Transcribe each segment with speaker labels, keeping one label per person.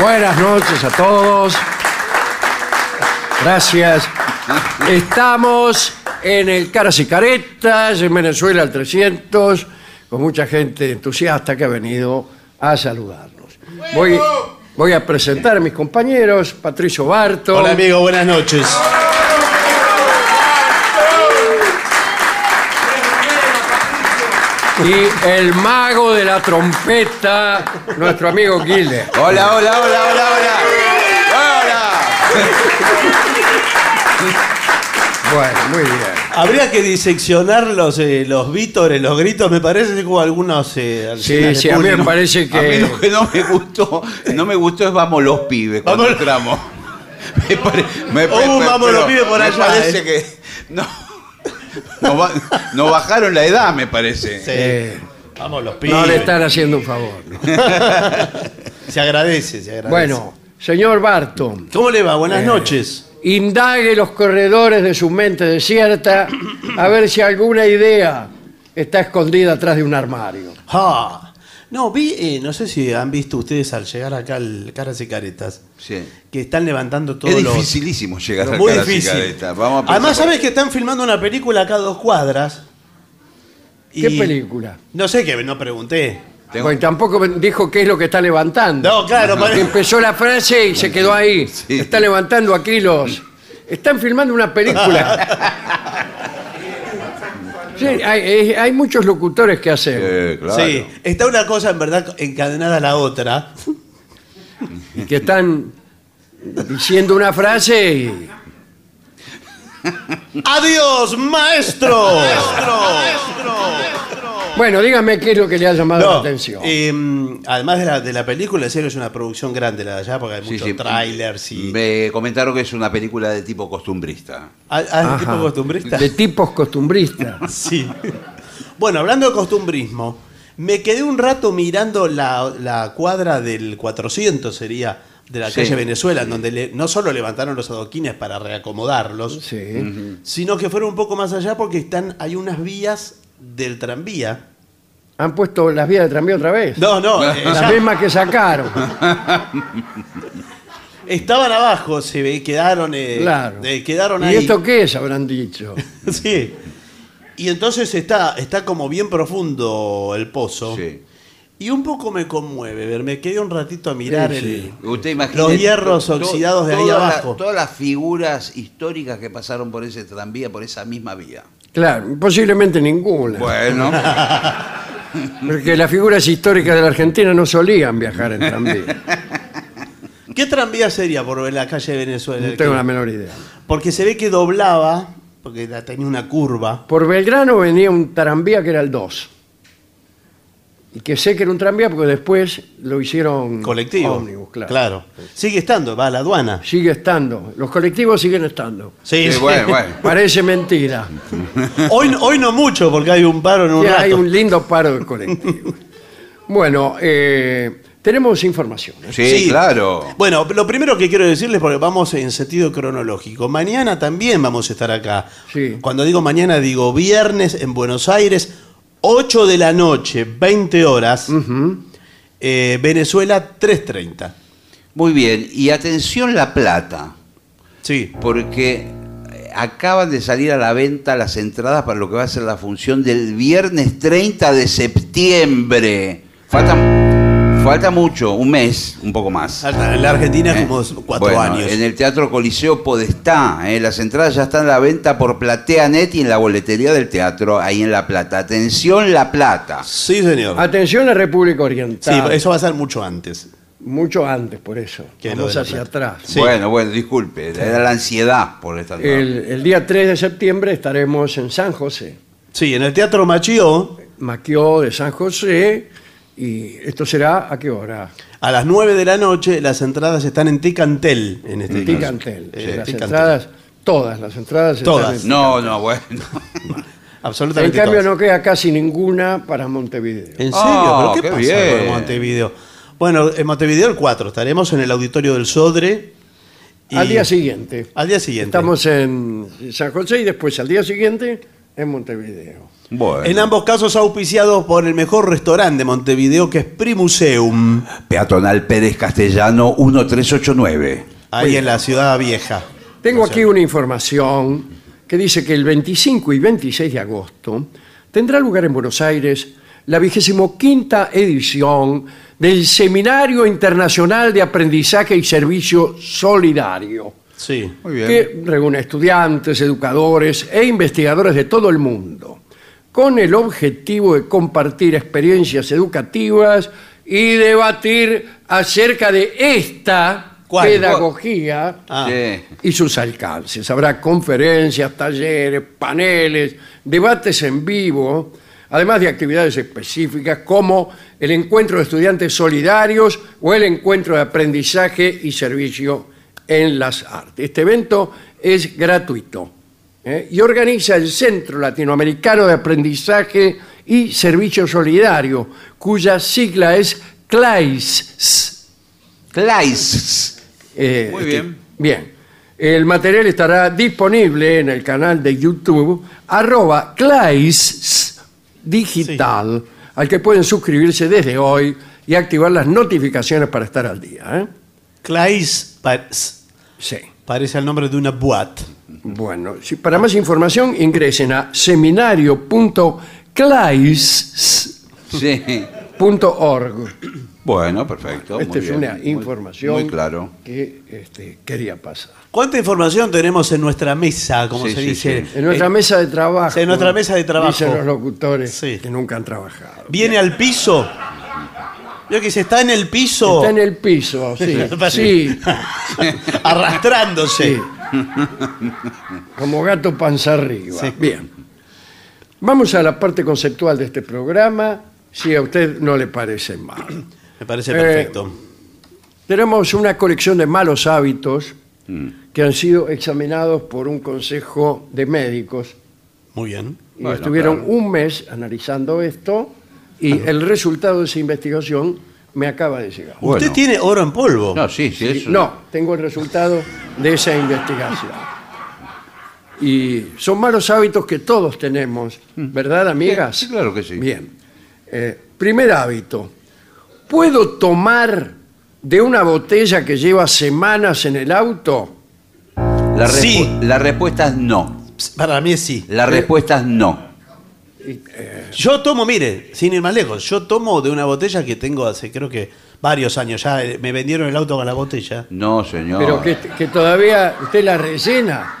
Speaker 1: Buenas noches a todos. Gracias. Estamos en el Caras y Caretas, en Venezuela al 300, con mucha gente entusiasta que ha venido a saludarnos. Voy, voy a presentar a mis compañeros, Patricio Barto,
Speaker 2: Hola amigo, buenas noches.
Speaker 1: y el mago de la trompeta, nuestro amigo Gilde.
Speaker 2: Hola, hola, hola, hola, hola. Hola.
Speaker 1: Bueno, muy bien.
Speaker 2: Habría que diseccionar los, eh, los vítores, los gritos, me parece que hubo algunos... eh, al
Speaker 1: Sí,
Speaker 2: final
Speaker 1: sí,
Speaker 2: de
Speaker 1: a mí
Speaker 2: julio,
Speaker 1: me
Speaker 2: ¿no?
Speaker 1: parece
Speaker 3: A mí
Speaker 1: que...
Speaker 3: lo que no me gustó, no me gustó es vamos los pibes cuando
Speaker 2: Vamos-
Speaker 3: entramos. Me pare- me-
Speaker 2: Uh,
Speaker 3: pe- pe-
Speaker 2: vamos los
Speaker 3: pero
Speaker 2: pibes por
Speaker 3: me
Speaker 2: allá,
Speaker 3: parece
Speaker 2: eh.
Speaker 3: que no, no, ba- no bajaron la edad, me parece.
Speaker 2: Sí.
Speaker 1: eh,
Speaker 2: Vamos los pibes.
Speaker 1: no le están haciendo un favor. ¿no?
Speaker 2: Se agradece, se agradece.
Speaker 1: Bueno, Eh. señor Barton,
Speaker 2: ¿Cómo le va? Buenas noches.
Speaker 1: indague los corredores de su mente desierta a ver si alguna idea está escondida atrás de un armario.
Speaker 2: Ah, no, vi, eh, no sé si han visto ustedes al llegar acá al Caras y Caretas,
Speaker 3: Sí.
Speaker 2: que están levantando todos
Speaker 3: Es
Speaker 2: los...
Speaker 3: dificilísimo llegar a
Speaker 2: Muy
Speaker 3: Cara
Speaker 2: difícil.
Speaker 3: Cicareta. Vamos a
Speaker 2: Además,
Speaker 3: pensar-
Speaker 2: sabes que están filmando una película acá a dos cuadras.
Speaker 1: ¿Qué
Speaker 2: Y-
Speaker 1: película?
Speaker 2: No sé, que no pregunté.
Speaker 3: Tengo-
Speaker 1: Bueno, tampoco me dijo qué es lo que está levantando.
Speaker 2: No, claro, pare-
Speaker 1: Empezó la frase y se quedó ahí.
Speaker 3: Sí.
Speaker 1: Está levantando aquí los... Están filmando una película. Sí, hay, hay muchos locutores que hacen.
Speaker 3: Eh, claro.
Speaker 2: Sí, está una cosa en verdad encadenada a la otra.
Speaker 1: que están diciendo una frase y
Speaker 2: ¡Adiós, maestro!
Speaker 1: bueno, dígame qué es lo que le ha llamado la
Speaker 2: No,
Speaker 1: atención.
Speaker 2: eh, además de la, de la película, en serio es una producción grande la de allá, porque hay
Speaker 3: Sí,
Speaker 2: muchos
Speaker 3: sí.
Speaker 2: trailers y.
Speaker 3: Me comentaron que es una película de tipo costumbrista.
Speaker 2: ¿Ah, ah,
Speaker 1: Ajá.
Speaker 2: ¿Tipo costumbrista?
Speaker 1: De tipos costumbristas.
Speaker 2: Sí. Bueno, hablando de costumbrismo, me quedé un rato mirando la, la cuadra del 400, sería, de la
Speaker 3: Sí.
Speaker 2: calle Venezuela, en donde le- no solo levantaron los adoquines para reacomodarlos,
Speaker 1: Sí.
Speaker 2: sino que fueron un poco más allá porque están, hay unas vías del tranvía.
Speaker 1: Han puesto las vías de tranvía otra vez.
Speaker 2: No, no, eh,
Speaker 1: Las
Speaker 2: ya-
Speaker 1: mismas que sacaron.
Speaker 2: Estaban abajo, se ve, quedaron, eh,
Speaker 1: Claro.
Speaker 2: eh, quedaron
Speaker 1: ¿Y
Speaker 2: ahí.
Speaker 1: esto qué es? Habrán dicho.
Speaker 2: sí. Y entonces está, está como bien profundo el pozo.
Speaker 3: Sí.
Speaker 2: Y un poco me conmueve, ver, me quedé un ratito a mirar
Speaker 1: Sí,
Speaker 2: el...
Speaker 1: sí.
Speaker 3: Usted imagina
Speaker 2: Los hierros
Speaker 3: to- to-
Speaker 2: oxidados de ahí
Speaker 3: todas la-
Speaker 2: abajo.
Speaker 3: todas las figuras históricas que pasaron por ese tranvía, por esa misma vía.
Speaker 1: Claro, posiblemente ninguna.
Speaker 3: Bueno,
Speaker 1: Porque las figuras históricas de la Argentina no solían viajar en tranvía.
Speaker 2: ¿Qué tranvía sería por la calle de Venezuela?
Speaker 1: No tengo la menor idea.
Speaker 2: Porque se ve que doblaba, porque la tenía una curva.
Speaker 1: Por Belgrano venía un tranvía que era el 2. Y que sé que era un tranvía porque después lo hicieron
Speaker 2: Colectivo.
Speaker 1: ómnibus, claro.
Speaker 2: Sigue estando, va a la aduana.
Speaker 1: Sigue estando. Los colectivos siguen estando.
Speaker 2: Sí,
Speaker 3: eh,
Speaker 2: sí.
Speaker 3: bueno, bueno.
Speaker 1: Parece mentira.
Speaker 2: Hoy, no- hoy no mucho, porque hay un paro en un
Speaker 1: Sí,
Speaker 2: rato.
Speaker 1: hay un lindo paro de colectivos. bueno, eh, tenemos información. ¿eh?
Speaker 3: Sí, claro.
Speaker 2: Bueno, lo primero que quiero decirles, porque vamos en sentido cronológico, mañana también vamos a estar acá.
Speaker 1: Sí.
Speaker 2: Cuando digo mañana, digo viernes en Buenos Aires, 8 de la noche, 20 horas, eh, Venezuela 3.30.
Speaker 3: Muy bien. Y atención La Plata,
Speaker 2: Sí.
Speaker 3: porque eh, acaban de salir a la venta las entradas para lo que va a ser la función del viernes 30 de septiembre. Falta, falta mucho, un mes, un poco más.
Speaker 2: En la Argentina es
Speaker 3: ¿Eh?
Speaker 2: como cuatro
Speaker 3: Bueno,
Speaker 2: años.
Speaker 3: En el Teatro Coliseo Podestá, ¿eh? las entradas ya están a la venta por PlateaNet y en la boletería del teatro, ahí en La Plata. Atención, La Plata.
Speaker 2: Sí, señor.
Speaker 1: Atención a República
Speaker 2: Sí,
Speaker 1: Oriental.
Speaker 2: eso va a ser mucho antes.
Speaker 1: Mucho antes, por eso.
Speaker 2: Que lo de
Speaker 1: Vamos
Speaker 2: La
Speaker 1: hacia
Speaker 2: Plata.
Speaker 1: atrás.
Speaker 2: Sí.
Speaker 3: Bueno, bueno, disculpe, era la ansiedad por esta entrada.
Speaker 1: El, el día 3 de septiembre estaremos en San José.
Speaker 2: Sí, en el Teatro Machió,
Speaker 1: Maquio de San José. ¿Y esto será a qué hora?
Speaker 2: a las 9 de la noche, las entradas están en Ticantel. En este caso.
Speaker 1: Ticantel.
Speaker 2: Eh,
Speaker 1: las
Speaker 2: Ticantel.
Speaker 1: entradas, todas las entradas. están
Speaker 2: Todas.
Speaker 1: en-
Speaker 3: No, no, bueno.
Speaker 1: En
Speaker 2: Absolutamente.
Speaker 1: cambio
Speaker 2: todas.
Speaker 1: no queda casi ninguna para Montevideo.
Speaker 2: ¿En serio?
Speaker 3: Ah,
Speaker 2: ¿Pero Oh, qué,
Speaker 3: qué
Speaker 2: pasa
Speaker 3: bien.
Speaker 2: con Montevideo? Bueno, en Montevideo el 4 estaremos en el auditorio del Sodre. y-
Speaker 1: Al día siguiente.
Speaker 2: Al día siguiente.
Speaker 1: Estamos en San José y después al día siguiente en Montevideo.
Speaker 3: Bueno.
Speaker 2: en ambos casos auspiciados por el mejor restaurante de Montevideo que es Primuseum,
Speaker 3: Peatonal Pérez Castellano 1389.
Speaker 2: ahí en la ciudad vieja.
Speaker 1: Tengo
Speaker 2: O sea,
Speaker 1: aquí una información que dice que el 25 y 26 de agosto tendrá lugar en Buenos Aires la vigésimo quinta edición del Seminario Internacional de Aprendizaje y Servicio Solidario,
Speaker 2: Sí.
Speaker 3: Muy
Speaker 1: que reúne estudiantes, educadores e investigadores de todo el mundo, con el objetivo de compartir experiencias educativas y debatir acerca de esta
Speaker 2: ¿Cuál?
Speaker 1: pedagogía
Speaker 2: Ah.
Speaker 3: Sí.
Speaker 1: y sus alcances. Habrá conferencias, talleres, paneles, debates en vivo, además de actividades específicas como el encuentro de estudiantes solidarios o el encuentro de aprendizaje y servicio en las artes. Este evento es gratuito ¿eh? y organiza el Centro Latinoamericano de Aprendizaje y Servicio Solidario, cuya sigla es CLAIS.
Speaker 3: Clais.
Speaker 1: Eh,
Speaker 3: Muy
Speaker 1: este,
Speaker 3: bien.
Speaker 1: Bien. El material estará disponible en el canal de YouTube arroba Clais Digital, al que pueden suscribirse desde hoy y activar las notificaciones para estar al día. ¿eh?
Speaker 2: Clais pa- s-
Speaker 1: Sí.
Speaker 2: parece el nombre de una boat.
Speaker 1: Bueno, si- para más información ingresen a seminario.clais.org.
Speaker 3: Sí. Bueno, perfecto.
Speaker 1: Esta
Speaker 3: muy
Speaker 1: es
Speaker 3: bien.
Speaker 1: una
Speaker 3: Muy-
Speaker 1: información
Speaker 3: Muy, claro.
Speaker 1: que este, quería pasar.
Speaker 2: ¿Cuánta información tenemos en nuestra mesa, como
Speaker 3: Sí,
Speaker 2: se
Speaker 3: sí,
Speaker 2: dice?
Speaker 3: sí.
Speaker 1: En nuestra
Speaker 2: Eh,
Speaker 1: mesa de trabajo.
Speaker 2: en nuestra mesa de trabajo.
Speaker 1: Dicen los locutores
Speaker 2: Sí.
Speaker 1: que nunca han trabajado.
Speaker 2: ¿Viene al piso? Yo que se está en el piso
Speaker 1: Está en el piso, sí. sí,
Speaker 2: arrastrándose.
Speaker 1: sí. Como gato panza arriba.
Speaker 2: Sí.
Speaker 1: Bien. Vamos a la parte conceptual de este programa, si a usted no le parece mal.
Speaker 2: Me parece
Speaker 1: Eh,
Speaker 2: perfecto.
Speaker 1: Tenemos una colección de malos hábitos
Speaker 2: Mm.
Speaker 1: que han sido examinados por un consejo de médicos
Speaker 2: Muy bien.
Speaker 1: y
Speaker 3: Bueno,
Speaker 1: estuvieron
Speaker 3: claro.
Speaker 1: un mes analizando esto y el resultado de esa investigación me acaba de llegar.
Speaker 3: Bueno.
Speaker 2: Usted tiene oro en polvo.
Speaker 3: No, sí, sí. eso-
Speaker 1: No, tengo el resultado de esa investigación. Y son malos hábitos que todos tenemos, ¿verdad, amigas?
Speaker 3: Sí, claro que sí.
Speaker 1: Bien. Eh, primer hábito. Puedo tomar de una botella que lleva semanas en el auto?
Speaker 3: La, respu-
Speaker 2: Sí.
Speaker 3: la respuesta es no.
Speaker 2: Para mí es sí.
Speaker 3: La respuesta es no.
Speaker 2: Eh, Yo tomo, mire, sin ir más lejos, yo tomo de una botella que tengo hace creo que varios años ya. eh, Me vendieron el auto con la botella.
Speaker 3: No, señor.
Speaker 1: Pero que, que todavía usted la rellena.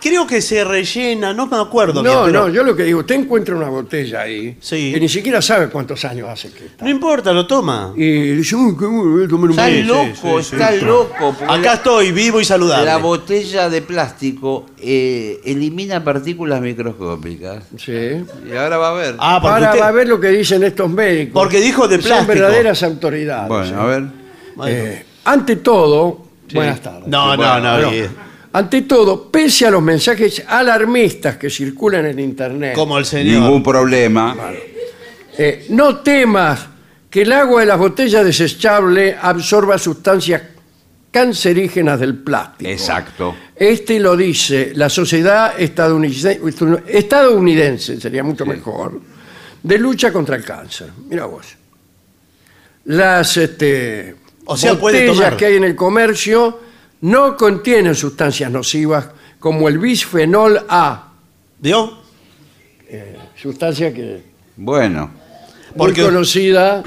Speaker 2: Creo que se rellena, no me acuerdo. bien,
Speaker 1: No,
Speaker 2: pero
Speaker 1: no, yo lo que digo, usted encuentra una botella ahí
Speaker 2: Sí.
Speaker 1: que ni siquiera sabe cuántos años hace que está.
Speaker 2: no importa, lo toma.
Speaker 1: Y dice, "Uy, qué bueno, voy a tomar un
Speaker 3: Está
Speaker 2: Sí, sí,
Speaker 1: vaso".
Speaker 3: loco,
Speaker 2: sí, sí.
Speaker 3: está loco. porque
Speaker 2: Acá estoy, vivo y
Speaker 3: la,
Speaker 2: saludable.
Speaker 3: la botella de plástico eh, elimina partículas microscópicas.
Speaker 1: Sí.
Speaker 3: Y ahora va a ver.
Speaker 2: ah, porque
Speaker 1: Ahora
Speaker 2: usted-
Speaker 1: va a ver lo que dicen estos médicos.
Speaker 2: Porque dijo de
Speaker 1: que Son
Speaker 2: plástico.
Speaker 1: verdaderas autoridades.
Speaker 3: bueno, a ver.
Speaker 2: Ah, Bueno.
Speaker 1: Eh, ante todo, buenas tardes.
Speaker 2: No, no, no.
Speaker 1: Bueno,
Speaker 2: bien.
Speaker 1: ante todo, pese a los mensajes alarmistas que circulan en Internet,
Speaker 2: Como el señor.
Speaker 3: Ningún problema.
Speaker 1: eh, no temas que el agua de las botellas desechable absorba sustancias cancerígenas del plástico.
Speaker 3: Exacto.
Speaker 1: Este lo dice la Sociedad Estadounidense, estadounidense, sería mucho mejor, de lucha contra el cáncer. Mira vos. Las este,
Speaker 2: O sea, puede
Speaker 1: botellas
Speaker 2: tomar.
Speaker 1: que hay en el comercio no contienen sustancias nocivas como el bisfenol A,
Speaker 2: ¿Dio?
Speaker 1: sustancia que
Speaker 3: Bueno.
Speaker 2: Porque-
Speaker 1: muy conocida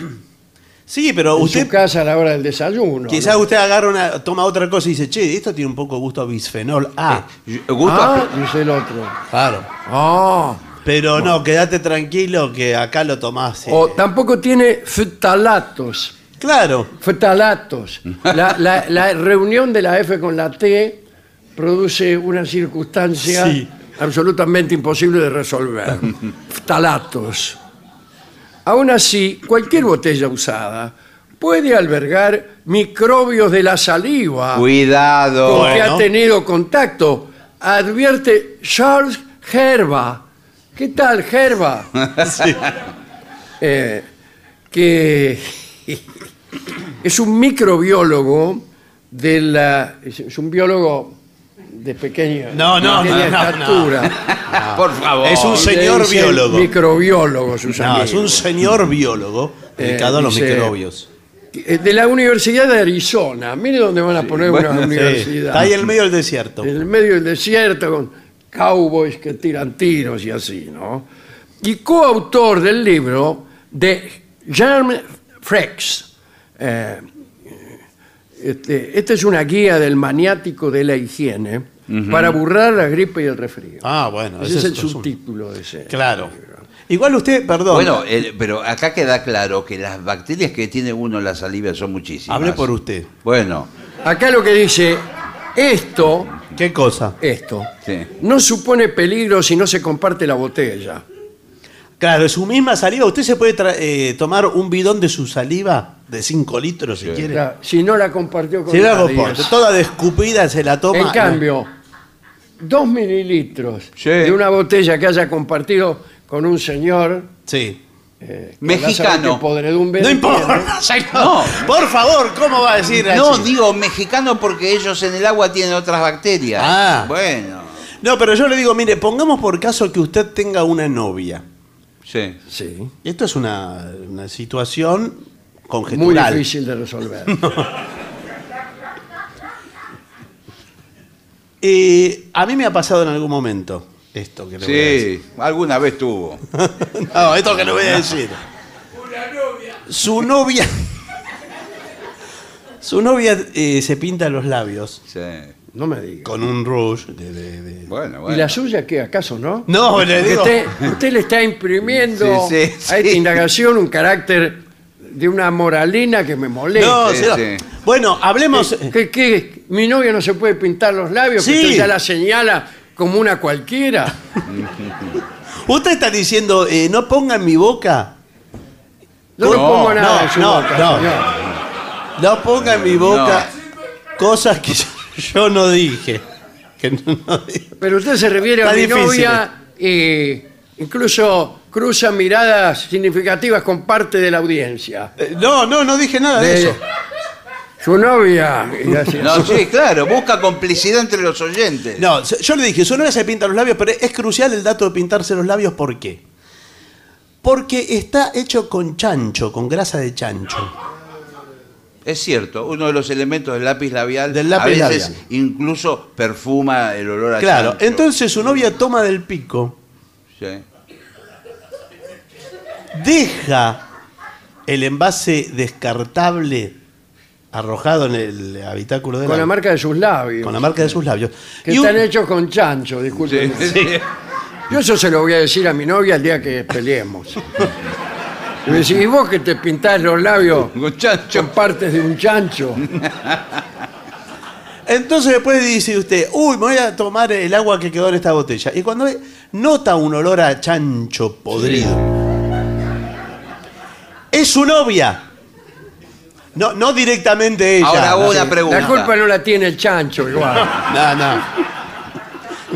Speaker 2: Sí, pero
Speaker 1: en
Speaker 2: usted
Speaker 1: su casa a la hora del desayuno.
Speaker 2: Quizás
Speaker 1: ¿no?
Speaker 2: usted agarra una, toma otra cosa y dice, che, esto tiene un poco gusto a bisfenol A.
Speaker 3: Eh, Yo- Gusto
Speaker 1: Ah,
Speaker 3: a-
Speaker 1: dice el otro.
Speaker 2: Claro.
Speaker 1: Ah,
Speaker 2: Pero no, quédate tranquilo que acá lo tomás. eh.
Speaker 1: O tampoco tiene fetalatos.
Speaker 2: Claro.
Speaker 1: Fetalatos. La, la- la reunión de la F con la T produce una circunstancia
Speaker 2: Sí.
Speaker 1: absolutamente imposible de resolver. Fetalatos. Aún así, cualquier botella usada puede albergar microbios de la saliva con
Speaker 3: Cuidado.
Speaker 1: que
Speaker 2: Ah. Bueno.
Speaker 1: ha tenido contacto. Advierte Charles Gerba. ¿Qué tal, Gerba?
Speaker 2: Sí.
Speaker 1: eh, que es un microbiólogo de la es- es un biólogo de pequeña,
Speaker 2: No, no,
Speaker 1: de pequeña
Speaker 2: no, no,
Speaker 1: estatura.
Speaker 2: Ah.
Speaker 3: Por favor.
Speaker 2: Es
Speaker 1: Ah,
Speaker 2: un
Speaker 1: Le
Speaker 2: señor
Speaker 1: dicen
Speaker 2: biólogo.
Speaker 1: Microbiólogo, sus
Speaker 2: No, es un
Speaker 1: amigos. Eh,
Speaker 2: señor biólogo dedicado a los
Speaker 1: dice-
Speaker 2: microbios.
Speaker 1: Eh, De la Universidad de Arizona. Mire dónde van a poner
Speaker 3: bueno, sí.
Speaker 1: una
Speaker 2: Sí,
Speaker 1: universidad.
Speaker 2: Está ahí en el medio del desierto.
Speaker 1: En el medio del desierto, con cowboys que tiran tiros y así, ¿no? Y coautor del libro de Jan Frex. Eh, este, esta es una guía del maniático de la higiene para burlar la gripe y el resfrío.
Speaker 2: Ah, bueno.
Speaker 1: ese, es el
Speaker 2: asunto.
Speaker 1: subtítulo de ese.
Speaker 2: Claro. Igual usted, perdón.
Speaker 3: Bueno, eh, pero acá queda claro que las bacterias que tiene uno en la saliva son muchísimas.
Speaker 2: Hable por usted.
Speaker 3: Bueno,
Speaker 1: Acá lo que dice, esto,
Speaker 2: ¿Qué cosa?
Speaker 1: esto,
Speaker 3: sí.
Speaker 1: no supone peligro si no se comparte la botella.
Speaker 2: Claro, de su misma saliva. Usted se puede tra- eh, tomar un bidón de su saliva de 5 litros si quiere.
Speaker 1: Ya, si no la compartió con
Speaker 2: Si la
Speaker 1: nadie.
Speaker 2: comporta, toda descupida se la toma.
Speaker 1: En cambio, dos mililitros
Speaker 3: Sí.
Speaker 1: de una botella que haya compartido con un señor
Speaker 2: Sí.
Speaker 1: con eh, la
Speaker 3: Mexicano.
Speaker 1: sabiente podredumbre
Speaker 2: No
Speaker 1: de
Speaker 2: importa. No. Por favor, ¿cómo va a decir así?
Speaker 3: No, digo mexicano porque ellos en el agua tienen otras bacterias.
Speaker 2: Ah.
Speaker 3: Bueno,
Speaker 2: No, pero yo le digo, mire, pongamos por caso que usted tenga una novia.
Speaker 3: sí.
Speaker 1: piel. Sí,
Speaker 2: Esto es una, una situación
Speaker 1: muy
Speaker 2: conjetural.
Speaker 1: difícil de resolver.
Speaker 2: Eh, a mí me ha pasado en algún momento esto que le voy a decir.
Speaker 3: Sí, alguna vez tuvo.
Speaker 2: No, esto que le voy a decir. Su novia. Su novia eh, se pinta los labios
Speaker 3: Sí.
Speaker 1: No me diga.
Speaker 2: con un rouge de- de- de-
Speaker 3: Bueno,
Speaker 1: ¿Y
Speaker 3: bueno.
Speaker 1: la suya qué? ¿Acaso no?
Speaker 2: No, le
Speaker 1: Porque
Speaker 2: digo.
Speaker 1: Usted, usted le está imprimiendo
Speaker 3: Sí, sí,
Speaker 1: a esta
Speaker 3: sí.
Speaker 1: indagación un carácter de una moralina que me molesta.
Speaker 2: No,
Speaker 3: Sí,
Speaker 2: será-
Speaker 3: sí.
Speaker 2: Bueno, hablemos.
Speaker 1: Eh, ¿Qué- qué? mi novia no se puede pintar los labios, que
Speaker 2: Sí.
Speaker 1: usted ya la señala como una cualquiera.
Speaker 2: Usted está diciendo, eh, no ponga en mi boca.
Speaker 1: No, le
Speaker 2: No,
Speaker 1: pongo nada
Speaker 2: no,
Speaker 1: en su
Speaker 2: no,
Speaker 1: boca,
Speaker 2: no.
Speaker 1: señor.
Speaker 2: No ponga en
Speaker 3: Eh,
Speaker 2: mi boca cosas que yo, yo no dije. Que no, no dije.
Speaker 1: Pero usted se refiere a
Speaker 2: Está
Speaker 1: mi
Speaker 2: difícil.
Speaker 1: novia y incluso cruza miradas significativas con parte de la audiencia.
Speaker 2: Eh, no, no, no dije nada de,
Speaker 1: De-
Speaker 2: eso.
Speaker 1: Su novia. y así.
Speaker 3: No, sí, claro, busca complicidad entre los oyentes.
Speaker 2: No, se- yo le dije, su novia se pinta los labios, pero es crucial el dato de pintarse los labios, ¿por qué? Porque está hecho con chancho, con grasa de chancho.
Speaker 3: Es cierto, uno de los elementos del lápiz labial
Speaker 2: Del lápiz
Speaker 3: a veces
Speaker 2: labial.
Speaker 3: incluso perfuma el olor a
Speaker 2: Claro,
Speaker 3: chancho.
Speaker 2: entonces su novia toma del pico,
Speaker 3: Sí.
Speaker 2: deja el envase descartable arrojado en el habitáculo de
Speaker 1: Con la marca de sus labios.
Speaker 2: con la marca de sus labios.
Speaker 1: Que
Speaker 2: Y un-
Speaker 1: están hechos con chancho, disculpen. Yo eso se lo voy a decir a mi novia el día que peleemos. Y me dice, ¿y vos que te pintás los labios
Speaker 3: Con chancho.
Speaker 1: con partes de un chancho?
Speaker 2: Entonces después dice usted, uy, me voy a tomar el agua que quedó en esta botella. Y cuando ve, nota un olor a chancho podrido. Es su novia. No, no directamente ella.
Speaker 3: Ahora hago
Speaker 2: No,
Speaker 3: una
Speaker 2: sí.
Speaker 3: pregunta.
Speaker 1: La culpa no la tiene el chancho, igual.
Speaker 2: No, no.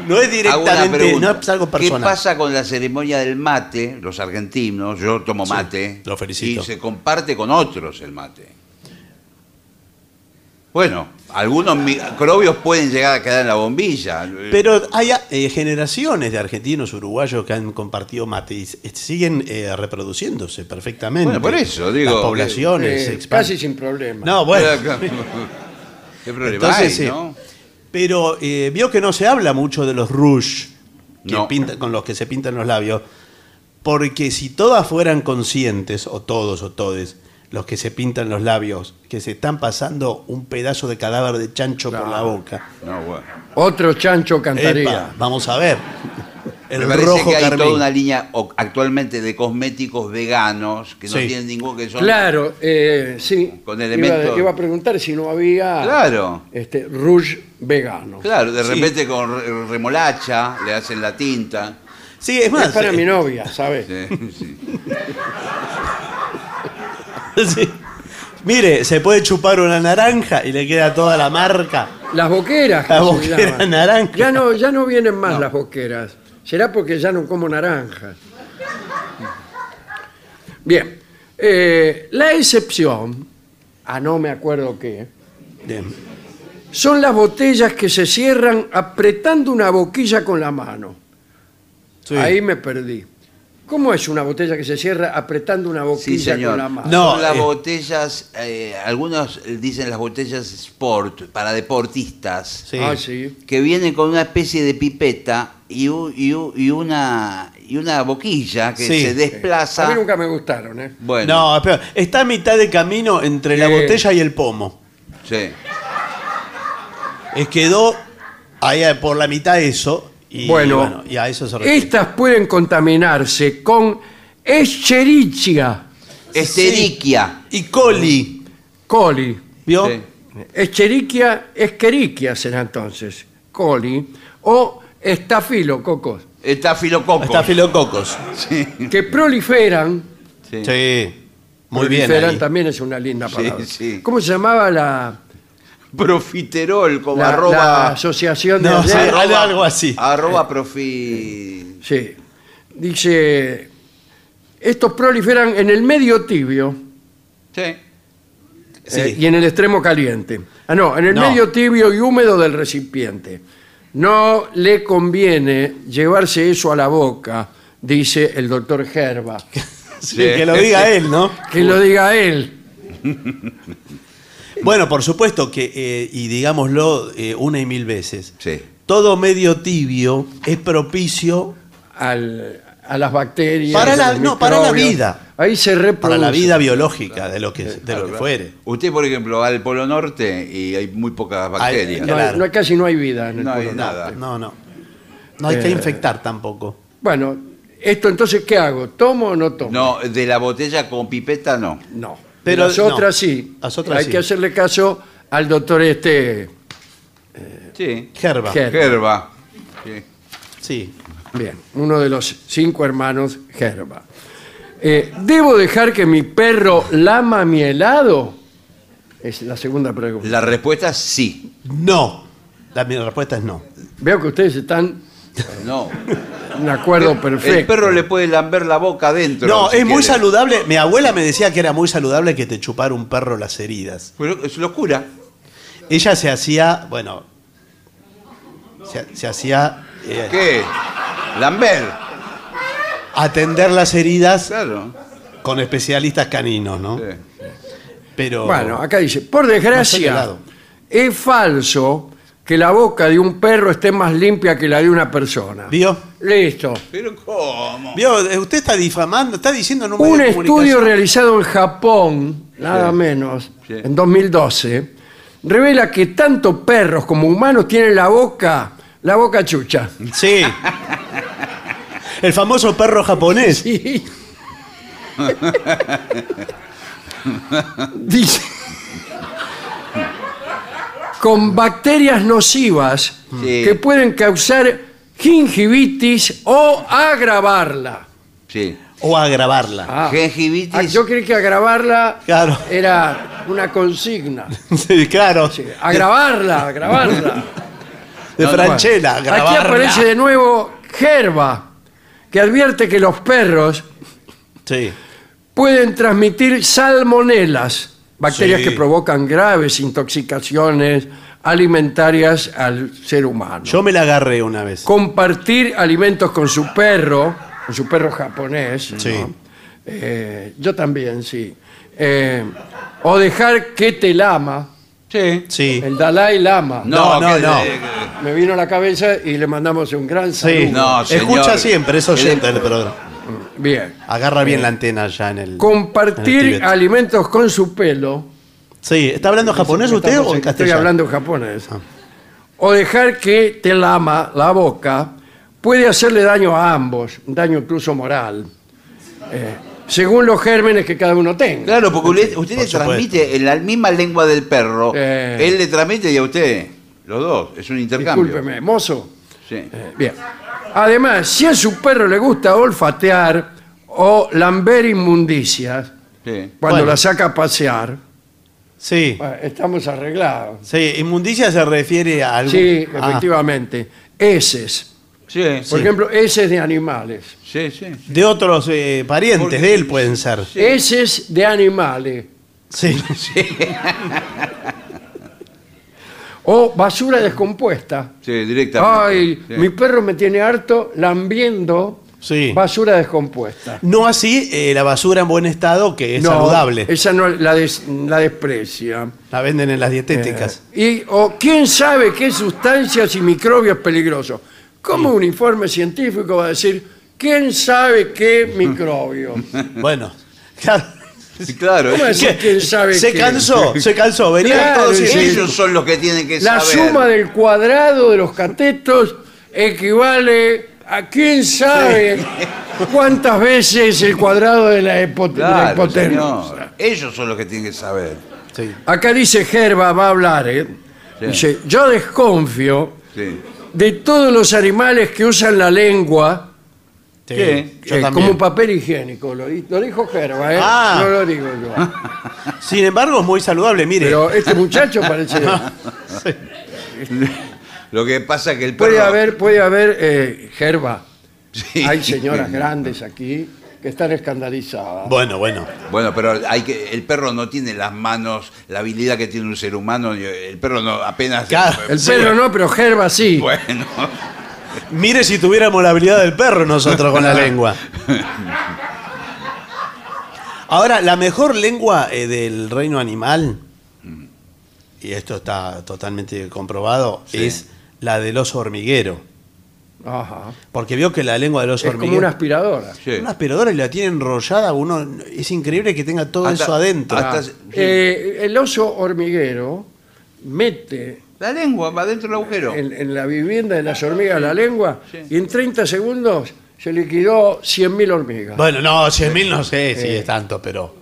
Speaker 2: No es
Speaker 3: Hago una
Speaker 2: directamente,
Speaker 3: pregunta.
Speaker 2: no es algo
Speaker 3: ¿Qué
Speaker 2: personal.
Speaker 3: pasa con la ceremonia del mate? Los argentinos, yo tomo mate.
Speaker 2: lo felicito.
Speaker 3: Y se comparte con otros el mate. Bueno, algunos microbios pueden llegar a quedar en la bombilla.
Speaker 2: Pero hay eh, generaciones de argentinos, uruguayos que han compartido mate y s- siguen eh, reproduciéndose perfectamente.
Speaker 3: Bueno, por eso,
Speaker 2: Las
Speaker 3: digo,
Speaker 2: poblaciones
Speaker 1: Eh,
Speaker 2: se expanden.
Speaker 1: casi sin problema.
Speaker 2: No, bueno.
Speaker 3: ¿Qué problema
Speaker 2: Entonces,
Speaker 3: hay,
Speaker 2: eh,
Speaker 3: no?
Speaker 2: Pero eh, vio que no se habla mucho de los rouge que
Speaker 3: No.
Speaker 2: pinta- con los que se pintan los labios, porque si todas fueran conscientes, o todos o todes, los que se pintan los labios, que se están pasando un pedazo de cadáver de chancho por la boca.
Speaker 3: No, bueno.
Speaker 1: Otro chancho cantaría.
Speaker 2: Epa, vamos a ver.
Speaker 3: Me
Speaker 2: El
Speaker 3: parece
Speaker 2: rojo
Speaker 3: que hay
Speaker 2: carmín.
Speaker 3: toda una línea o- actualmente de cosméticos veganos que no
Speaker 2: Sí.
Speaker 3: tienen ningún que son.
Speaker 1: Claro, eh, sí.
Speaker 3: Con
Speaker 1: Iba-
Speaker 3: elementos-
Speaker 1: Iba, a preguntar si no había
Speaker 3: Claro.
Speaker 1: este, rouge vegano.
Speaker 3: Claro, de
Speaker 2: Sí.
Speaker 3: repente con re- remolacha le hacen la tinta.
Speaker 2: Sí, es
Speaker 1: Es
Speaker 2: más.
Speaker 1: para
Speaker 2: eh,
Speaker 1: mi novia, ¿sabes?
Speaker 3: Sí, sí.
Speaker 2: sí. Mire, se puede chupar una naranja y le queda toda la marca.
Speaker 1: Las boqueras. que
Speaker 2: Las
Speaker 1: se
Speaker 2: boqueras
Speaker 1: llaman.
Speaker 2: naranjas.
Speaker 1: Ya no, ya no vienen más las boqueras. Será porque ya no como naranjas. Bien. eh, la excepción, a no me acuerdo qué,
Speaker 2: Bien.
Speaker 1: son las botellas que se cierran apretando una boquilla con la mano.
Speaker 2: Sí.
Speaker 1: Ahí me perdí. ¿Cómo es una botella que se cierra apretando una
Speaker 3: Sí,
Speaker 1: boquilla
Speaker 3: señor.
Speaker 1: con la mano?
Speaker 2: No,
Speaker 3: Son las
Speaker 2: eh.
Speaker 3: botellas, eh, algunos dicen las botellas sport, para deportistas,
Speaker 2: Sí.
Speaker 1: Ah, sí.
Speaker 3: que vienen con una especie de pipeta y, u- y u- y una, y una boquilla que
Speaker 2: Sí.
Speaker 3: se desplaza.
Speaker 1: A mí nunca me gustaron, ¿eh?
Speaker 3: Bueno,
Speaker 2: No, espera, está a mitad de camino entre la
Speaker 1: Sí.
Speaker 2: botella y el pomo.
Speaker 3: sí.
Speaker 2: Es quedó ahí eh, por la mitad eso. Y,
Speaker 1: Bueno,
Speaker 2: y a eso se refiere.
Speaker 1: Estas pueden contaminarse con Escherichia
Speaker 3: Esteriquia.
Speaker 2: Y coli,
Speaker 1: coli.
Speaker 2: ¿vio?
Speaker 3: Sí.
Speaker 1: Escherichia, Escherichia será entonces, coli, o estafilococos,
Speaker 3: Estafilococo.
Speaker 2: Estafilococos.
Speaker 1: que proliferan.
Speaker 3: Sí.
Speaker 2: Sí, muy bien.
Speaker 1: proliferan
Speaker 2: ahí.
Speaker 1: también es una linda
Speaker 3: Ah,
Speaker 1: palabra.
Speaker 3: sí.
Speaker 1: ¿Cómo se llamaba la,
Speaker 3: Profiterol, como
Speaker 1: la-
Speaker 3: arroba.
Speaker 1: la asociación de
Speaker 2: No,
Speaker 1: ayer?
Speaker 2: sí, algo- algo así. Eh.
Speaker 3: Arroba profi.
Speaker 1: Sí. Dice, estos proliferan en el medio tibio
Speaker 3: Sí.
Speaker 2: Sí.
Speaker 1: eh, y en el extremo caliente. Ah, no, en el
Speaker 2: No.
Speaker 1: medio tibio y húmedo del recipiente. No le conviene llevarse eso a la boca, dice el doctor Gerba.
Speaker 2: Sí, que lo diga él, ¿no?
Speaker 1: Que lo diga él.
Speaker 2: Bueno, por supuesto que, eh, y digámoslo eh, una y mil veces,
Speaker 3: Sí.
Speaker 2: todo medio tibio es propicio.
Speaker 1: al- a las bacterias.
Speaker 2: Para
Speaker 1: a
Speaker 2: la-
Speaker 1: los
Speaker 2: no, para la
Speaker 1: microbios.
Speaker 2: vida.
Speaker 1: Ahí se reproduce.
Speaker 2: Para la vida biológica de lo que, de lo que fuere.
Speaker 3: Usted, por ejemplo, va al Polo Norte y hay muy pocas bacterias.
Speaker 1: No, hay-
Speaker 2: Claro.
Speaker 1: no hay- casi no hay vida en el
Speaker 3: No hay
Speaker 1: Polo
Speaker 3: nada.
Speaker 1: Norte.
Speaker 2: No, no. No hay que
Speaker 1: Eh.
Speaker 2: infectar tampoco.
Speaker 1: Bueno, esto entonces, ¿qué hago? ¿Tomo o no tomo?
Speaker 3: No, de la botella con pipeta no.
Speaker 1: No.
Speaker 2: Pero
Speaker 1: las otras
Speaker 2: no.
Speaker 1: sí.
Speaker 2: Las otras
Speaker 1: hay
Speaker 2: sí.
Speaker 1: que hacerle caso al doctor este.
Speaker 3: Sí.
Speaker 2: Gerba.
Speaker 1: Ger-
Speaker 3: Gerba. Sí.
Speaker 2: Sí.
Speaker 1: Bien, uno de los cinco hermanos Gerba. Eh, ¿Debo dejar que mi perro lama mi helado? Es la segunda pregunta.
Speaker 3: La respuesta es sí.
Speaker 2: No. La, mi respuesta es no.
Speaker 1: Veo que ustedes están
Speaker 3: No.
Speaker 1: en
Speaker 3: Eh,
Speaker 1: acuerdo perfecto.
Speaker 3: El perro le puede lamber la boca adentro.
Speaker 2: No,
Speaker 3: si
Speaker 2: es muy
Speaker 3: quiere.
Speaker 2: saludable. Mi abuela me decía que era muy saludable que te chupara un perro las heridas.
Speaker 3: Pero es locura.
Speaker 2: Ella se hacía, bueno, se, se hacía eh,
Speaker 3: ¿Qué? Lamber.
Speaker 2: atender las heridas
Speaker 3: Claro.
Speaker 2: con especialistas caninos, ¿no?
Speaker 3: Sí.
Speaker 2: pero.
Speaker 1: Bueno, acá dice, por
Speaker 2: No sé qué
Speaker 1: desgracia,
Speaker 2: lado.
Speaker 1: es falso que la boca de un perro esté más limpia que la de una persona.
Speaker 2: ¿Vio?
Speaker 1: Listo.
Speaker 3: Pero ¿cómo?
Speaker 2: ¿Vio? Eh, Usted está difamando, está diciendo en un medio
Speaker 1: Un
Speaker 2: de
Speaker 1: estudio
Speaker 2: comunicación-
Speaker 1: realizado en Japón, nada menos,
Speaker 3: Sí.
Speaker 1: en 2012, revela que tanto perros como humanos tienen la boca, la boca chucha.
Speaker 2: Sí. El famoso perro japonés.
Speaker 1: Sí. Dice, con bacterias nocivas
Speaker 3: Sí.
Speaker 1: que pueden causar gingivitis o agravarla.
Speaker 3: Sí.
Speaker 2: O agravarla.
Speaker 1: Ah, ah,
Speaker 3: Gengivitis.
Speaker 1: yo creí que agravarla
Speaker 2: Claro.
Speaker 1: era una consigna.
Speaker 2: Sí, claro.
Speaker 1: Sí, agravarla, agravarla.
Speaker 2: De
Speaker 3: No, no,
Speaker 2: Franchella,
Speaker 1: Aquí
Speaker 2: agravarla.
Speaker 1: aparece de nuevo Gerba, que advierte que los perros
Speaker 2: Sí.
Speaker 1: pueden transmitir salmonelas, bacterias
Speaker 2: Sí.
Speaker 1: que provocan graves intoxicaciones alimentarias al ser humano.
Speaker 2: Yo me la agarré una vez.
Speaker 1: Compartir alimentos con su perro, con su perro japonés. ¿no?
Speaker 2: Sí.
Speaker 1: Eh, yo también, sí. Eh, o dejar que te lama,
Speaker 3: Sí.
Speaker 2: Sí.
Speaker 1: el Dalai Lama.
Speaker 3: No,
Speaker 2: No,
Speaker 3: que-
Speaker 2: no,
Speaker 3: eh,
Speaker 1: Me vino a la cabeza y le mandamos un gran saludo.
Speaker 2: Sí.
Speaker 3: No, señor.
Speaker 2: Escucha siempre, es oyente del programa.
Speaker 1: Bien.
Speaker 2: Agarra bien la antena ya en el. en el
Speaker 1: Eh, Compartir
Speaker 2: Tíbet.
Speaker 1: alimentos con su pelo.
Speaker 2: Sí, ¿está hablando japonés usted o en
Speaker 1: Estoy
Speaker 2: castellano?
Speaker 1: hablando en japonés. O dejar que te lama la boca puede hacerle daño a ambos, un daño incluso moral, eh, según los gérmenes que cada uno tenga.
Speaker 3: Claro, porque usted, usted
Speaker 2: Por
Speaker 3: le transmite en la misma lengua del perro.
Speaker 1: Eh.
Speaker 3: Él le transmite y a usted. Los dos. Es un intercambio.
Speaker 1: Discúlpeme, mozo.
Speaker 3: Sí.
Speaker 1: Eh, Bien. Además, si a su perro le gusta olfatear o lamber inmundicias
Speaker 3: sí.
Speaker 1: cuando
Speaker 2: Bueno.
Speaker 1: la saca a pasear,
Speaker 2: Sí.
Speaker 1: bueno, estamos arreglados.
Speaker 2: Sí, inmundicia se refiere a algo.
Speaker 1: Sí,
Speaker 2: Ah,
Speaker 1: efectivamente. Heces.
Speaker 3: Sí.
Speaker 1: Por ejemplo, heces de animales.
Speaker 3: Sí, sí.
Speaker 2: de otros eh, parientes
Speaker 3: Porque-
Speaker 2: de él pueden ser. Eh, Sí.
Speaker 1: Heces de animales. O basura descompuesta.
Speaker 3: Sí, directamente.
Speaker 1: Ay,
Speaker 3: Sí.
Speaker 1: mi perro me tiene harto lambiendo
Speaker 2: Sí.
Speaker 1: basura descompuesta.
Speaker 2: No así eh, la basura en buen estado, que es saludable.
Speaker 1: Esa no la, des- la desprecia.
Speaker 2: La venden en las dietéticas.
Speaker 1: Y, o quién sabe qué sustancias y microbios peligrosos. ¿Cómo un informe científico va a decir quién sabe qué microbio?
Speaker 2: Bueno, claro.
Speaker 3: Sí, Claro.
Speaker 1: Eh.
Speaker 3: eh.
Speaker 1: ¿Cómo
Speaker 3: es-
Speaker 1: decir quién sabe
Speaker 2: se
Speaker 1: qué?
Speaker 2: cansó, se cansó. Venían
Speaker 1: Claro,
Speaker 2: todos y-
Speaker 1: sí.
Speaker 3: Ellos son los que tienen que
Speaker 1: La
Speaker 3: saber.
Speaker 1: suma del cuadrado de los catetos equivale a quién sabe cuántas veces el cuadrado de la, hipo- de la
Speaker 3: Claro,
Speaker 1: hipotenusa.
Speaker 3: señor. Ellos son los que tienen que saber.
Speaker 2: Sí.
Speaker 1: Acá dice Gerba, va a hablar, ¿eh?
Speaker 3: Sí.
Speaker 1: Dice, yo desconfío
Speaker 3: Sí.
Speaker 1: de todos los animales que usan la lengua
Speaker 2: Sí,
Speaker 3: ¿Qué?
Speaker 2: yo
Speaker 1: eh,
Speaker 2: también.
Speaker 1: como papel higiénico. Lo, di- lo dijo Gerba, ¿eh?
Speaker 2: Ah.
Speaker 1: No lo digo yo.
Speaker 2: Sin embargo, es muy saludable, mire.
Speaker 1: Pero este muchacho parece...
Speaker 3: Lo que pasa es que el perro.
Speaker 1: Puede haber, puede haber eh, Gerba.
Speaker 3: Sí.
Speaker 1: Hay señoras grandes aquí que están escandalizadas.
Speaker 2: Bueno, bueno.
Speaker 3: Bueno, pero hay que el perro no tiene las manos, la habilidad que tiene un ser humano. y El perro no apenas.
Speaker 2: Claro.
Speaker 1: El perro no, pero Gerba sí.
Speaker 3: Bueno.
Speaker 2: Mire si tuviéramos la habilidad del perro nosotros con la lengua. Ahora, la mejor lengua eh, del reino animal, y esto está totalmente comprobado,
Speaker 3: Sí.
Speaker 2: es la del oso hormiguero.
Speaker 1: Ajá.
Speaker 2: Porque vio que la lengua del oso
Speaker 1: Ah. Es como
Speaker 2: hormiguero.
Speaker 1: una aspiradora.
Speaker 3: Sí.
Speaker 2: Ah, Una aspiradora y la tiene enrollada, uno es increíble que tenga todo
Speaker 3: Hasta-
Speaker 2: eso adentro.
Speaker 3: hasta-
Speaker 2: Ah,
Speaker 1: Eh, el oso hormiguero mete
Speaker 3: La lengua va dentro del agujero.
Speaker 1: en, en la vivienda de las hormigas la lengua y en 30 segundos se liquidó 100.000 hormigas. Eh,
Speaker 2: Bueno, no, 100.000 no sé si es tanto, pero.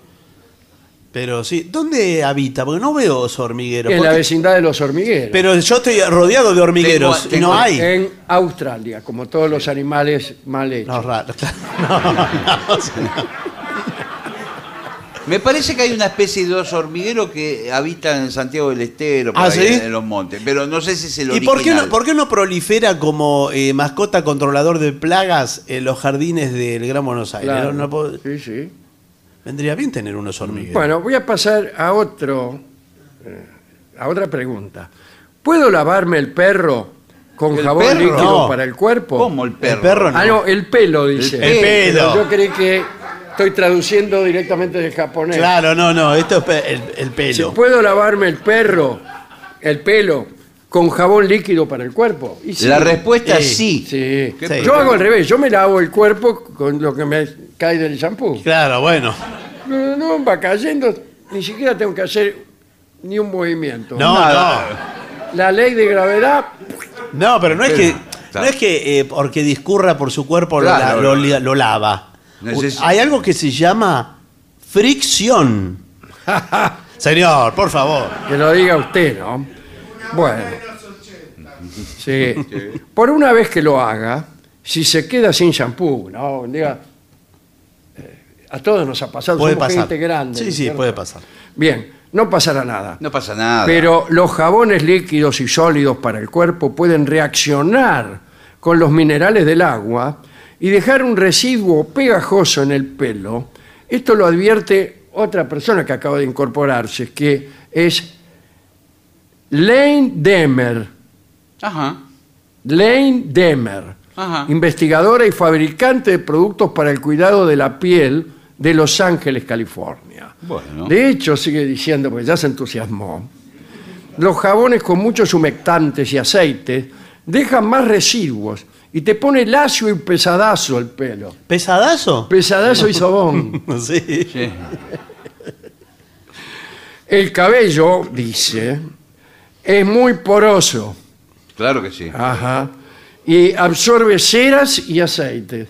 Speaker 2: Pero sí, ¿dónde habita? Porque no veo oso hormiguero.
Speaker 1: en
Speaker 2: ¿por
Speaker 1: la
Speaker 2: qué?
Speaker 1: vecindad de los hormigueros.
Speaker 2: Pero yo estoy rodeado de hormigueros
Speaker 3: Tengo-
Speaker 2: y no
Speaker 3: tengo-
Speaker 2: hay.
Speaker 1: En Australia, como todos los animales mal hechos.
Speaker 2: No, raro, claro. No, no, sí, no.
Speaker 3: Me parece que hay una especie de oso hormiguero que habita en Santiago del Estero, por
Speaker 2: ¿Ah,
Speaker 3: ahí,
Speaker 2: sí?
Speaker 3: en los montes. Pero no sé si es el
Speaker 2: ¿Y por qué, no,
Speaker 3: original.
Speaker 2: por qué no prolifera como eh, mascota controlador de plagas en los jardines del Gran Buenos Aires?
Speaker 1: Claro.
Speaker 2: No puedo-
Speaker 1: Sí, sí. Mm.
Speaker 2: vendría bien tener unos hormigueros.
Speaker 1: Bueno, voy a pasar a otro, eh, a otra pregunta. ¿Puedo lavarme el perro con
Speaker 3: ¿El
Speaker 1: jabón
Speaker 3: perro?
Speaker 1: líquido
Speaker 2: No.
Speaker 1: para el cuerpo?
Speaker 3: ¿Cómo el perro?
Speaker 2: perro no.
Speaker 1: Ah, no, el pelo, dice.
Speaker 2: El pelo.
Speaker 1: Pero Yo creí que Estoy traduciendo directamente del japonés.
Speaker 2: Claro, no, no, esto es pe- el, el
Speaker 1: Si
Speaker 2: pelo.
Speaker 1: puedo lavarme el perro, el pelo, con jabón líquido para el cuerpo. Y sí,
Speaker 3: La respuesta es
Speaker 2: Sí.
Speaker 3: sí.
Speaker 1: sí.
Speaker 3: ¿Qué
Speaker 1: Yo
Speaker 2: problema?
Speaker 1: hago al revés, yo me lavo el cuerpo con lo que me cae del shampoo.
Speaker 2: Claro, bueno.
Speaker 1: No, no, va cayendo, ni siquiera tengo que hacer ni un movimiento.
Speaker 2: No,
Speaker 1: La ley de gravedad,
Speaker 2: no. No, pero no es que, no
Speaker 3: Claro.
Speaker 2: es que eh, porque discurra por su cuerpo lo
Speaker 3: Claro.
Speaker 2: la- lo, li- lo lava.
Speaker 3: Neces-
Speaker 2: Hay algo que se llama fricción. Señor, por favor.
Speaker 1: que lo diga usted, ¿no? Bueno. Sí. Por una vez que lo haga, si se queda sin shampoo, ¿no? Diga, eh, a todos nos ha pasado,
Speaker 2: Puede
Speaker 1: somos
Speaker 2: pasar.
Speaker 1: gente grande.
Speaker 2: Sí, sí,
Speaker 1: ¿cierto?
Speaker 2: puede pasar.
Speaker 1: Bien, no pasará nada.
Speaker 3: No pasa nada.
Speaker 1: Pero los jabones líquidos y sólidos para el cuerpo pueden reaccionar con los minerales del agua y dejar un residuo pegajoso en el pelo. Esto lo advierte otra persona que acaba de incorporarse, que es Lane Demer.
Speaker 3: Ajá.
Speaker 1: Lane Demer,
Speaker 3: Ajá.
Speaker 1: investigadora y fabricante de productos para el cuidado de la piel de Los Ángeles, California.
Speaker 3: Bueno.
Speaker 1: De hecho, sigue diciendo, porque ya se entusiasmó, los jabones con muchos humectantes y aceites dejan más residuos y te pone lacio y pesadazo el pelo.
Speaker 2: ¿Pesadazo?
Speaker 1: Pesadazo y sobón.
Speaker 2: Sí.
Speaker 1: El cabello, dice, es muy poroso.
Speaker 3: Claro que sí.
Speaker 1: Ajá. Y absorbe ceras y aceites.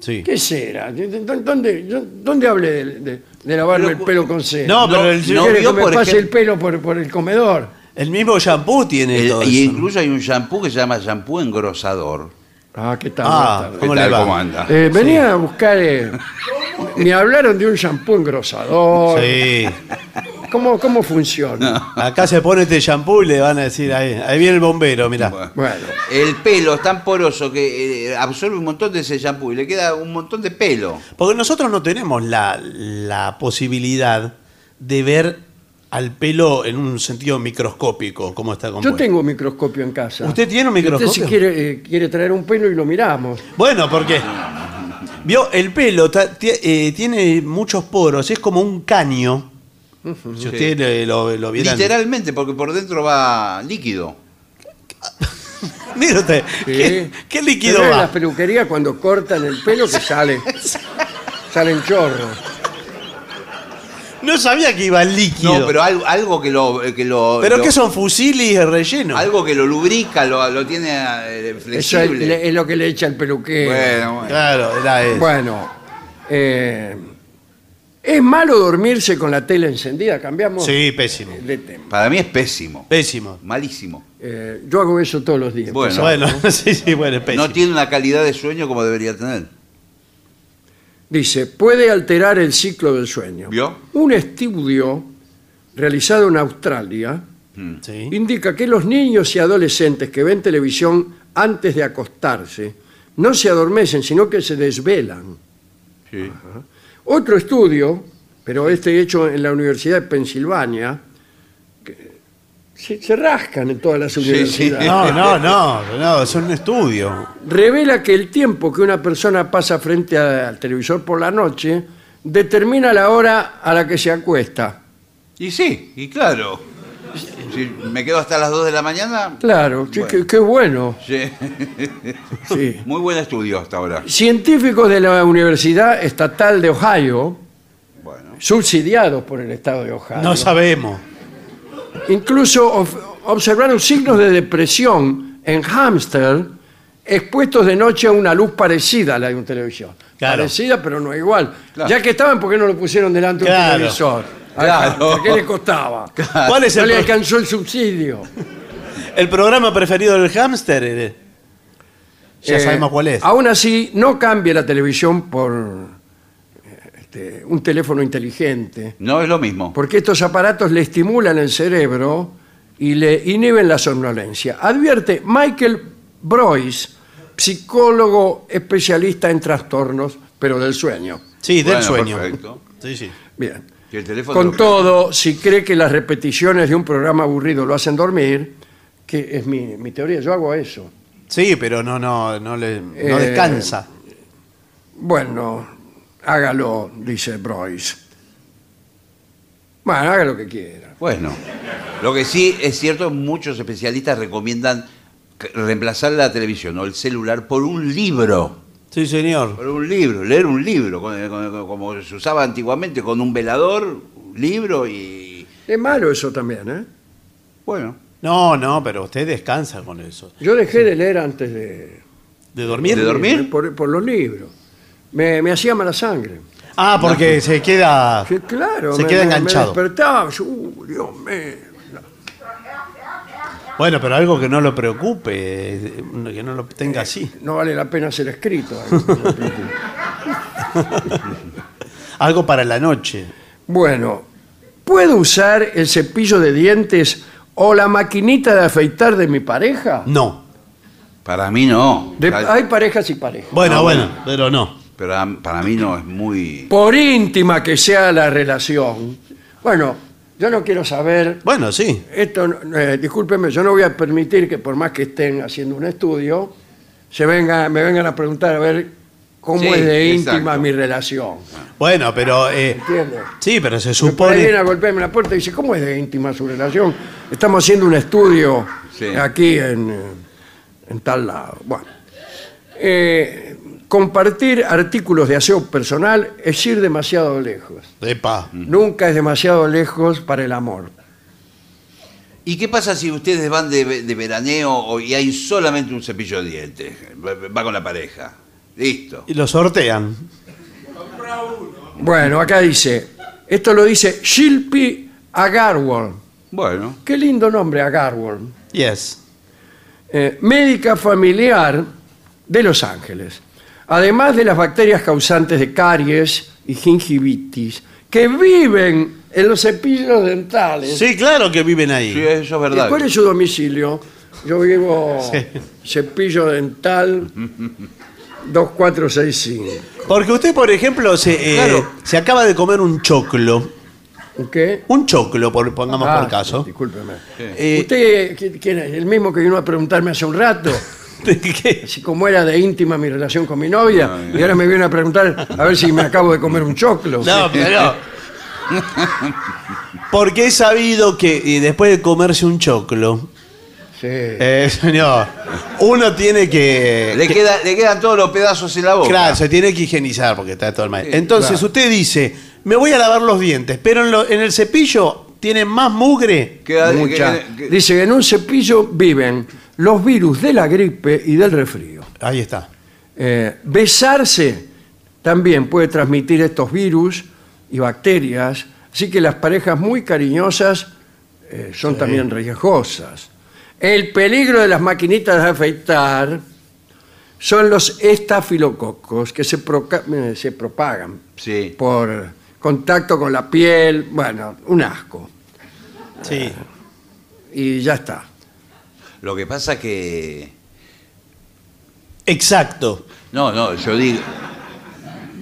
Speaker 2: Sí.
Speaker 1: ¿Qué cera? ¿Dónde, yo- dónde hablé de, de- de lavarme el pelo con cera?
Speaker 2: No, pero
Speaker 3: No,
Speaker 2: el,
Speaker 3: no
Speaker 1: ¿Quiere
Speaker 3: vio,
Speaker 1: que me
Speaker 3: por
Speaker 1: pase el
Speaker 3: ejemplo-
Speaker 1: pelo por, por el comedor.
Speaker 2: el mismo shampoo tiene
Speaker 3: El-
Speaker 2: todo
Speaker 3: y
Speaker 2: eso.
Speaker 3: incluso hay un shampoo que se llama shampoo engrosador.
Speaker 1: Ah, ¿qué tal?
Speaker 2: Ah,
Speaker 1: Buenas tardes.
Speaker 2: ¿cómo
Speaker 3: ¿Qué
Speaker 2: le
Speaker 3: tal?
Speaker 2: va?
Speaker 3: ¿Cómo anda?
Speaker 1: Eh, venía a buscar. eh, me hablaron de un shampoo engrosador.
Speaker 2: Sí.
Speaker 1: ¿Cómo, ¿Cómo funciona?
Speaker 2: Acá se pone este shampoo y le van a decir ahí. Ahí viene el bombero, mirá.
Speaker 1: Bueno,
Speaker 3: El pelo es tan poroso que eh, absorbe un montón de ese shampoo y le queda un montón de pelo.
Speaker 2: Porque nosotros no tenemos la, la posibilidad de ver al pelo en un sentido microscópico, cómo está
Speaker 1: yo
Speaker 2: compuesto.
Speaker 1: tengo un microscopio en casa.
Speaker 2: ¿Usted tiene un microscopio?
Speaker 1: Usted si quiere, eh, quiere traer un pelo y lo miramos.
Speaker 2: Bueno, porque. Vio, el pelo ta- ti- eh, tiene muchos poros, es como un caño. Si usted eh, lo, lo viera.
Speaker 3: Literalmente, porque por dentro va líquido.
Speaker 2: Mire usted, ¿qué,
Speaker 1: Sí.
Speaker 2: qué líquido
Speaker 1: Pero en
Speaker 2: va?
Speaker 1: las peluquerías cuando cortan el pelo que sale. Salen chorros.
Speaker 2: No sabía que iba líquido.
Speaker 3: No, pero algo, algo que lo. eh, Que lo
Speaker 2: ¿Pero
Speaker 3: lo-
Speaker 2: qué son fusilis de relleno?
Speaker 3: Algo que lo lubrica, lo, lo tiene eh,
Speaker 1: Eso es,
Speaker 3: flexible.
Speaker 1: es lo que le echa el peluquero.
Speaker 3: Bueno, bueno.
Speaker 2: Eh, Claro, era eso.
Speaker 1: Bueno, eh, es malo dormirse con la tele encendida, cambiamos
Speaker 2: Sí, pésimo.
Speaker 1: de tema.
Speaker 3: Para mí es pésimo.
Speaker 2: Pésimo.
Speaker 3: Malísimo.
Speaker 1: Eh, yo hago eso todos los días.
Speaker 3: Bueno.
Speaker 2: Bueno, sí, sí, bueno, es pésimo.
Speaker 3: No tiene una calidad de sueño como debería tener.
Speaker 1: Dice, puede alterar el ciclo del sueño.
Speaker 3: ¿Vio?
Speaker 1: Un estudio realizado en Australia
Speaker 3: Mm.
Speaker 2: Sí.
Speaker 1: indica que los niños y adolescentes que ven televisión antes de acostarse no se adormecen, sino que se desvelan.
Speaker 3: Sí.
Speaker 1: Otro estudio, pero este hecho en la Universidad de Pensilvania, que se, se rascan en todas las universidades,
Speaker 2: No, no, no, no, es un estudio.
Speaker 1: revela que el tiempo que una persona pasa frente a- al televisor por la noche determina la hora a la que se acuesta.
Speaker 3: Y sí, y claro. Si me quedo hasta las 2 de la mañana.
Speaker 1: Claro, sí, qué, qué bueno.
Speaker 3: sí.
Speaker 1: sí.
Speaker 3: Muy buen estudio hasta ahora.
Speaker 1: Científicos de la Universidad Estatal de Ohio,
Speaker 3: Bueno.
Speaker 1: subsidiados por el Estado de Ohio,
Speaker 2: No sabemos.
Speaker 1: Incluso of- observaron signos de depresión en hámster expuestos de noche a una luz parecida a la de un televisor.
Speaker 2: Claro.
Speaker 1: Parecida, pero no igual.
Speaker 3: Claro.
Speaker 1: Ya que estaban, ¿por qué no lo pusieron delante de
Speaker 2: Claro.
Speaker 1: un televisor? Al
Speaker 3: Claro.
Speaker 1: hámster, ¿Qué le costaba?
Speaker 2: ¿Cuál es
Speaker 1: No
Speaker 2: el,
Speaker 1: le
Speaker 2: pro-
Speaker 1: alcanzó el subsidio.
Speaker 2: el programa preferido del hámster? Eh, Ya
Speaker 1: Eh,
Speaker 2: sabemos cuál es.
Speaker 1: Aún así, no cambie la televisión por eh, este, un teléfono inteligente.
Speaker 3: No es lo mismo.
Speaker 1: porque estos aparatos le estimulan el cerebro y le inhiben la somnolencia. Advierte Michael Broyes, psicólogo especialista en trastornos, pero del sueño.
Speaker 2: Sí, del
Speaker 3: Bueno,
Speaker 2: sueño.
Speaker 3: perfecto.
Speaker 2: Sí, sí.
Speaker 1: Bien.
Speaker 3: Y el teléfono.
Speaker 1: Con todo, si cree que las repeticiones de un programa aburrido lo hacen dormir, que es mi, mi teoría, yo hago eso.
Speaker 2: Sí, pero no, no, no, le, no
Speaker 1: Eh,
Speaker 2: descansa.
Speaker 1: Bueno, Hágalo, dice Broyce. Bueno, haga lo que quiera.
Speaker 3: Bueno, lo que sí es cierto, muchos especialistas recomiendan que- reemplazar la televisión o el celular por un libro.
Speaker 2: Sí, señor.
Speaker 3: Por un libro, leer un libro, con- con- como se usaba antiguamente, con un velador, un libro y.
Speaker 1: Es malo eso también, ¿eh?
Speaker 3: Bueno.
Speaker 2: No, no, pero usted descansa con eso.
Speaker 1: Yo dejé de leer antes de...
Speaker 2: ¿De dormir?
Speaker 3: ¿De dormir?
Speaker 1: Por, por los libros. Me, me hacía mala sangre.
Speaker 2: Ah, porque se queda.
Speaker 1: Que claro,
Speaker 2: Se
Speaker 1: me,
Speaker 2: queda
Speaker 1: me- me
Speaker 2: enganchado.
Speaker 1: despertaba, yo, uh, Dios mío.
Speaker 2: Bueno, pero algo que no lo preocupe, eh, que no lo tenga así.
Speaker 1: No vale la pena ser escrito.
Speaker 2: Algo para la noche.
Speaker 1: bueno, ¿puedo usar el cepillo de dientes o la maquinita de afeitar de mi pareja?
Speaker 2: No.
Speaker 3: Para mí no.
Speaker 1: De-
Speaker 3: Para-
Speaker 1: hay parejas y parejas.
Speaker 2: Bueno, bueno, pero no.
Speaker 3: Pero a- para mí no es muy.
Speaker 1: Por íntima que sea la relación. Bueno, yo no quiero saber
Speaker 2: Bueno, sí.
Speaker 1: Esto, no- eh, discúlpeme, yo no voy a permitir que por más que estén haciendo un estudio, se venga, me vengan a preguntar a ver cómo
Speaker 3: Sí,
Speaker 1: es de íntima
Speaker 3: exacto.
Speaker 1: mi relación.
Speaker 2: Bueno, pero. eh,
Speaker 1: ¿Entiendes?
Speaker 2: sí, pero se
Speaker 1: Por ahí viene
Speaker 2: supone.
Speaker 1: a golpearme la puerta y dice, ¿cómo es de íntima su relación? Estamos haciendo un estudio
Speaker 3: Sí.
Speaker 1: aquí en, eh, en tal lado. Bueno. Eh, compartir artículos de aseo personal es ir demasiado lejos.
Speaker 2: Epa.
Speaker 1: Nunca es demasiado lejos para el amor.
Speaker 3: ¿Y qué pasa si ustedes van de, ve- de veraneo o- y hay solamente un cepillo de dientes? Va- Va con la pareja. Listo.
Speaker 2: Y lo sortean.
Speaker 1: Bueno, acá dice, esto lo dice Shilpi Agarwal.
Speaker 3: Bueno.
Speaker 1: Qué lindo nombre, Agarwal.
Speaker 2: Yes.
Speaker 1: Eh, médica familiar de Los Ángeles. Además de las bacterias causantes de caries y gingivitis, que viven en los cepillos dentales.
Speaker 2: Sí, claro que viven
Speaker 3: Sí,
Speaker 2: ahí.
Speaker 3: eso es
Speaker 1: ¿Y
Speaker 3: verdad.
Speaker 1: ¿Cuál es su domicilio? Yo vivo
Speaker 2: Sí.
Speaker 1: cepillo dental 2465.
Speaker 2: Porque usted, por ejemplo, se, eh,
Speaker 3: Claro.
Speaker 2: se acaba de comer un choclo.
Speaker 1: ¿Qué?
Speaker 2: Un choclo, por, pongamos
Speaker 1: Ah,
Speaker 2: por caso.
Speaker 1: Discúlpeme.
Speaker 2: Eh,
Speaker 1: ¿Usted qui- quién es? El mismo que vino a preguntarme hace un rato,
Speaker 2: ¿qué?
Speaker 1: si cómo era de íntima mi relación con mi novia,
Speaker 2: Ah,
Speaker 1: y ahora me viene a preguntar a ver si me acabo de comer un choclo.
Speaker 2: No, pero. Porque he sabido que eh, después de comerse un choclo,
Speaker 1: Sí.
Speaker 2: eh, señor, uno tiene que.
Speaker 3: Le,
Speaker 2: que-
Speaker 3: queda, le quedan todos los pedazos en la boca. Eh,
Speaker 2: Claro, se tiene que higienizar porque está todo el maíz.
Speaker 3: Sí,
Speaker 2: Entonces
Speaker 1: claro.
Speaker 2: usted dice, me voy a lavar los dientes, pero en, lo- en el cepillo tiene más mugre.
Speaker 3: Queda-
Speaker 1: Mucha.
Speaker 3: que- que-
Speaker 1: Dice que en un cepillo viven los virus de la gripe y del resfrío.
Speaker 2: Ahí está.
Speaker 1: Eh, besarse también puede transmitir estos virus y bacterias, así que las parejas muy cariñosas eh, son también riesgosas. El peligro de las maquinitas de afeitar son los estafilococos que se, proca- eh, se propagan
Speaker 3: Sí.
Speaker 1: por contacto con la piel, bueno, un asco.
Speaker 2: Sí.
Speaker 1: Eh, Y ya está.
Speaker 3: Lo que pasa que.
Speaker 2: Exacto.
Speaker 3: No, no, yo digo.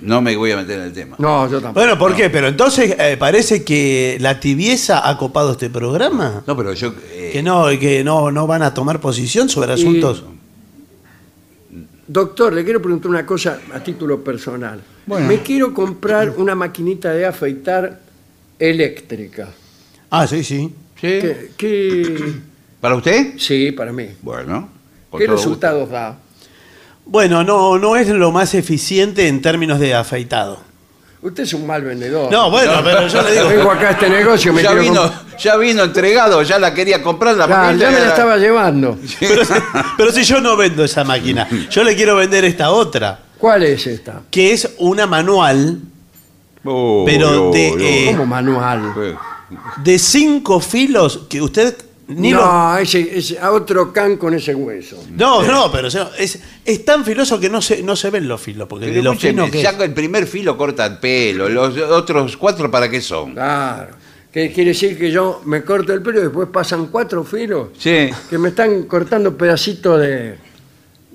Speaker 3: No me voy a meter en el tema.
Speaker 1: No, yo tampoco.
Speaker 2: Bueno, ¿por qué? Pero entonces eh, parece que la tibieza ha copado este programa.
Speaker 3: No, pero yo. eh,
Speaker 2: Que no, que no, no van a tomar posición sobre asuntos.
Speaker 1: Doctor, le quiero preguntar una cosa a título personal. Me quiero comprar una maquinita de afeitar eléctrica.
Speaker 2: Ah, sí, sí.
Speaker 3: ¿sí?
Speaker 1: ¿Qué, qué-
Speaker 3: ¿Para usted?
Speaker 1: Sí, para mí.
Speaker 3: Bueno. con
Speaker 1: ¿Qué
Speaker 3: todo gusto.
Speaker 1: resultados da?
Speaker 2: Bueno, no, no es lo más eficiente en términos de afeitado.
Speaker 1: Usted es un mal vendedor.
Speaker 2: No, bueno, pero yo le digo.
Speaker 1: Vengo acá a este negocio, me
Speaker 3: Ya
Speaker 1: quiero
Speaker 3: vino,
Speaker 1: comp-
Speaker 3: ya vino entregado, ya la quería comprar la
Speaker 1: Ya,
Speaker 3: maquinita
Speaker 1: ya me
Speaker 3: era-
Speaker 1: la estaba llevando.
Speaker 2: Pero si, pero si yo no vendo esa máquina, yo le quiero vender esta otra,
Speaker 1: ¿Cuál es esta?
Speaker 2: que es una manual
Speaker 4: Oh,
Speaker 2: Pero
Speaker 4: oh,
Speaker 2: de,
Speaker 4: oh.
Speaker 2: eh,
Speaker 1: Como manual.
Speaker 3: Eh,
Speaker 2: de cinco filos que usted ni lo-
Speaker 1: no, ese, ese- a otro can con ese hueso.
Speaker 2: No, no, pero o sea, es, es tan filoso que no se, no se ven los filos, porque de
Speaker 3: Pero
Speaker 2: lo fino
Speaker 3: escúcheme,
Speaker 2: que
Speaker 3: ya
Speaker 2: es.
Speaker 3: con el primer filo corta el pelo, los otros cuatro para qué son.
Speaker 1: Claro. Que quiere decir que yo me corto el pelo y después pasan cuatro filos.
Speaker 3: Sí.
Speaker 1: que me están cortando pedacitos de,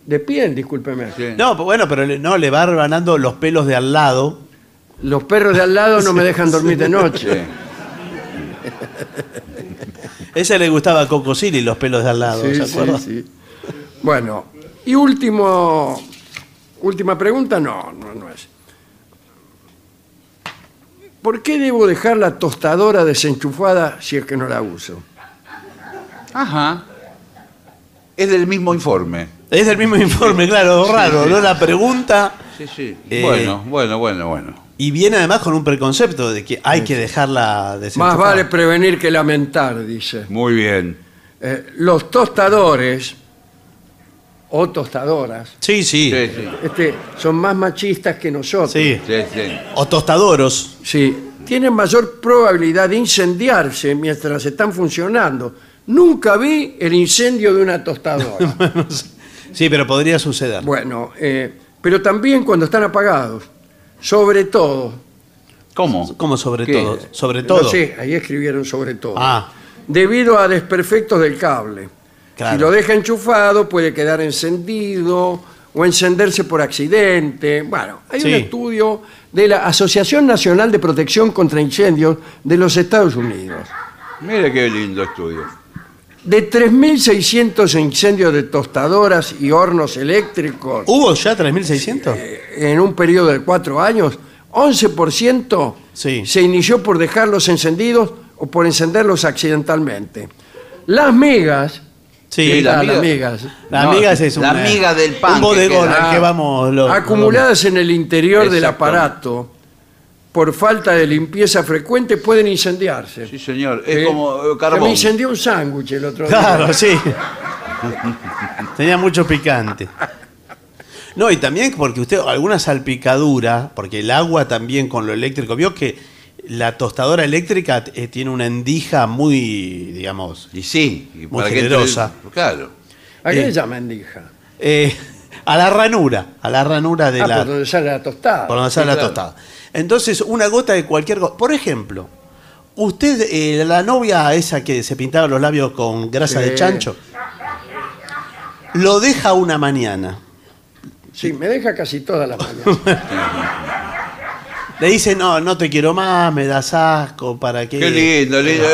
Speaker 1: de piel, discúlpeme.
Speaker 3: Sí.
Speaker 2: No, pues bueno, pero le- no, le va rebanando los pelos de al lado.
Speaker 1: Los perros de al lado no me dejan dormir de
Speaker 3: Sí.
Speaker 1: noche.
Speaker 2: Ese le gustaba a Coco Silly, los pelos de al lado,
Speaker 1: Sí,
Speaker 2: ¿se
Speaker 1: sí,
Speaker 2: acuerda?
Speaker 1: sí. Bueno, y último, última pregunta, no, no, no es. ¿Por qué debo dejar la tostadora desenchufada si es que no la uso?
Speaker 3: Ajá. Es del mismo informe.
Speaker 2: Es el mismo informe, claro, raro, ¿no? La pregunta.
Speaker 3: Sí, sí.
Speaker 2: Eh,
Speaker 3: Bueno, bueno, bueno, bueno.
Speaker 2: Y viene además con un preconcepto de que hay que dejarla desenchufada.
Speaker 1: Más vale prevenir que lamentar, dice.
Speaker 3: Muy bien.
Speaker 1: Eh, los tostadores o tostadoras
Speaker 2: Sí, sí.
Speaker 3: Sí,
Speaker 2: Sí.
Speaker 3: sí.
Speaker 1: este, son más machistas que nosotros.
Speaker 3: Sí, sí.
Speaker 2: O tostadoros.
Speaker 1: Sí, tienen mayor probabilidad de incendiarse mientras están funcionando. Nunca vi el incendio de una tostadora.
Speaker 2: Sí, pero podría suceder.
Speaker 1: bueno, eh, pero también cuando están apagados. Sobre todo.
Speaker 3: ¿Cómo?
Speaker 2: ¿Cómo sobre
Speaker 3: ¿Qué?
Speaker 2: todo? Sobre todo.
Speaker 1: No sé, ahí escribieron sobre todo.
Speaker 2: Ah.
Speaker 1: Debido a desperfectos del cable.
Speaker 2: Claro.
Speaker 1: Si lo deja enchufado, puede quedar encendido o encenderse por accidente. Bueno, hay un
Speaker 2: Sí.
Speaker 1: estudio de la Asociación Nacional de Protección contra Incendios de los Estados Unidos.
Speaker 3: Mire qué lindo estudio.
Speaker 1: De 3.600 incendios de tostadoras y hornos eléctricos Eh,
Speaker 2: ¿Hubo ya 3.600?
Speaker 1: en un periodo de cuatro años, 11%
Speaker 2: Sí.
Speaker 1: se inició por dejarlos encendidos o por encenderlos accidentalmente. Las migas,
Speaker 2: Sí,
Speaker 3: la
Speaker 1: ah,
Speaker 3: miga-
Speaker 1: las migas,
Speaker 2: La
Speaker 3: No,
Speaker 2: amiga es
Speaker 3: la
Speaker 2: una-
Speaker 3: miga del pan
Speaker 2: Un
Speaker 3: que
Speaker 2: bodegón
Speaker 3: queda.
Speaker 2: al que vamos los.
Speaker 1: acumuladas en el interior del
Speaker 3: Exacto.
Speaker 1: aparato por falta de limpieza frecuente, pueden incendiarse.
Speaker 3: Sí, señor. Es
Speaker 1: ¿Eh?
Speaker 3: como eh,
Speaker 1: Se me
Speaker 3: carbón.
Speaker 1: incendió un sándwich el otro día.
Speaker 2: Claro, sí. Tenía mucho picante. No, y también porque usted, alguna salpicadura, porque el agua también con lo eléctrico, vio que la tostadora eléctrica eh, tiene una endija muy, digamos,
Speaker 3: Y sí. Y
Speaker 2: Muy
Speaker 3: que entre-
Speaker 2: generosa.
Speaker 3: Claro.
Speaker 1: ¿A qué
Speaker 2: Eh.
Speaker 1: le llaman dija?
Speaker 2: eh, a la ranura, a la ranura de
Speaker 1: Ah,
Speaker 2: la...
Speaker 1: por donde sale la tostada.
Speaker 2: por donde sale
Speaker 3: Sí,
Speaker 2: la
Speaker 3: claro.
Speaker 2: tostada. Entonces, una gota de cualquier cosa. Por ejemplo, usted, eh, la novia esa que se pintaba los labios con grasa
Speaker 1: Sí.
Speaker 2: de chancho, lo deja una mañana.
Speaker 1: Sí, me deja casi toda la mañana.
Speaker 2: Le dice, no, no te quiero más, me das asco, ¿para qué?
Speaker 3: Qué lindo, lindo.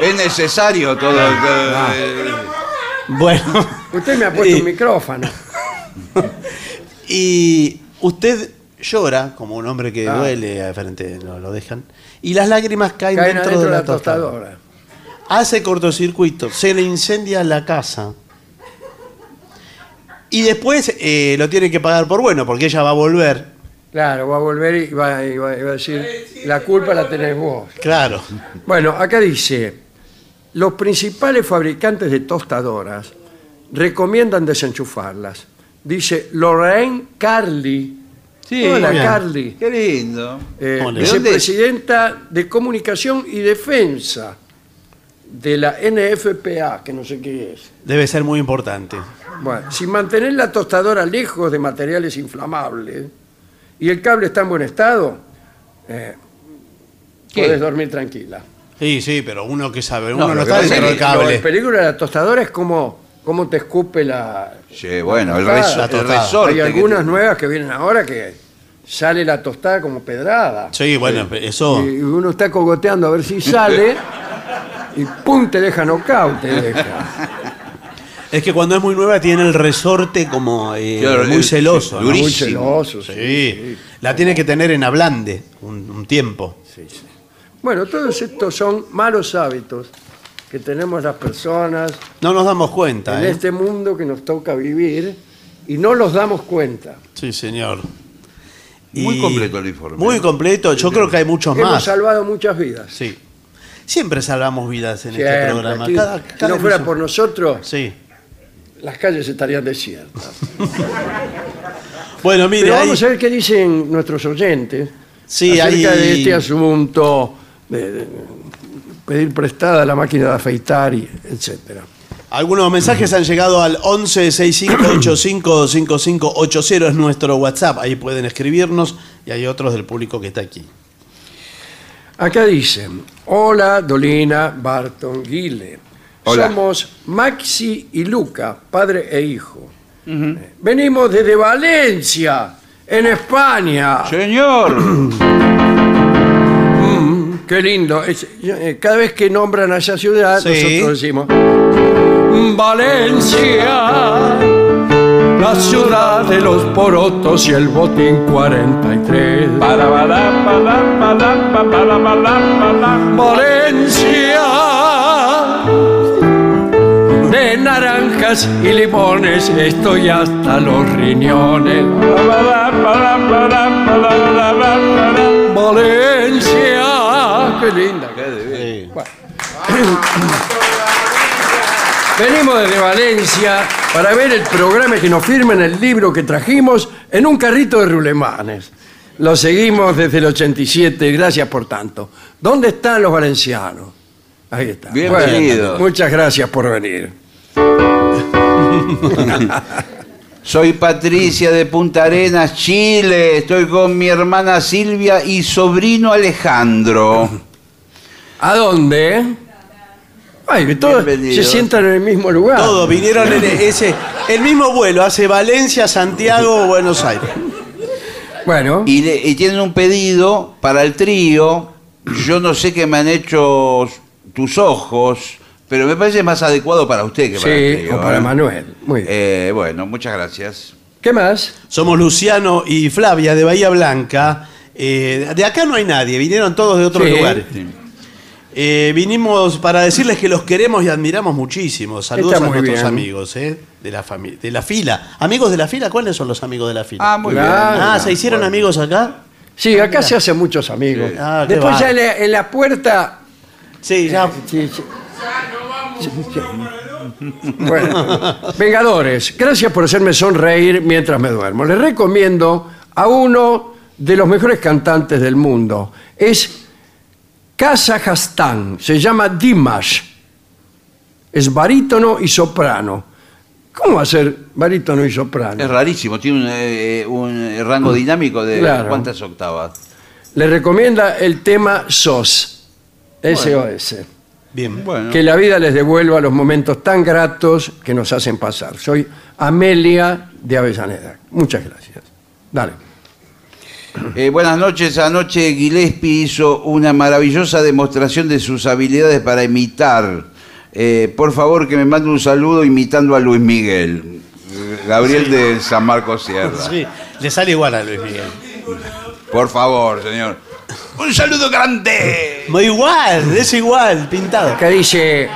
Speaker 3: Es necesario todo. todo-
Speaker 2: Ah.
Speaker 3: eh,
Speaker 2: Bueno,
Speaker 1: Usted me ha puesto
Speaker 2: Sí.
Speaker 1: un micrófono.
Speaker 2: y usted llora, como un hombre que
Speaker 1: Ah.
Speaker 2: duele de frente, no lo dejan, y las lágrimas caen,
Speaker 1: Caen
Speaker 2: dentro
Speaker 1: adentro
Speaker 2: de la,
Speaker 1: tostadora.
Speaker 2: tostadora. Hace cortocircuito, se le incendia la casa. Y después eh, lo tiene que pagar por bueno, porque ella va a volver.
Speaker 1: Claro, va a volver y va, y va- y va a decir, la culpa la tenés vos.
Speaker 2: Claro.
Speaker 1: Bueno, acá dice, los principales fabricantes de tostadoras recomiendan desenchufarlas. Dice Lorraine Carly.
Speaker 3: Sí,
Speaker 1: Hola,
Speaker 2: bien.
Speaker 1: Carly.
Speaker 3: qué lindo.
Speaker 1: eh,
Speaker 2: Hola.
Speaker 3: ¿De dónde es?
Speaker 1: vicepresidenta de Comunicación y Defensa de la NFPA, que no sé qué es.
Speaker 2: Debe ser muy importante.
Speaker 1: Bueno, si mantener la tostadora lejos de materiales inflamables y el cable está en buen estado, eh,
Speaker 3: ¿Qué?
Speaker 1: puedes dormir tranquila.
Speaker 2: Sí, sí, pero uno que sabe,
Speaker 3: No,
Speaker 2: uno no,
Speaker 3: lo que
Speaker 2: está
Speaker 3: pasa es
Speaker 2: dentro
Speaker 3: que
Speaker 2: del
Speaker 1: Pero el
Speaker 2: cable.
Speaker 1: peligro de la tostadora es cómo, cómo te escupe la...
Speaker 3: Sí, bueno, el,
Speaker 1: La
Speaker 3: res-
Speaker 1: tostada.
Speaker 3: el resorte.
Speaker 1: Hay
Speaker 3: que
Speaker 1: algunas
Speaker 3: tiene.
Speaker 1: nuevas que vienen ahora que sale la tostada como pedrada.
Speaker 2: Sí, bueno, eso.
Speaker 1: Y uno está cogoteando a ver si sale y ¡pum! te deja knockout, te deja.
Speaker 2: Es que cuando es muy nueva tiene el resorte como eh,
Speaker 3: Claro,
Speaker 2: muy
Speaker 3: es-
Speaker 2: celoso.
Speaker 3: es
Speaker 2: ¿no?
Speaker 3: durísimo.
Speaker 1: Muy celoso.
Speaker 2: Sí. La tiene que tener en ablande un, un tiempo.
Speaker 1: Bueno, todos estos son malos hábitos que tenemos las personas
Speaker 2: No nos damos cuenta,
Speaker 1: en
Speaker 2: ¿eh?
Speaker 1: este mundo que nos toca vivir y no los damos cuenta.
Speaker 2: Sí, señor.
Speaker 3: Muy completo el informe. ¿eh?
Speaker 2: Muy completo. Yo creo que hay muchos
Speaker 1: Hemos
Speaker 2: más.
Speaker 1: salvado muchas vidas.
Speaker 2: Sí. Siempre salvamos vidas en
Speaker 1: Siempre,
Speaker 2: este programa.
Speaker 1: aquí.
Speaker 2: Cada-
Speaker 1: si
Speaker 2: cada
Speaker 1: no fuera
Speaker 2: emisión.
Speaker 1: por nosotros,
Speaker 2: Sí.
Speaker 1: las calles estarían desiertas.
Speaker 2: Bueno, mire,
Speaker 1: Pero
Speaker 2: ahí-
Speaker 1: vamos a ver qué dicen nuestros oyentes
Speaker 2: Sí,
Speaker 1: acerca
Speaker 2: hay-
Speaker 1: de este asunto de, de pedir prestada la máquina de afeitar, y etcétera.
Speaker 2: algunos mensajes han llegado al 1165855580 es nuestro WhatsApp. Ahí pueden escribirnos y hay otros del público que está aquí.
Speaker 1: Acá dicen, hola Dolina Barton Guile.
Speaker 3: Hola.
Speaker 1: Somos Maxi y Luca, padre e hijo. Eh, Venimos desde Valencia, en España.
Speaker 3: Señor.
Speaker 1: Mm, qué lindo. Es- yo, eh, cada vez que nombran a esa ciudad,
Speaker 2: Sí.
Speaker 1: nosotros decimos, "Mm, Valencia. la ciudad de los porotos y el botín 43. Valencia de naranjas y limones, estoy hasta los riñones. Valencia, qué linda. Bueno. Venimos desde Valencia para ver el programa que nos firman el libro que trajimos en un carrito de rulemanes. Lo seguimos desde el 87, gracias por tanto. ¿Dónde están los valencianos? Ahí está.
Speaker 3: Bienvenidos.
Speaker 1: muchas gracias por venir.
Speaker 3: Soy Patricia de Punta Arenas, Chile. Estoy con mi hermana Silvia y sobrino Alejandro.
Speaker 1: ¿A dónde? Ay, que todos se
Speaker 3: Bienvenidos.
Speaker 1: sientan en el mismo lugar.
Speaker 2: Todos vinieron en ese. El mismo vuelo hace Valencia, Santiago, Buenos Aires.
Speaker 1: Bueno,
Speaker 3: Y, le- y tienen un pedido para el trío. Yo no sé qué me han hecho tus ojos, pero me parece más adecuado para usted que para el
Speaker 1: sí,
Speaker 3: trío,
Speaker 1: o para
Speaker 3: ¿eh?
Speaker 1: Manuel. Muy bien.
Speaker 3: Eh, bueno, muchas gracias.
Speaker 1: ¿Qué más?
Speaker 2: Somos Luciano y Flavia de Bahía Blanca. Eh, de acá no hay nadie, vinieron todos de otros
Speaker 1: Sí.
Speaker 2: lugares.
Speaker 3: Sí.
Speaker 2: Eh, vinimos para decirles que los queremos y admiramos muchísimo. Saludos
Speaker 1: Está
Speaker 2: a
Speaker 1: muy
Speaker 2: nuestros
Speaker 1: bien.
Speaker 2: amigos eh, de, la fami- de la fila. ¿Amigos de la fila? ¿Cuáles son los amigos de la fila?
Speaker 3: Ah, muy
Speaker 1: Claro.
Speaker 3: bien.
Speaker 2: Ah, ¿se hicieron
Speaker 3: Bueno.
Speaker 2: amigos acá?
Speaker 1: Sí, acá se hacen muchos amigos.
Speaker 2: Sí. Ah, qué
Speaker 1: Después
Speaker 2: va.
Speaker 1: ya en la, en la puerta...
Speaker 2: Sí, ya.
Speaker 1: Sí, sí. Sí, sí. Bueno, Vengadores, gracias por hacerme sonreír mientras me duermo. Les recomiendo a uno de los mejores cantantes del mundo. Es Kazajstán, se llama Dimash. Es barítono y soprano. ¿Cómo va a ser barítono y soprano?
Speaker 3: Es rarísimo, tiene un, eh, un rango dinámico de
Speaker 1: Mm. Claro.
Speaker 3: cuántas octavas.
Speaker 1: Le recomienda el tema SOS. SOS.
Speaker 2: Bien.
Speaker 3: Bueno,
Speaker 1: Que la vida les devuelva los momentos tan gratos que nos hacen pasar. Soy Amelia de Avellaneda. Muchas gracias. Dale.
Speaker 3: Eh, buenas noches. Anoche Gillespie hizo una maravillosa demostración de sus habilidades para imitar. Eh, por favor, que me mande un saludo imitando a Luis Miguel. Gabriel de San Marcos Sierra.
Speaker 2: Sí, le sale igual a Luis Miguel.
Speaker 3: Por favor, señor. ¡Un saludo grande!
Speaker 2: Muy igual, es igual, pintado.
Speaker 1: Acá dice,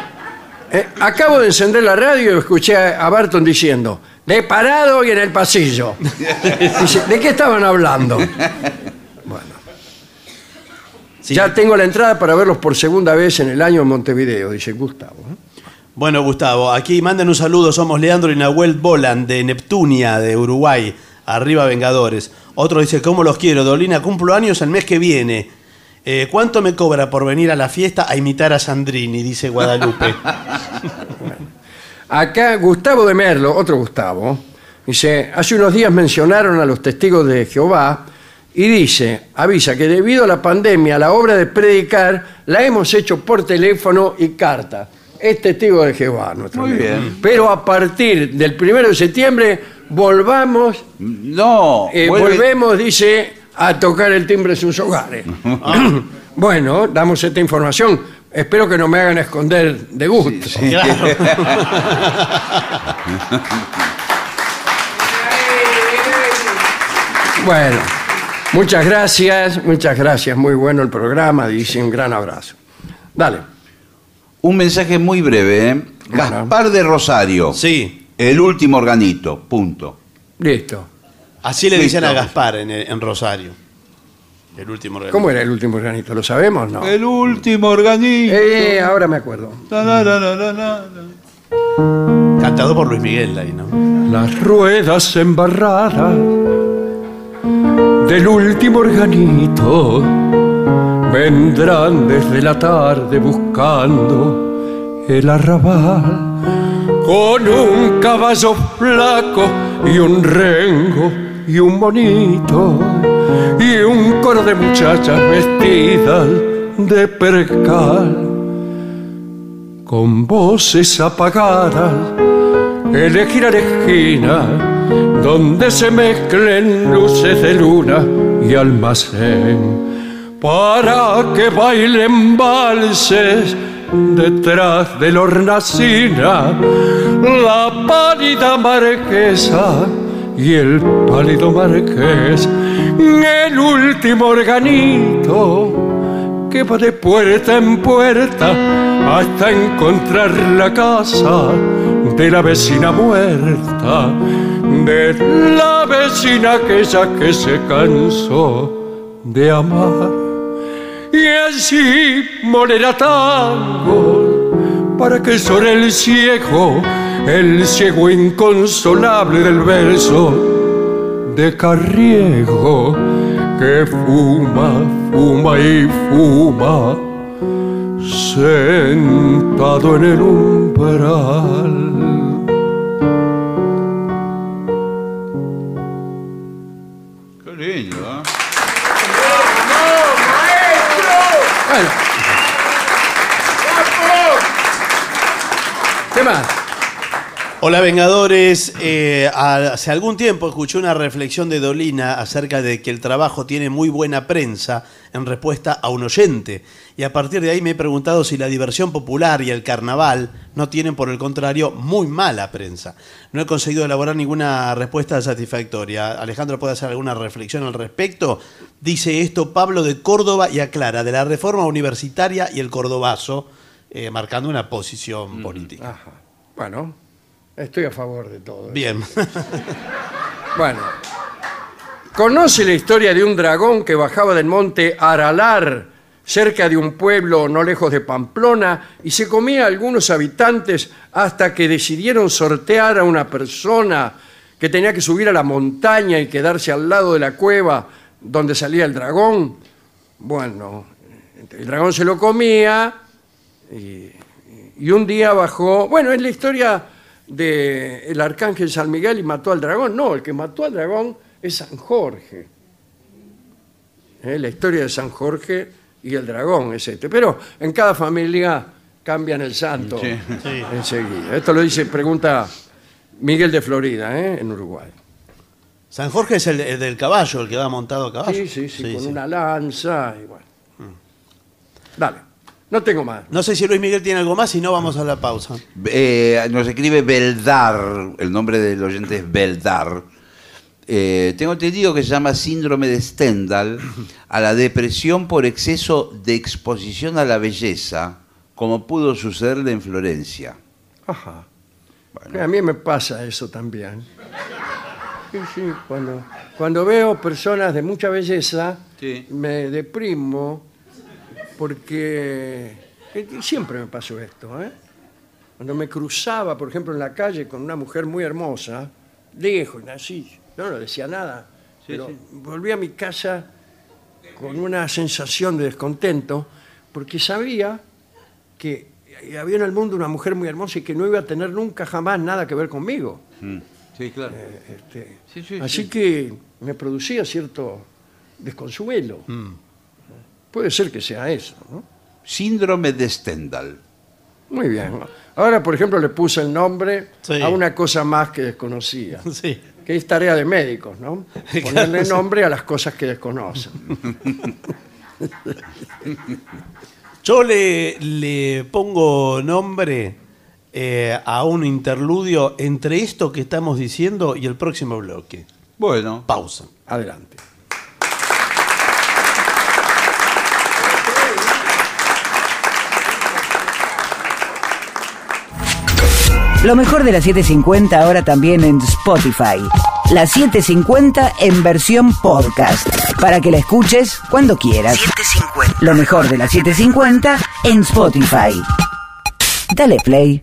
Speaker 1: eh, acabo de encender la radio y escuché a Barton diciendo, de parado y en el pasillo. Dice, ¿de qué estaban hablando?
Speaker 2: Sí.
Speaker 1: Ya tengo la entrada para verlos por segunda vez en el año en Montevideo, dice Gustavo.
Speaker 2: Bueno, Gustavo, aquí mandan un saludo. Somos Leandro y Nahuel Bolan de Neptunia, de Uruguay. Arriba Vengadores. Otro dice, ¿cómo los quiero? Dolina, cumplo años el mes que viene. Eh, ¿Cuánto me cobra por venir a la fiesta a imitar a Sandrini? Dice Guadalupe.
Speaker 1: Acá Gustavo de Merlo, otro Gustavo, dice, hace unos días mencionaron a los testigos de Jehová y dice, avisa que debido a la pandemia la obra de predicar la hemos hecho por teléfono y carta. Es testigo de Jehová, nuestro
Speaker 3: Muy
Speaker 1: amigo.
Speaker 3: bien.
Speaker 1: Pero a partir del primero de septiembre volvamos,
Speaker 3: No.
Speaker 1: eh,
Speaker 3: vuelve-
Speaker 1: volvemos, dice, a tocar el timbre de sus hogares. Ah. bueno, damos esta información. Espero que no me hagan esconder de gusto.
Speaker 2: Claro.
Speaker 1: Bueno, muchas gracias, muchas gracias. Muy bueno el programa, dice un gran abrazo. Dale.
Speaker 3: Un mensaje muy breve. ¿eh? Gaspar de Rosario.
Speaker 2: Sí,
Speaker 3: El último organito. Punto.
Speaker 1: Listo.
Speaker 2: así le
Speaker 3: Listo.
Speaker 2: dicen a Gaspar en, en Rosario. El último regalo.
Speaker 1: ¿Cómo era el último organito? ¿Lo sabemos? No.
Speaker 5: El último organito.
Speaker 1: Eh, ahora me acuerdo.
Speaker 5: Na, na, na, na, na, na.
Speaker 2: Cantado por Luis Miguel ahí, ¿no?
Speaker 1: Las ruedas embarradas del último organito vendrán desde la tarde buscando el arrabal con un caballo flaco y un rengo y un bonito y un coro de muchachas vestidas de percal con voces apagadas elegirán esquina donde se mezclen luces de luna y almacén para que bailen valses detrás de la hornacina la pálida marquesa y el pálido marqués, el último organito que va de puerta en puerta hasta encontrar la casa de la vecina muerta, de la vecina aquella que se cansó de amar. Y así morirá tango para que sobre el ciego, el ciego inconsolable del verso de Carriego, que fuma, fuma y fuma, sentado en el umbral.
Speaker 3: Qué lindo, ¿eh?
Speaker 1: Bueno. ¿Qué más?
Speaker 2: Hola Vengadores, Eh, hace algún tiempo escuché una reflexión de Dolina acerca de que el trabajo tiene muy buena prensa en respuesta a un oyente y a partir de ahí me he preguntado si la diversión popular y el carnaval no tienen por el contrario muy mala prensa. No he conseguido elaborar ninguna respuesta satisfactoria. Alejandro puede hacer alguna reflexión al respecto. Dice esto Pablo de Córdoba y aclara de la reforma universitaria y el cordobazo, eh, marcando una posición política.
Speaker 1: Bueno, estoy a favor de todo.
Speaker 2: Bien.
Speaker 1: Bueno. ¿Conoce la historia de un dragón que bajaba del monte Aralar, cerca de un pueblo no lejos de Pamplona, y se comía a algunos habitantes hasta que decidieron sortear a una persona que tenía que subir a la montaña y quedarse al lado de la cueva donde salía el dragón? Bueno, el dragón se lo comía y un día bajó. Bueno, es la historia de el arcángel San Miguel y mató al dragón. No, el que mató al dragón es San Jorge. Eh, La historia de San Jorge y el dragón es este. Pero en cada familia cambian el santo enseguida. Esto lo dice, pregunta Miguel de Florida, eh, en Uruguay.
Speaker 2: San Jorge es el, el del caballo, el que va montado a caballo.
Speaker 1: Sí, sí, sí,
Speaker 2: Sí,
Speaker 1: con
Speaker 2: sí. Mm.
Speaker 1: una lanza y bueno. Dale, no tengo más.
Speaker 2: No sé si Luis Miguel tiene algo más, si no vamos a la pausa.
Speaker 3: Eh, nos escribe Beldar, el nombre del oyente es Beldar. Eh, tengo entendido que se llama síndrome de Stendhal a la depresión por exceso de exposición a la belleza, como pudo sucederle en Florencia.
Speaker 1: Ajá. A mí me pasa eso también. Sí, sí, cuando, cuando veo personas de mucha belleza,
Speaker 3: Sí.
Speaker 1: me deprimo porque eh, siempre me pasó esto. ¿eh? Cuando me cruzaba, por ejemplo, en la calle con una mujer muy hermosa, lejos, así, no, no decía nada, pero volví a mi casa con una sensación de descontento porque sabía que había en el mundo una mujer muy hermosa y que no iba a tener nunca jamás nada que ver conmigo.
Speaker 3: Mm. Sí, claro.
Speaker 1: Este,
Speaker 3: Sí, sí,
Speaker 1: así
Speaker 3: sí.
Speaker 1: que me producía cierto desconsuelo. Puede ser que sea eso. ¿no?
Speaker 3: Síndrome de Stendhal.
Speaker 1: Muy bien. Ahora, por ejemplo, le puse el nombre
Speaker 2: Sí.
Speaker 1: a una cosa más que desconocía,
Speaker 2: Sí.
Speaker 1: que es tarea de médicos, ¿no? Ponerle nombre a las cosas que desconocen.
Speaker 2: Yo le, le pongo nombre eh, a un interludio entre esto que estamos diciendo y el próximo bloque.
Speaker 3: Bueno,
Speaker 2: Pausa.
Speaker 1: Adelante.
Speaker 6: Lo mejor de la 750 ahora también en Spotify. La 750 en versión podcast. Para que la escuches cuando quieras. Lo mejor de la 750 en Spotify. Dale play.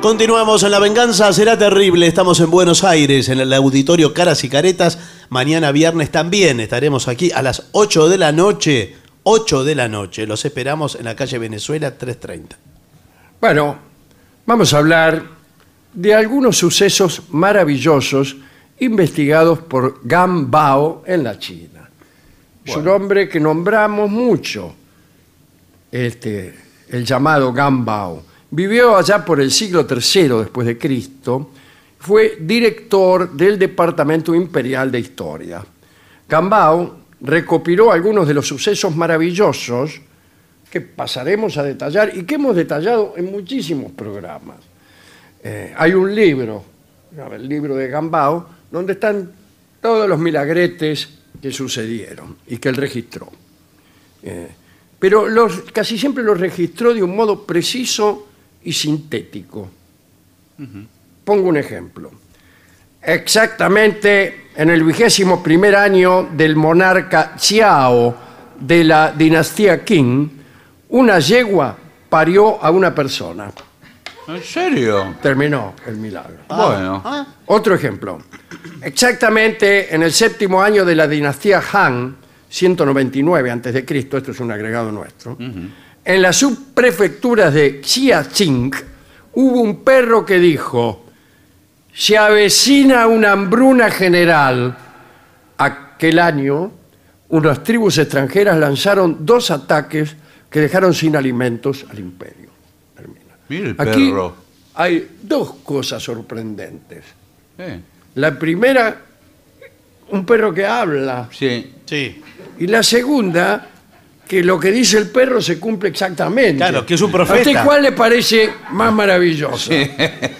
Speaker 2: Continuamos en La Venganza Será Terrible. Estamos en Buenos Aires, en el auditorio Caras y Caretas. Mañana viernes también estaremos aquí a las 8 de la noche. 8 de la noche. Los esperamos en la calle Venezuela 330.
Speaker 1: Bueno, vamos a hablar de algunos sucesos maravillosos investigados por Gambao en la China. Es un hombre que nombramos mucho, este, el llamado Gambao. Vivió allá por el siglo III después de Cristo, fue director del Departamento Imperial de Historia. Gambao recopiló algunos de los sucesos maravillosos que pasaremos a detallar y que hemos detallado en muchísimos programas. Eh, hay un libro, el libro de Gambao, donde están todos los milagretes que sucedieron y que él registró. Eh, pero los- casi siempre los registró de un modo preciso y sintético. Pongo un ejemplo. Exactamente en el vigésimo primer año del monarca Xiao de la dinastía Qing, una yegua parió a una persona.
Speaker 3: ¿En serio?
Speaker 1: Terminó el milagro.
Speaker 7: hein.
Speaker 3: Bueno.
Speaker 1: Otro ejemplo. Exactamente en el séptimo año de la dinastía Han, 199 a.C., esto es un agregado nuestro, en las subprefecturas de Xiaqing hubo un perro que dijo, se avecina una hambruna general. Aquel año, unas tribus extranjeras lanzaron dos ataques que dejaron sin alimentos al imperio. Termina.
Speaker 3: Mira el
Speaker 1: Aquí
Speaker 3: perro.
Speaker 1: hay dos cosas sorprendentes.
Speaker 3: Eh,
Speaker 1: La primera, un perro que habla.
Speaker 3: sí.
Speaker 2: Sí.
Speaker 1: Y la segunda, que lo que dice el perro se cumple exactamente.
Speaker 2: Claro, que es un
Speaker 1: ¿A usted
Speaker 2: profeta.
Speaker 1: cuál le parece más maravilloso?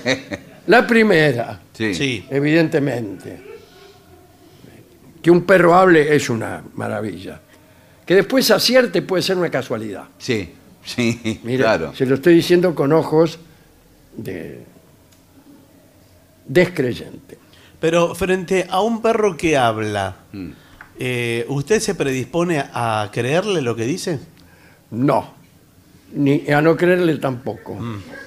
Speaker 1: La primera,
Speaker 3: Sí.
Speaker 2: Sí.
Speaker 1: evidentemente. Que un perro hable es una maravilla. Que después acierte puede ser una casualidad.
Speaker 3: Sí. Sí,
Speaker 1: Mire,
Speaker 3: claro.
Speaker 1: se lo estoy diciendo con ojos de descreyente.
Speaker 2: Pero frente a un perro que habla,
Speaker 1: Mm.
Speaker 2: eh, ¿usted se predispone a creerle lo que dice?
Speaker 1: No. Ni a no creerle tampoco.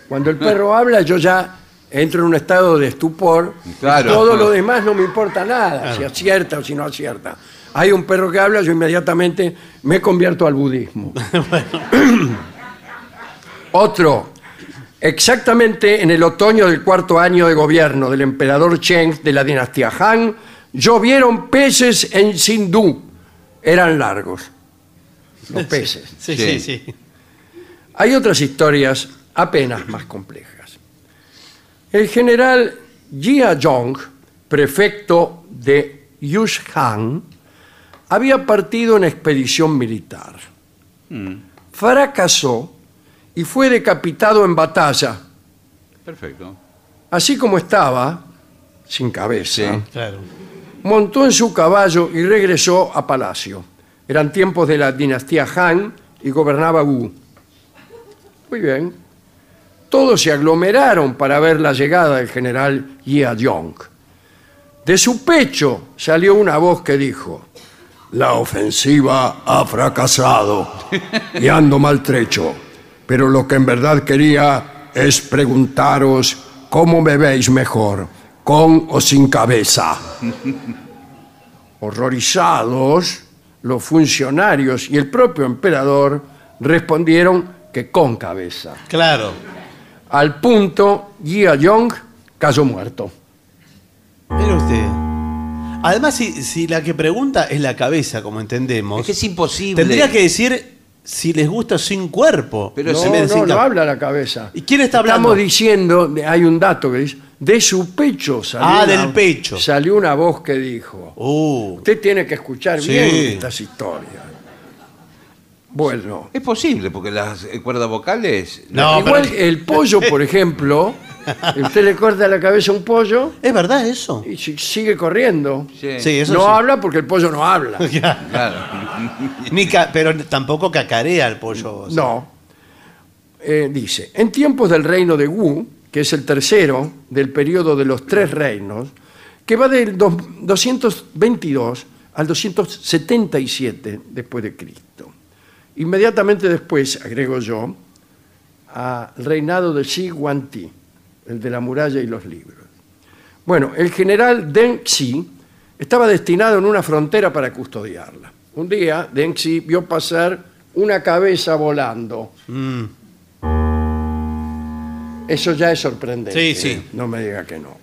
Speaker 1: Cuando el perro habla, yo ya entro en un estado de estupor.
Speaker 3: Claro.
Speaker 1: Todo lo demás no me importa nada, si acierta o si no acierta. Hay un perro que habla, yo inmediatamente me convierto al budismo. Otro. Exactamente en el otoño del cuarto año de gobierno del emperador Cheng de la dinastía Han, llovieron peces en Sindú. Eran largos. Los peces.
Speaker 2: Sí,
Speaker 3: Sí.
Speaker 2: sí, sí.
Speaker 1: Hay otras historias apenas más complejas. El general Jia Zhong, prefecto de Yushan, había partido en expedición militar. Fracasó y fue decapitado en batalla.
Speaker 3: Perfecto.
Speaker 1: Así como estaba, sin cabeza,
Speaker 3: Sí.
Speaker 2: Claro.
Speaker 1: montó en su caballo y regresó a palacio. Eran tiempos de la dinastía Han y gobernaba Wu. Muy bien. Todos se aglomeraron para ver la llegada del general Jia Yong. De su pecho salió una voz que dijo: La ofensiva ha fracasado y ando maltrecho, pero lo que en verdad quería es preguntaros cómo me veis mejor, con o sin cabeza. Horrorizados, los funcionarios y el propio emperador respondieron que con cabeza.
Speaker 2: Claro.
Speaker 1: Al punto, Jia Yong cayó muerto.
Speaker 2: Mire usted. Además, si, si la que pregunta es la cabeza, como entendemos,
Speaker 3: Es que es imposible.
Speaker 2: tendría que decir si les gusta sin cuerpo.
Speaker 3: Pero
Speaker 1: no,
Speaker 3: se
Speaker 2: me-
Speaker 1: no,
Speaker 2: sin
Speaker 1: no
Speaker 2: cap-
Speaker 1: habla la cabeza.
Speaker 2: ¿Y quién está hablando?
Speaker 1: Estamos diciendo, hay un dato que dice, de su pecho salió.
Speaker 2: Ah,
Speaker 1: una-
Speaker 2: del pecho.
Speaker 1: Salió una voz que dijo.
Speaker 2: Uh,
Speaker 1: Usted tiene que escuchar
Speaker 2: Sí.
Speaker 1: bien estas historias. Bueno.
Speaker 3: Es posible, porque las eh, cuerdas vocales.
Speaker 2: No,
Speaker 1: Igual
Speaker 2: pero-
Speaker 1: el pollo, por ejemplo, usted le corta la cabeza a un pollo
Speaker 2: ¿Es verdad eso?
Speaker 1: y si- sigue corriendo.
Speaker 3: Sí.
Speaker 2: Sí, eso
Speaker 1: no
Speaker 2: sí.
Speaker 1: habla porque el pollo no habla.
Speaker 3: Claro.
Speaker 2: Ni ca- pero tampoco cacarea el pollo. o sea.
Speaker 1: No. Eh, dice, en tiempos del reino de Wu, que es el tercero del periodo de los tres reinos, que va del dos- 222 al 277 después de Cristo. Inmediatamente después, agrego yo, al reinado de Xi Guangti, el de la muralla y los libros. Bueno, el general Deng Xi estaba destinado en una frontera para custodiarla. Un día Deng Xi vio Mm, pasar una cabeza volando. Eso ya es sorprendente. ¿eh?
Speaker 2: Sí, sí.
Speaker 1: No me diga que no.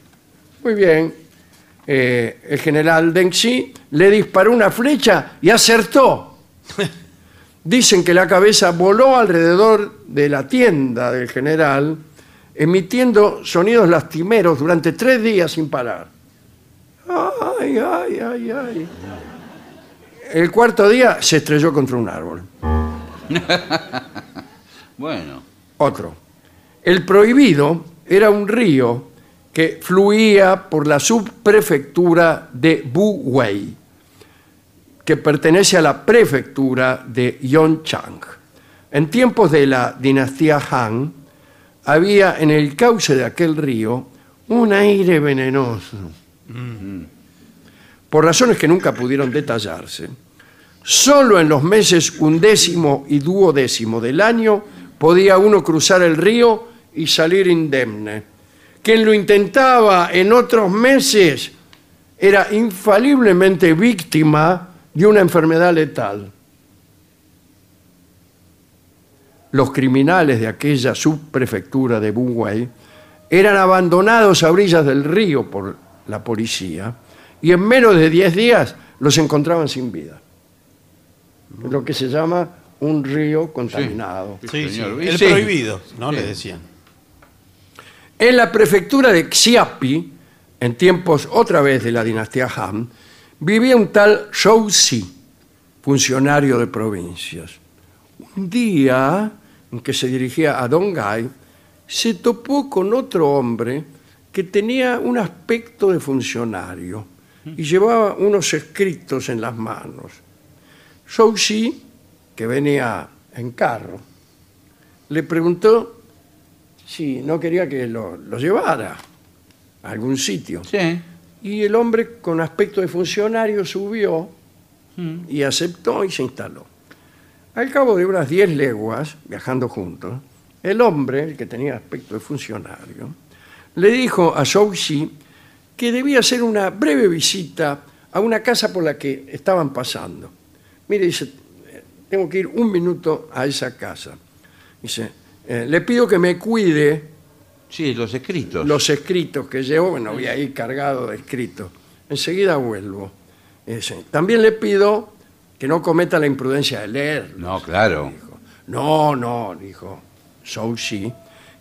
Speaker 1: Muy bien. Eh, el general Deng Xi le disparó una flecha y acertó. Dicen que la cabeza voló alrededor de la tienda del general, emitiendo sonidos lastimeros durante tres días sin parar. Ay, ay, ay, ay. El cuarto día se estrelló contra un árbol.
Speaker 3: Bueno,
Speaker 1: Otro. El prohibido era un río que fluía por la subprefectura de Buwei, que pertenece a la prefectura de Yongchang. En tiempos de la dinastía Han, había en el cauce de aquel río un aire venenoso. Por razones que nunca pudieron detallarse, Solo en los meses undécimo y duodécimo del año podía uno cruzar el río y salir indemne. Quien lo intentaba en otros meses era infaliblemente víctima de una enfermedad letal. Los criminales de aquella subprefectura de Bunway eran abandonados a orillas del río por la policía y en menos de 10 días los encontraban sin vida lo que se llama un río contaminado.
Speaker 2: Sí, sí.
Speaker 3: señor.
Speaker 2: El
Speaker 3: Sí.
Speaker 2: prohibido, ¿no? Le decían.
Speaker 1: En la prefectura de Xiapi, en tiempos otra vez de la dinastía Han, vivía un tal Zhou Xi, funcionario de provincias. Un día en que se dirigía a Donghai, se topó con otro hombre que tenía un aspecto de funcionario y llevaba unos escritos en las manos. Zhou Xi, que venía en carro, le preguntó si no quería que lo, lo llevara a algún sitio.
Speaker 3: sí.
Speaker 1: Y el hombre con aspecto de funcionario subió y aceptó y se instaló. Al cabo de unas 10 leguas, viajando juntos, el hombre, el que tenía aspecto de funcionario, le dijo a Zhou Xi que debía hacer una breve visita a una casa por la que estaban pasando. Mire, dice, "Eh, tengo que ir un minuto a esa casa. Dice, "Eh, le pido que me cuide
Speaker 3: Sí, los escritos.
Speaker 1: los escritos que llevo, bueno, voy ahí cargado de escritos. Enseguida vuelvo. Ese. También le pido que no cometa la imprudencia de leerlo.
Speaker 3: No, claro.
Speaker 1: No, no, dijo Zhou Xi,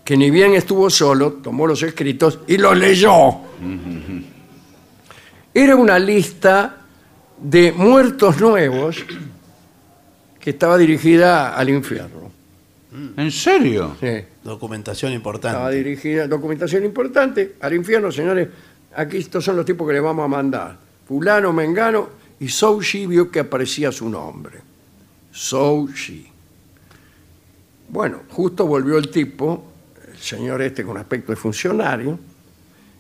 Speaker 1: que ni bien estuvo solo, tomó los escritos y los leyó. Era una lista de muertos nuevos que estaba dirigida al infierno.
Speaker 3: Mm. ¿En serio?
Speaker 1: Sí.
Speaker 2: Documentación
Speaker 1: Estaba
Speaker 2: importante.
Speaker 1: dirigida, documentación importante, al infierno, señores, aquí estos son los tipos que le vamos a mandar. Fulano, Mengano, y Soushi vio que aparecía su nombre. Soushi. Bueno, justo volvió el tipo, el señor este con aspecto de funcionario,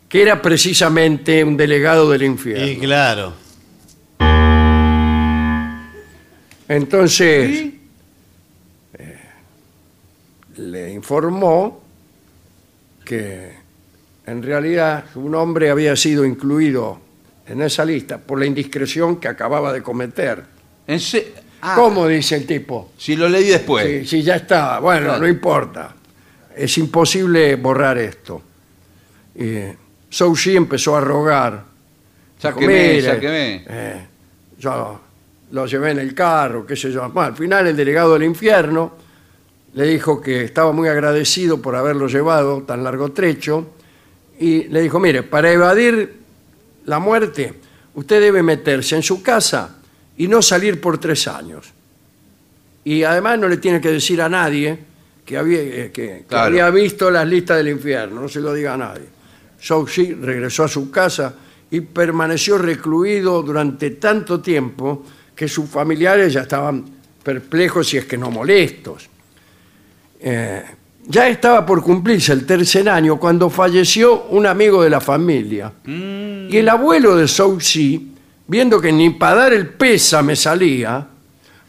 Speaker 1: que era precisamente un delegado del infierno.
Speaker 2: Y claro.
Speaker 1: Entonces, eh, le informó que en realidad su nombre había sido incluido en esa lista por la indiscreción que acababa de cometer.
Speaker 3: En se- Ah,
Speaker 1: ¿Cómo dice el tipo?
Speaker 3: Si lo leí después.
Speaker 1: Si, si ya está, bueno,
Speaker 3: Claro.
Speaker 1: no importa. Es imposible borrar esto. Eh, Soushi empezó a rogar.
Speaker 3: Sáqueme,
Speaker 1: Mire,
Speaker 3: sáqueme.
Speaker 1: eh, yo lo llevé en el carro, qué sé yo. Bueno, al final el delegado del infierno le dijo que estaba muy agradecido por haberlo llevado tan largo trecho y le dijo, mire, para evadir la muerte, usted debe meterse en su casa y no salir por tres años. Y además no le tiene que decir a nadie que había, eh, que- que
Speaker 3: Claro.
Speaker 1: había visto las listas del infierno, no se lo diga a nadie. Zhou Xi regresó a su casa y permaneció recluido durante tanto tiempo que sus familiares ya estaban perplejos si es que no molestos. Eh, ya estaba por cumplirse el tercer año cuando falleció un amigo de la familia. Y el abuelo de Zhou Xi, viendo que ni para dar el pésame salía,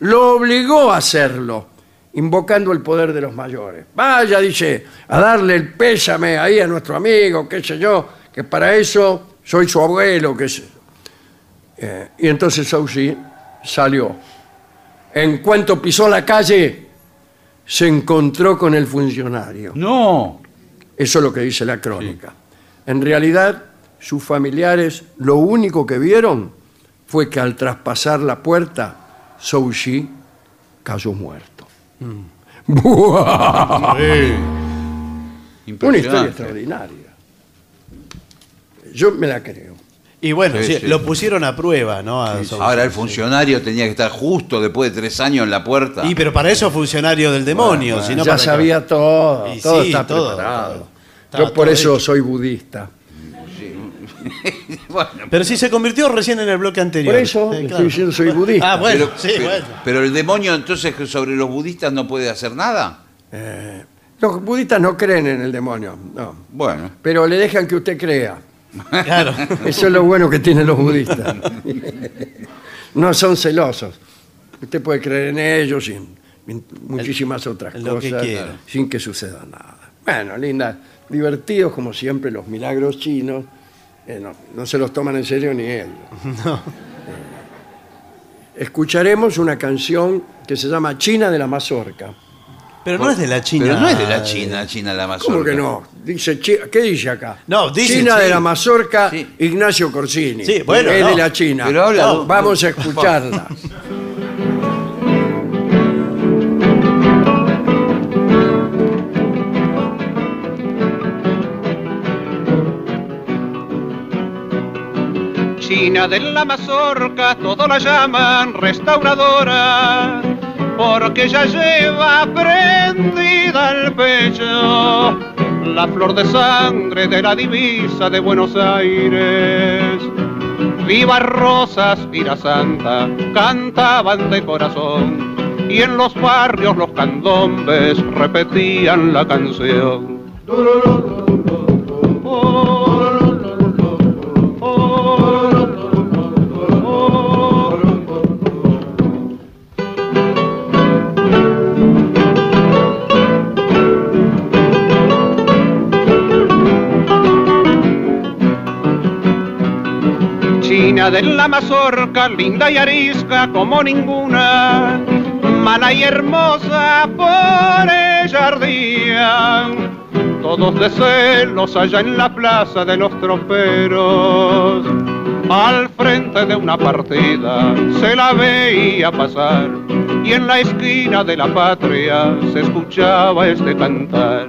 Speaker 1: lo obligó a hacerlo, invocando el poder de los mayores. Vaya, dice, a darle el pésame ahí a nuestro amigo, qué sé yo, que para eso soy su abuelo, qué sé yo. Eh, y entonces Zhou Xi salió. En cuanto pisó la calle, se encontró con el funcionario.
Speaker 3: No.
Speaker 1: Eso es lo que dice la crónica. En realidad, sus familiares lo único que vieron fue que al traspasar la puerta, Soushi cayó muerto.
Speaker 2: Mm.
Speaker 1: ¡Buah! Una historia extraordinaria. Yo me la creo.
Speaker 2: Y bueno,
Speaker 3: Sí,
Speaker 2: sí,
Speaker 3: sí.
Speaker 2: lo pusieron a prueba, ¿no? A Sousa.
Speaker 3: Ahora el funcionario tenía que estar justo después de tres años en la puerta.
Speaker 2: Y pero para eso funcionario del demonio, si no
Speaker 1: ya
Speaker 2: para-
Speaker 1: sabía todo,
Speaker 2: Y
Speaker 1: todo
Speaker 2: sí,
Speaker 1: está
Speaker 2: todo,
Speaker 1: preparado.
Speaker 2: todo.
Speaker 1: Yo
Speaker 2: Estaba
Speaker 1: por
Speaker 2: todo
Speaker 1: eso
Speaker 2: hecho.
Speaker 1: soy budista.
Speaker 3: Bueno,
Speaker 2: Pero sí se convirtió recién en el bloque anterior.
Speaker 1: Por eso
Speaker 2: Eh,
Speaker 1: le
Speaker 2: claro.
Speaker 1: estoy diciendo soy budista.
Speaker 2: Ah, bueno,
Speaker 3: pero,
Speaker 2: sí,
Speaker 3: pero-
Speaker 2: bueno.
Speaker 3: pero el demonio entonces que sobre los budistas no puede hacer nada.
Speaker 1: Los budistas no creen en el demonio, no.
Speaker 3: Bueno,
Speaker 1: Pero le dejan que usted crea.
Speaker 2: Claro.
Speaker 1: Eso es lo bueno que tienen los budistas. No son celosos. Usted puede creer en ellos y en- en muchísimas otras
Speaker 2: lo que
Speaker 1: cosas
Speaker 2: quiera.
Speaker 1: sin que suceda nada. Bueno, linda, divertidos como siempre los milagros chinos. Eh, no, no se los toman en serio ni ellos. Eh, Escucharemos una canción que se llama China de la Mazorca.
Speaker 2: Pero no es de la China.
Speaker 3: pero no es de la China, China la Amazon.
Speaker 1: ¿Cómo que no? Dice, chi- ¿Qué dice acá?
Speaker 2: No, dice
Speaker 1: China de
Speaker 2: sí.
Speaker 1: la Mazorca,
Speaker 3: Sí.
Speaker 1: Ignacio Corsini.
Speaker 2: Sí, bueno,
Speaker 1: Es
Speaker 2: no.
Speaker 1: de la China.
Speaker 3: Pero habla de-
Speaker 1: vamos a escucharla.
Speaker 8: China de la mazorca, todo la llaman restauradora, porque ya lleva prendida al pecho la flor de sangre de la divisa de Buenos Aires. Viva Rosas, Vira Santa, cantaban de corazón, y en los barrios los candombes repetían la canción. China de la mazorca, linda y arisca como ninguna, mala y hermosa por ella ardían. Todos de celos allá en la plaza de los troperos, al frente de una partida se la veía pasar y en la esquina de la patria se escuchaba este cantar.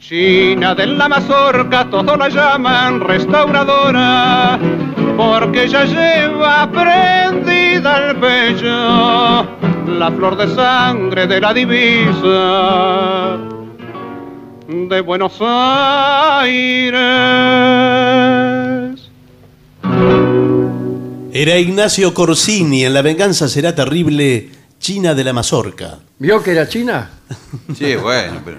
Speaker 8: China de la mazorca, todos la llaman restauradora, porque ya lleva prendida al pecho la flor de sangre de la divisa de Buenos Aires.
Speaker 2: Era Ignacio Corsini en La venganza será terrible, China de la mazorca.
Speaker 1: ¿Vio que era China?
Speaker 3: Sí, bueno, pero.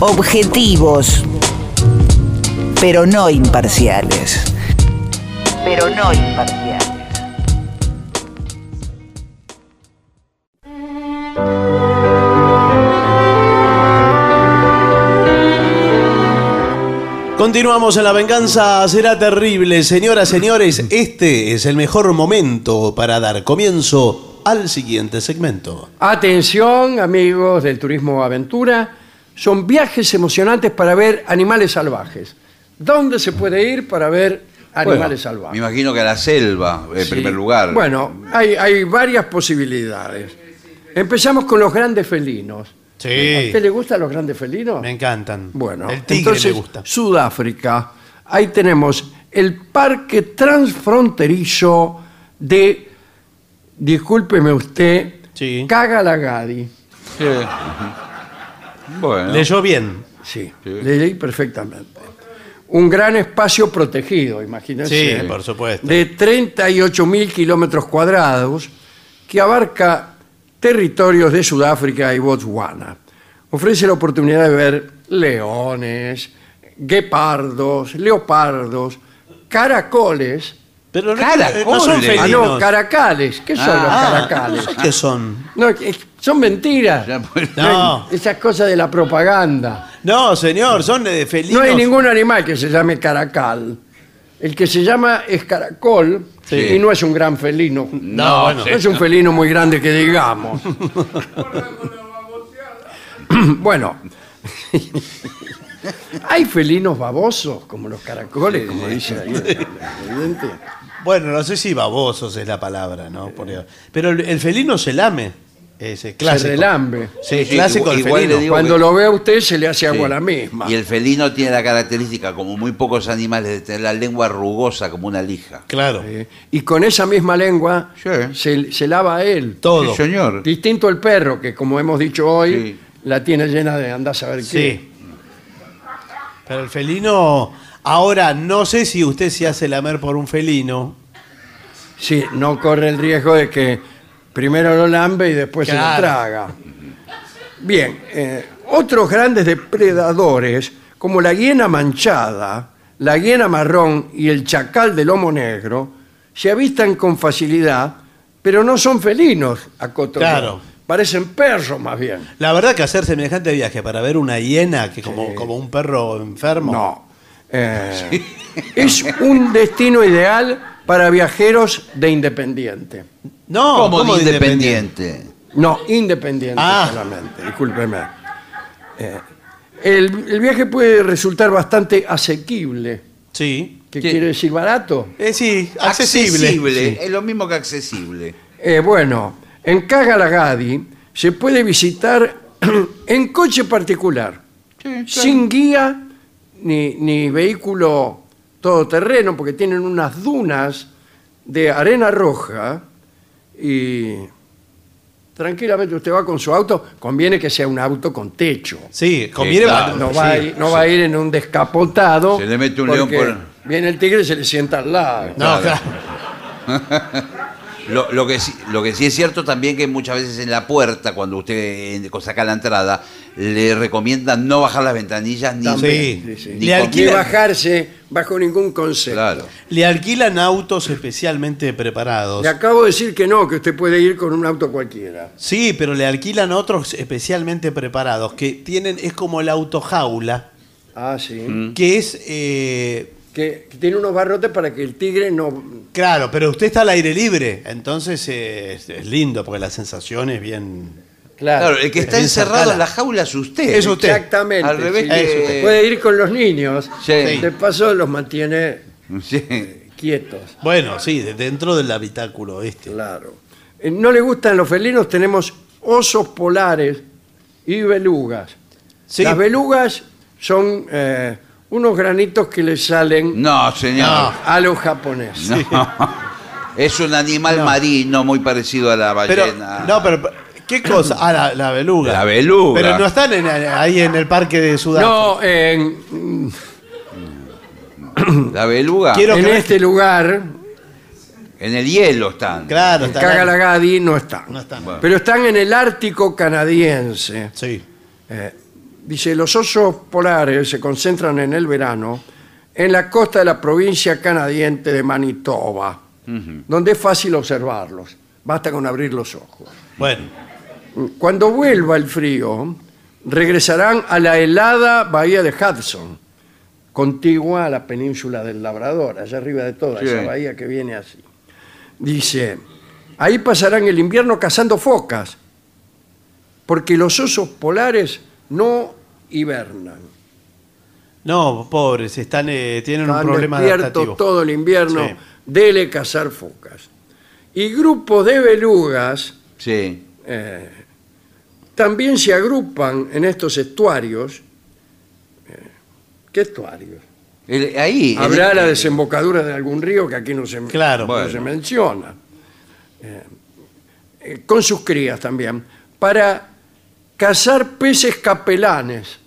Speaker 6: Objetivos, pero no imparciales. Pero no imparciales.
Speaker 2: Continuamos en La venganza será terrible, señoras, señores. Este es el mejor momento para dar comienzo al siguiente segmento.
Speaker 1: Atención, amigos del turismo aventura. Son viajes emocionantes para ver animales salvajes. ¿Dónde se puede ir para ver animales
Speaker 3: Me
Speaker 1: salvajes?
Speaker 3: imagino que a la selva, en primer lugar.
Speaker 1: Bueno, hay, hay varias posibilidades. Empezamos con los grandes felinos. ¿A
Speaker 2: Sí,
Speaker 1: usted le gustan los grandes felinos?
Speaker 2: me encantan.
Speaker 1: Bueno,
Speaker 2: el tigre
Speaker 1: entonces,
Speaker 2: me gusta.
Speaker 1: Sudáfrica, ahí tenemos el parque transfronterizo de, discúlpeme usted,
Speaker 2: Sí.
Speaker 1: Kagalagadi.
Speaker 3: Sí. Bueno.
Speaker 2: Leyó bien.
Speaker 1: Sí, le leí perfectamente. un gran espacio protegido, imagínense.
Speaker 2: Sí, por supuesto.
Speaker 1: De 38.000 kilómetros cuadrados que abarca territorios de Sudáfrica y Botswana. Ofrece la oportunidad de ver leones, guepardos, leopardos, caracoles.
Speaker 2: Pero
Speaker 3: no- Caracoles. no son
Speaker 1: Ah, no,
Speaker 2: felinos.
Speaker 1: caracales. ¿Qué son
Speaker 2: Ah,
Speaker 1: los caracales?
Speaker 2: no sé ¿Qué son?
Speaker 1: No, que- son mentiras.
Speaker 2: No.
Speaker 1: Esas cosas de la propaganda.
Speaker 2: No, señor, son de felinos.
Speaker 1: No hay ningún animal que se llame caracal. El que se llama es caracol
Speaker 2: Sí.
Speaker 1: y no es un gran felino. No,
Speaker 2: No, bueno.
Speaker 1: es un felino muy grande que digamos. bueno, hay felinos babosos como los caracoles, como dice ahí. el evidente.
Speaker 2: Bueno, no sé si babosos es la palabra, ¿no? Por Dios. Pero el, el felino se lame. Ese clásico.
Speaker 1: Se relambe.
Speaker 2: Sí,
Speaker 3: Sí,
Speaker 2: clásico el
Speaker 3: igual le
Speaker 2: felino.
Speaker 3: digo
Speaker 1: Cuando
Speaker 3: que-
Speaker 1: lo ve a usted se le hace agua
Speaker 3: Sí.
Speaker 1: a la misma.
Speaker 3: Y el felino tiene la característica, como muy pocos animales, de tener la lengua rugosa como una lija.
Speaker 2: Claro.
Speaker 1: Eh, y con esa misma lengua
Speaker 3: Sí.
Speaker 1: se, se lava a él.
Speaker 2: Todo.
Speaker 3: Sí, señor.
Speaker 1: Distinto el perro, que como hemos dicho hoy,
Speaker 3: Sí.
Speaker 1: la tiene llena de andás a ver qué.
Speaker 2: Sí. Pero el felino. Ahora, no sé si usted se hace lamer por un felino.
Speaker 1: Sí, no corre el riesgo de que primero lo lambe y después pues se lo
Speaker 2: Claro.
Speaker 1: traga. Bien, eh, otros grandes depredadores, como la hiena manchada, la hiena marrón y el chacal de lomo negro, se avistan con facilidad, pero no son felinos, acotó. yo.
Speaker 2: Claro.
Speaker 1: Parecen perros más bien.
Speaker 2: La verdad que hacer semejante viaje para ver una hiena que como, como un perro enfermo.
Speaker 1: No. Eh, Es un destino ideal para viajeros de independiente.
Speaker 2: No,
Speaker 3: Como
Speaker 2: ¿cómo de
Speaker 3: independiente.
Speaker 1: No, independiente
Speaker 2: Ah.
Speaker 1: solamente, discúlpeme. Eh, el, el viaje puede resultar bastante asequible.
Speaker 2: Sí.
Speaker 1: ¿Qué
Speaker 3: Sí.
Speaker 1: quiere decir barato?
Speaker 2: Eh, sí, accesible.
Speaker 3: Accesible, Es lo mismo que accesible.
Speaker 1: Eh, bueno, en Kagalagadi se puede visitar en coche particular, sin guía ni, ni vehículo todoterreno, porque tienen unas dunas de arena roja y tranquilamente usted va con su auto, conviene que sea un auto con techo.
Speaker 2: Sí, conviene.
Speaker 3: Eh, claro.
Speaker 1: No va, a, ir, no va a ir en un descapotado.
Speaker 3: Se le mete un león
Speaker 1: porque
Speaker 3: por-
Speaker 1: Viene el tigre y se le sienta al lado.
Speaker 2: No,
Speaker 3: Claro.
Speaker 2: claro.
Speaker 3: Lo, lo que sí, lo que sí es cierto también que muchas veces en la puerta, cuando usted eh, saca la entrada, le recomiendan no bajar las ventanillas ni,
Speaker 2: Sí,
Speaker 3: ni,
Speaker 2: sí.
Speaker 3: ni
Speaker 2: Le
Speaker 3: con-
Speaker 1: Ni
Speaker 2: alquilan-
Speaker 1: bajarse bajo ningún concepto.
Speaker 3: Claro.
Speaker 2: Le alquilan autos especialmente preparados.
Speaker 1: Le acabo de decir que no, que usted puede ir con un auto cualquiera.
Speaker 2: Sí, pero le alquilan otros especialmente preparados que tienen es como el autojaula
Speaker 1: Ah, sí.
Speaker 3: Mm.
Speaker 2: que es eh,
Speaker 1: Que, que tiene unos barrotes para que el tigre no...
Speaker 2: claro, pero usted está al aire libre, entonces eh, es, es lindo porque la sensación es bien.
Speaker 3: Claro, el que está
Speaker 2: Bien
Speaker 3: encerrado
Speaker 2: cercada.
Speaker 3: en la jaula es usted.
Speaker 2: Es usted.
Speaker 1: Exactamente.
Speaker 3: Al revés
Speaker 1: sí.
Speaker 3: que-
Speaker 1: Eso, Puede ir con los niños.
Speaker 3: Sí.
Speaker 1: De paso los mantiene eh,
Speaker 3: Sí.
Speaker 1: quietos.
Speaker 2: Bueno, sí, de- dentro del habitáculo este.
Speaker 1: Claro. Eh, No le gustan los felinos, tenemos osos polares y belugas.
Speaker 2: Sí.
Speaker 1: Las belugas son eh, unos granitos que le salen
Speaker 3: No, señor.
Speaker 1: a los japoneses.
Speaker 3: No. Es un animal marino muy parecido a la
Speaker 2: Pero
Speaker 3: ballena.
Speaker 2: no, pero ¿qué cosa? Ah, la, la beluga.
Speaker 3: La beluga.
Speaker 2: Pero no están en- ahí en el parque de Sudáfrica.
Speaker 1: No, en,
Speaker 3: La beluga.
Speaker 2: Quiero-
Speaker 1: en
Speaker 2: que-
Speaker 1: este lugar,
Speaker 3: En el hielo están.
Speaker 2: Claro, están
Speaker 1: Kagalagadi no están.
Speaker 2: No están.
Speaker 3: Bueno.
Speaker 1: Pero están en el Ártico canadiense.
Speaker 2: Sí.
Speaker 1: Eh, dice, los osos polares se concentran en el verano en la costa de la provincia canadiense de Manitoba,
Speaker 9: Mm.
Speaker 1: donde es fácil observarlos. Basta con abrir los ojos.
Speaker 2: Bueno,
Speaker 1: Cuando vuelva el frío, regresarán a la helada bahía de Hudson, contigua a la península del Labrador, allá arriba de toda
Speaker 3: Sí.
Speaker 1: esa bahía que viene así. Dice, ahí pasarán el invierno cazando focas, porque los osos polares no hibernan.
Speaker 2: no, pobres, están eh, tienen un
Speaker 1: Están
Speaker 2: problema adaptativo.
Speaker 1: despiertos todo el invierno,
Speaker 2: Sí.
Speaker 1: dele cazar focas. Y grupos de belugas
Speaker 3: Sí.
Speaker 1: eh, también se agrupan en estos estuarios. eh, ¿Qué estuarios?
Speaker 3: El- ahí. en
Speaker 1: Habrá
Speaker 3: el-
Speaker 1: la desembocadura de algún río que aquí no se,
Speaker 2: Claro.
Speaker 1: no se
Speaker 3: Bueno.
Speaker 1: menciona. Eh, eh, con sus crías también. Para cazar peces capelanes,
Speaker 3: Sí.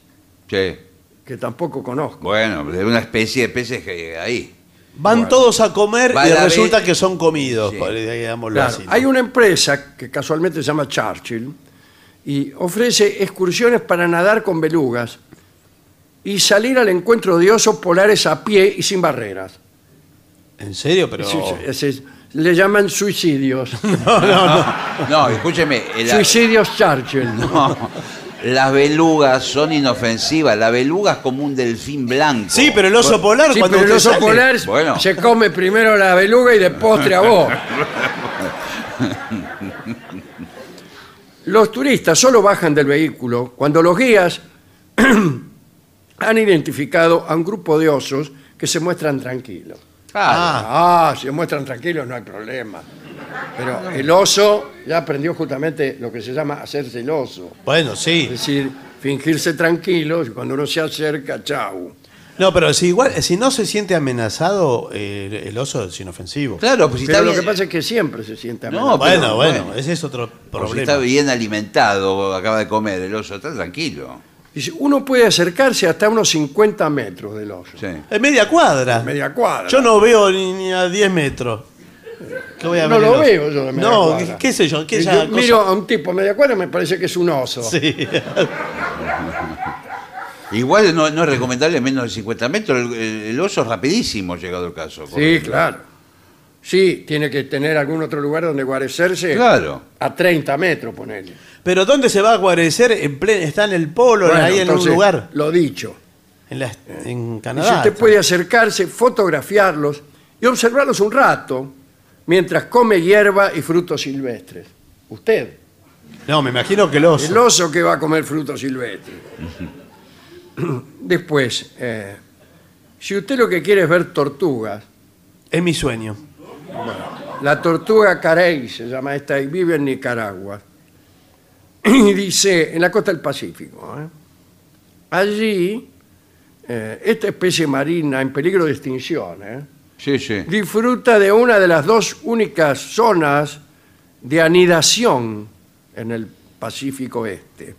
Speaker 1: que que tampoco conozco.
Speaker 3: Bueno, de una especie de peces que ahí.
Speaker 2: Van todos a comer
Speaker 3: Va
Speaker 2: y
Speaker 3: la
Speaker 2: resulta
Speaker 3: vez-
Speaker 2: que son comidos. por- digámoslo
Speaker 1: Claro,
Speaker 2: así, ¿no?
Speaker 1: Hay una empresa que casualmente se llama Churchill y ofrece excursiones para nadar con belugas y salir al encuentro de osos polares a pie y sin barreras.
Speaker 2: ¿En serio? Pero...
Speaker 1: Sí, sí, es- es- le llaman suicidios.
Speaker 3: No, escúcheme. el-
Speaker 1: suicidios Churchill.
Speaker 3: No, las belugas son inofensivas. La beluga es como un delfín blanco.
Speaker 2: Sí, pero el oso polar
Speaker 1: Sí,
Speaker 2: cuando
Speaker 1: pero el
Speaker 2: usted
Speaker 1: oso
Speaker 2: sale-
Speaker 1: polar
Speaker 3: Bueno.
Speaker 1: se come primero la beluga y de postre a vos. Los turistas solo bajan del vehículo cuando los guías han identificado a un grupo de osos que se muestran tranquilos.
Speaker 3: Claro.
Speaker 1: Ah, si se muestran tranquilos no hay problema. Pero el oso ya aprendió justamente lo que se llama hacerse el oso.
Speaker 2: Bueno, sí.
Speaker 1: Es decir, fingirse tranquilos y cuando uno se acerca, chau.
Speaker 2: No, pero si igual, si no se siente amenazado, eh, el oso es inofensivo.
Speaker 3: Claro, pues si
Speaker 1: Pero
Speaker 3: está
Speaker 1: lo
Speaker 3: bien-
Speaker 1: que pasa es que siempre se siente
Speaker 3: No,
Speaker 1: amenazado.
Speaker 2: bueno,
Speaker 3: pero-
Speaker 2: bueno,
Speaker 3: bueno.
Speaker 2: ese es otro
Speaker 3: Pues si
Speaker 2: problema.
Speaker 3: está bien alimentado, acaba de comer el oso, está tranquilo.
Speaker 1: Dice, uno puede acercarse hasta unos 50 metros del oso.
Speaker 3: Sí.
Speaker 2: En media cuadra.
Speaker 1: Media cuadra.
Speaker 2: Yo no veo ni, ni a 10 metros. ¿Qué voy a
Speaker 1: No
Speaker 2: ver el
Speaker 1: lo
Speaker 2: oso?
Speaker 1: veo yo de media
Speaker 2: No,
Speaker 1: cuadra.
Speaker 2: qué sé yo, qué
Speaker 1: Y
Speaker 2: ya
Speaker 1: yo
Speaker 2: cosa-
Speaker 1: miro a un tipo a media cuadra y me parece que es un oso.
Speaker 2: Sí.
Speaker 3: Igual no, no es recomendable menos de 50 metros. El, el- el oso es rapidísimo, llegado el caso.
Speaker 1: Sí, claro. Sí, tiene que tener algún otro lugar donde guarecerse.
Speaker 3: Claro.
Speaker 1: A 30 metros, ponele.
Speaker 2: Pero ¿dónde se va a guarecer? En plen- está en el polo,
Speaker 1: Bueno,
Speaker 2: ahí en
Speaker 1: entonces,
Speaker 2: un lugar.
Speaker 1: Lo dicho.
Speaker 2: En, la- en
Speaker 1: Y
Speaker 2: Canadá.
Speaker 1: si usted
Speaker 2: está.
Speaker 1: puede acercarse, fotografiarlos y observarlos un rato mientras come hierba y frutos silvestres. Usted.
Speaker 2: No, me imagino que el oso.
Speaker 1: El oso que va a comer frutos silvestres. Después, eh, si usted lo que quiere es ver tortugas,
Speaker 2: Es mi sueño.
Speaker 1: la tortuga carey se llama esta y vive en Nicaragua. Y dice, en la costa del Pacífico. ¿eh? Allí, eh, esta especie marina en peligro de extinción ¿eh?
Speaker 3: Sí, sí.
Speaker 1: disfruta de una de las dos únicas zonas de anidación en el Pacífico Este.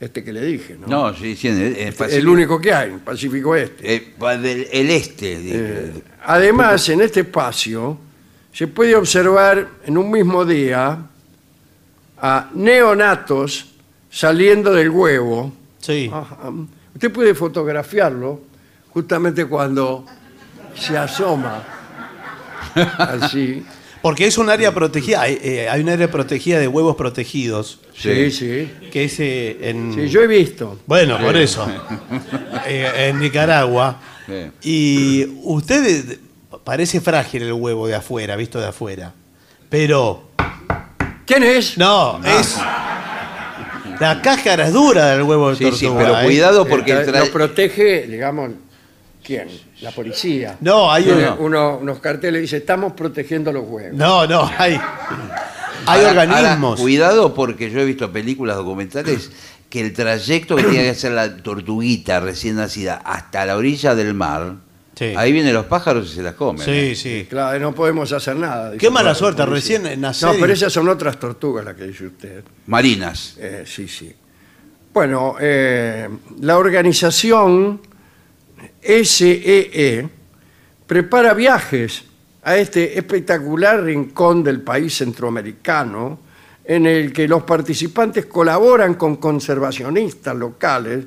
Speaker 1: Este que le dije, ¿no?
Speaker 3: No, sí, sí. en el, en el
Speaker 1: el
Speaker 3: Pacífico-
Speaker 1: único que hay, Pacífico Este.
Speaker 3: eh, pa- del- el este. de-
Speaker 1: Eh, además, en este espacio se puede observar en un mismo día a neonatos saliendo del huevo.
Speaker 2: Sí.
Speaker 1: Ajá. Usted puede fotografiarlo justamente cuando se asoma. Así.
Speaker 2: Porque es un área protegida. Hay, eh, hay un área protegida de huevos protegidos.
Speaker 1: Sí, sí.
Speaker 3: Sí.
Speaker 2: Que es eh, en.
Speaker 1: Sí, yo he visto.
Speaker 2: Bueno, por eso. Eh, en Nicaragua.
Speaker 3: Sí.
Speaker 2: Y usted eh, parece frágil el huevo de afuera, visto de afuera. Pero
Speaker 1: ¿Quién es?
Speaker 2: no,
Speaker 3: Ah.
Speaker 2: es la cáscara es dura del huevo de
Speaker 3: Sí,
Speaker 2: tortuga.
Speaker 3: sí, pero
Speaker 2: ¿eh?
Speaker 3: cuidado porque
Speaker 1: Eh,
Speaker 3: el tra-
Speaker 1: Lo protege, digamos, ¿quién? La policía.
Speaker 2: No, hay
Speaker 1: Tiene
Speaker 2: uno.
Speaker 1: uno- unos carteles que dice, estamos protegiendo los huevos.
Speaker 2: No, no, hay hay
Speaker 3: Ahora- ahora,
Speaker 2: organismos.
Speaker 3: cuidado porque yo he visto películas documentales que el trayecto que tiene que hacer la tortuguita recién nacida hasta la orilla del mar,
Speaker 2: Sí.
Speaker 3: ahí vienen los pájaros y se las comen.
Speaker 2: sí,
Speaker 3: ¿eh?
Speaker 2: sí.
Speaker 1: Claro, no podemos hacer nada. dice
Speaker 2: Qué mala
Speaker 1: la
Speaker 2: suerte,
Speaker 1: policía.
Speaker 2: recién nacer
Speaker 1: No,
Speaker 2: y-
Speaker 1: pero esas son otras tortugas las que dice usted.
Speaker 3: Marinas.
Speaker 1: Eh, sí, sí. Bueno, eh, la organización SEE prepara viajes a este espectacular rincón del país centroamericano en el que los participantes colaboran con conservacionistas locales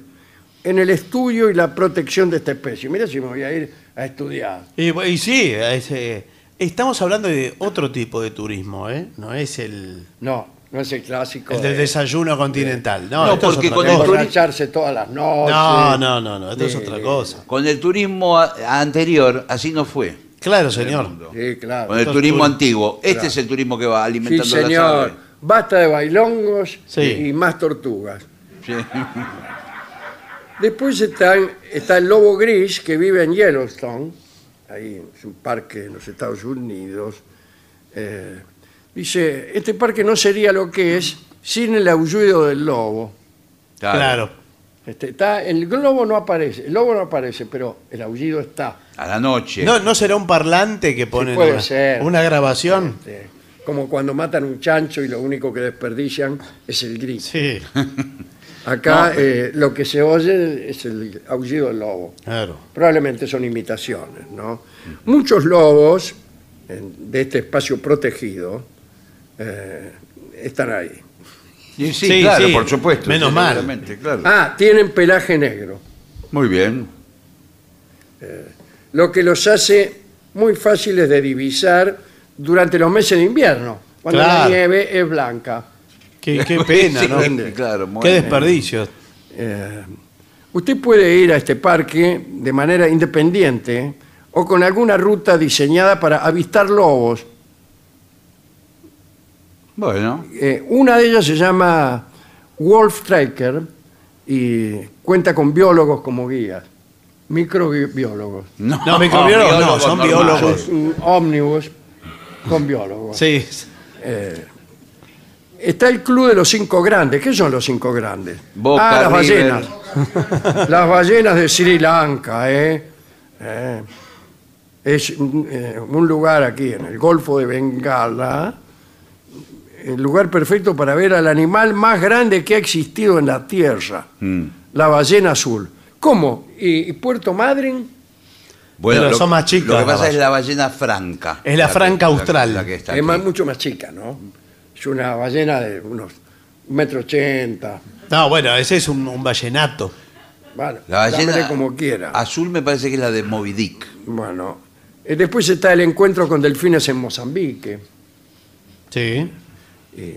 Speaker 1: en el estudio y la protección de esta especie. Mira si me voy a ir a estudiar.
Speaker 2: Y, y sí, es, eh, estamos hablando de otro tipo de turismo, ¿eh? No es el,
Speaker 1: No, no es el clásico.
Speaker 2: el
Speaker 3: Eh,
Speaker 2: del
Speaker 1: de-
Speaker 2: desayuno continental. No,
Speaker 3: No,
Speaker 2: esto es
Speaker 3: porque
Speaker 2: otra
Speaker 3: con
Speaker 2: cosa.
Speaker 3: el turi-
Speaker 1: emborracharse todas las noches.
Speaker 2: No, no, no, no, esto es
Speaker 1: de-
Speaker 2: otra cosa.
Speaker 3: Con el turismo a- anterior, así no fue.
Speaker 2: Claro, señor.
Speaker 1: Sí, claro.
Speaker 3: Con el
Speaker 2: Estos
Speaker 3: turismo
Speaker 2: tur-
Speaker 3: antiguo. Este es el turismo que va
Speaker 1: Sí,
Speaker 3: alimentando las
Speaker 1: señor.
Speaker 3: aves.
Speaker 1: Basta de bailongos
Speaker 2: Sí.
Speaker 1: y más tortugas.
Speaker 3: Sí.
Speaker 1: Después están, está el lobo gris que vive en Yellowstone, ahí es un parque en los Estados Unidos. Eh, dice, este parque no sería lo que es sin el aullido del lobo.
Speaker 3: Claro.
Speaker 2: Claro.
Speaker 1: Este, está, el globo no aparece, el lobo no aparece, pero el aullido está.
Speaker 3: A la noche.
Speaker 2: No, ¿No será un parlante que pone
Speaker 1: puede
Speaker 2: una,
Speaker 1: ser.
Speaker 2: una grabación?
Speaker 1: Este, como cuando matan un chancho y lo único que desperdician es el gris.
Speaker 2: Sí.
Speaker 1: Acá
Speaker 3: No.
Speaker 1: eh, lo que se oye es el aullido del lobo.
Speaker 2: Claro.
Speaker 1: Probablemente son imitaciones, ¿no? Muchos lobos en- de este espacio protegido eh, están ahí.
Speaker 3: Y sí, claro, por supuesto. seguramente, Claro.
Speaker 1: Ah, tienen pelaje negro,
Speaker 3: Muy bien.
Speaker 1: lo que los hace muy fáciles de divisar durante los meses de invierno, cuando la
Speaker 2: Claro.
Speaker 1: nieve es blanca.
Speaker 2: Qué, qué pena,
Speaker 1: Sí,
Speaker 2: ¿no?
Speaker 3: claro,
Speaker 2: qué
Speaker 3: bueno.
Speaker 2: desperdicio.
Speaker 1: Eh, usted puede ir a este parque de manera independiente o con alguna ruta diseñada para avistar lobos.
Speaker 3: Bueno,
Speaker 1: Eh, una de ellas se llama Wolf Tracker y cuenta con biólogos como guías, microbiólogos.
Speaker 3: no,
Speaker 2: No, microbiólogos no,
Speaker 3: biólogos
Speaker 2: son
Speaker 3: normales.
Speaker 2: biólogos.
Speaker 1: Es un ómnibus con biólogos. Eh,
Speaker 2: Sí.
Speaker 1: Está el Club de los Cinco Grandes. ¿Qué son los Cinco Grandes?
Speaker 3: Boca,
Speaker 1: ah, las
Speaker 3: River.
Speaker 1: ballenas. las ballenas de Sri Lanka, ¿eh? Eh, Es un, eh, un lugar aquí en el Golfo de Bengala, el lugar perfecto para ver al animal más grande que ha existido en la Tierra,
Speaker 3: Mm.
Speaker 1: la ballena azul. ¿Cómo? ¿Y, y Puerto Madryn?
Speaker 3: Bueno,
Speaker 2: Pero
Speaker 3: lo-
Speaker 2: son más chicas
Speaker 3: Lo que
Speaker 2: las
Speaker 3: pasa es la ballena franca.
Speaker 2: Es la franca austral.
Speaker 3: la que está
Speaker 1: Es más-
Speaker 3: aquí.
Speaker 1: mucho más chica, ¿no? Es una ballena de unos metro ochenta.
Speaker 2: No, bueno, ese es un, un vallenato.
Speaker 1: Bueno,
Speaker 3: La ballena
Speaker 1: llámele como quiera.
Speaker 3: Azul me parece que es la de Moby Dick.
Speaker 1: Bueno, eh, después está el encuentro con delfines en Mozambique. Eh,
Speaker 2: Sí.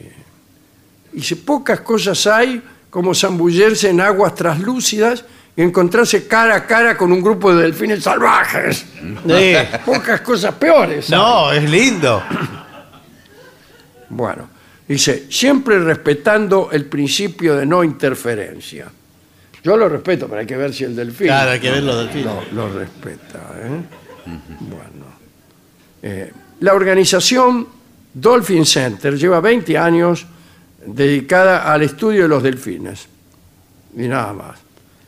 Speaker 1: Y si pocas cosas hay como zambullerse en aguas translúcidas y encontrarse cara a cara con un grupo de delfines salvajes.
Speaker 2: Sí.
Speaker 1: Pocas cosas peores. hay.
Speaker 2: No, es lindo.
Speaker 1: Bueno, dice, siempre respetando el principio de no interferencia. Yo lo respeto, pero hay que ver si el delfín
Speaker 2: Claro, hay que ver los delfines.
Speaker 1: lo, lo respeta. ¿eh? Bueno. Eh, la organización Dolphin Center lleva 20 años dedicada al estudio de los delfines. Y nada más.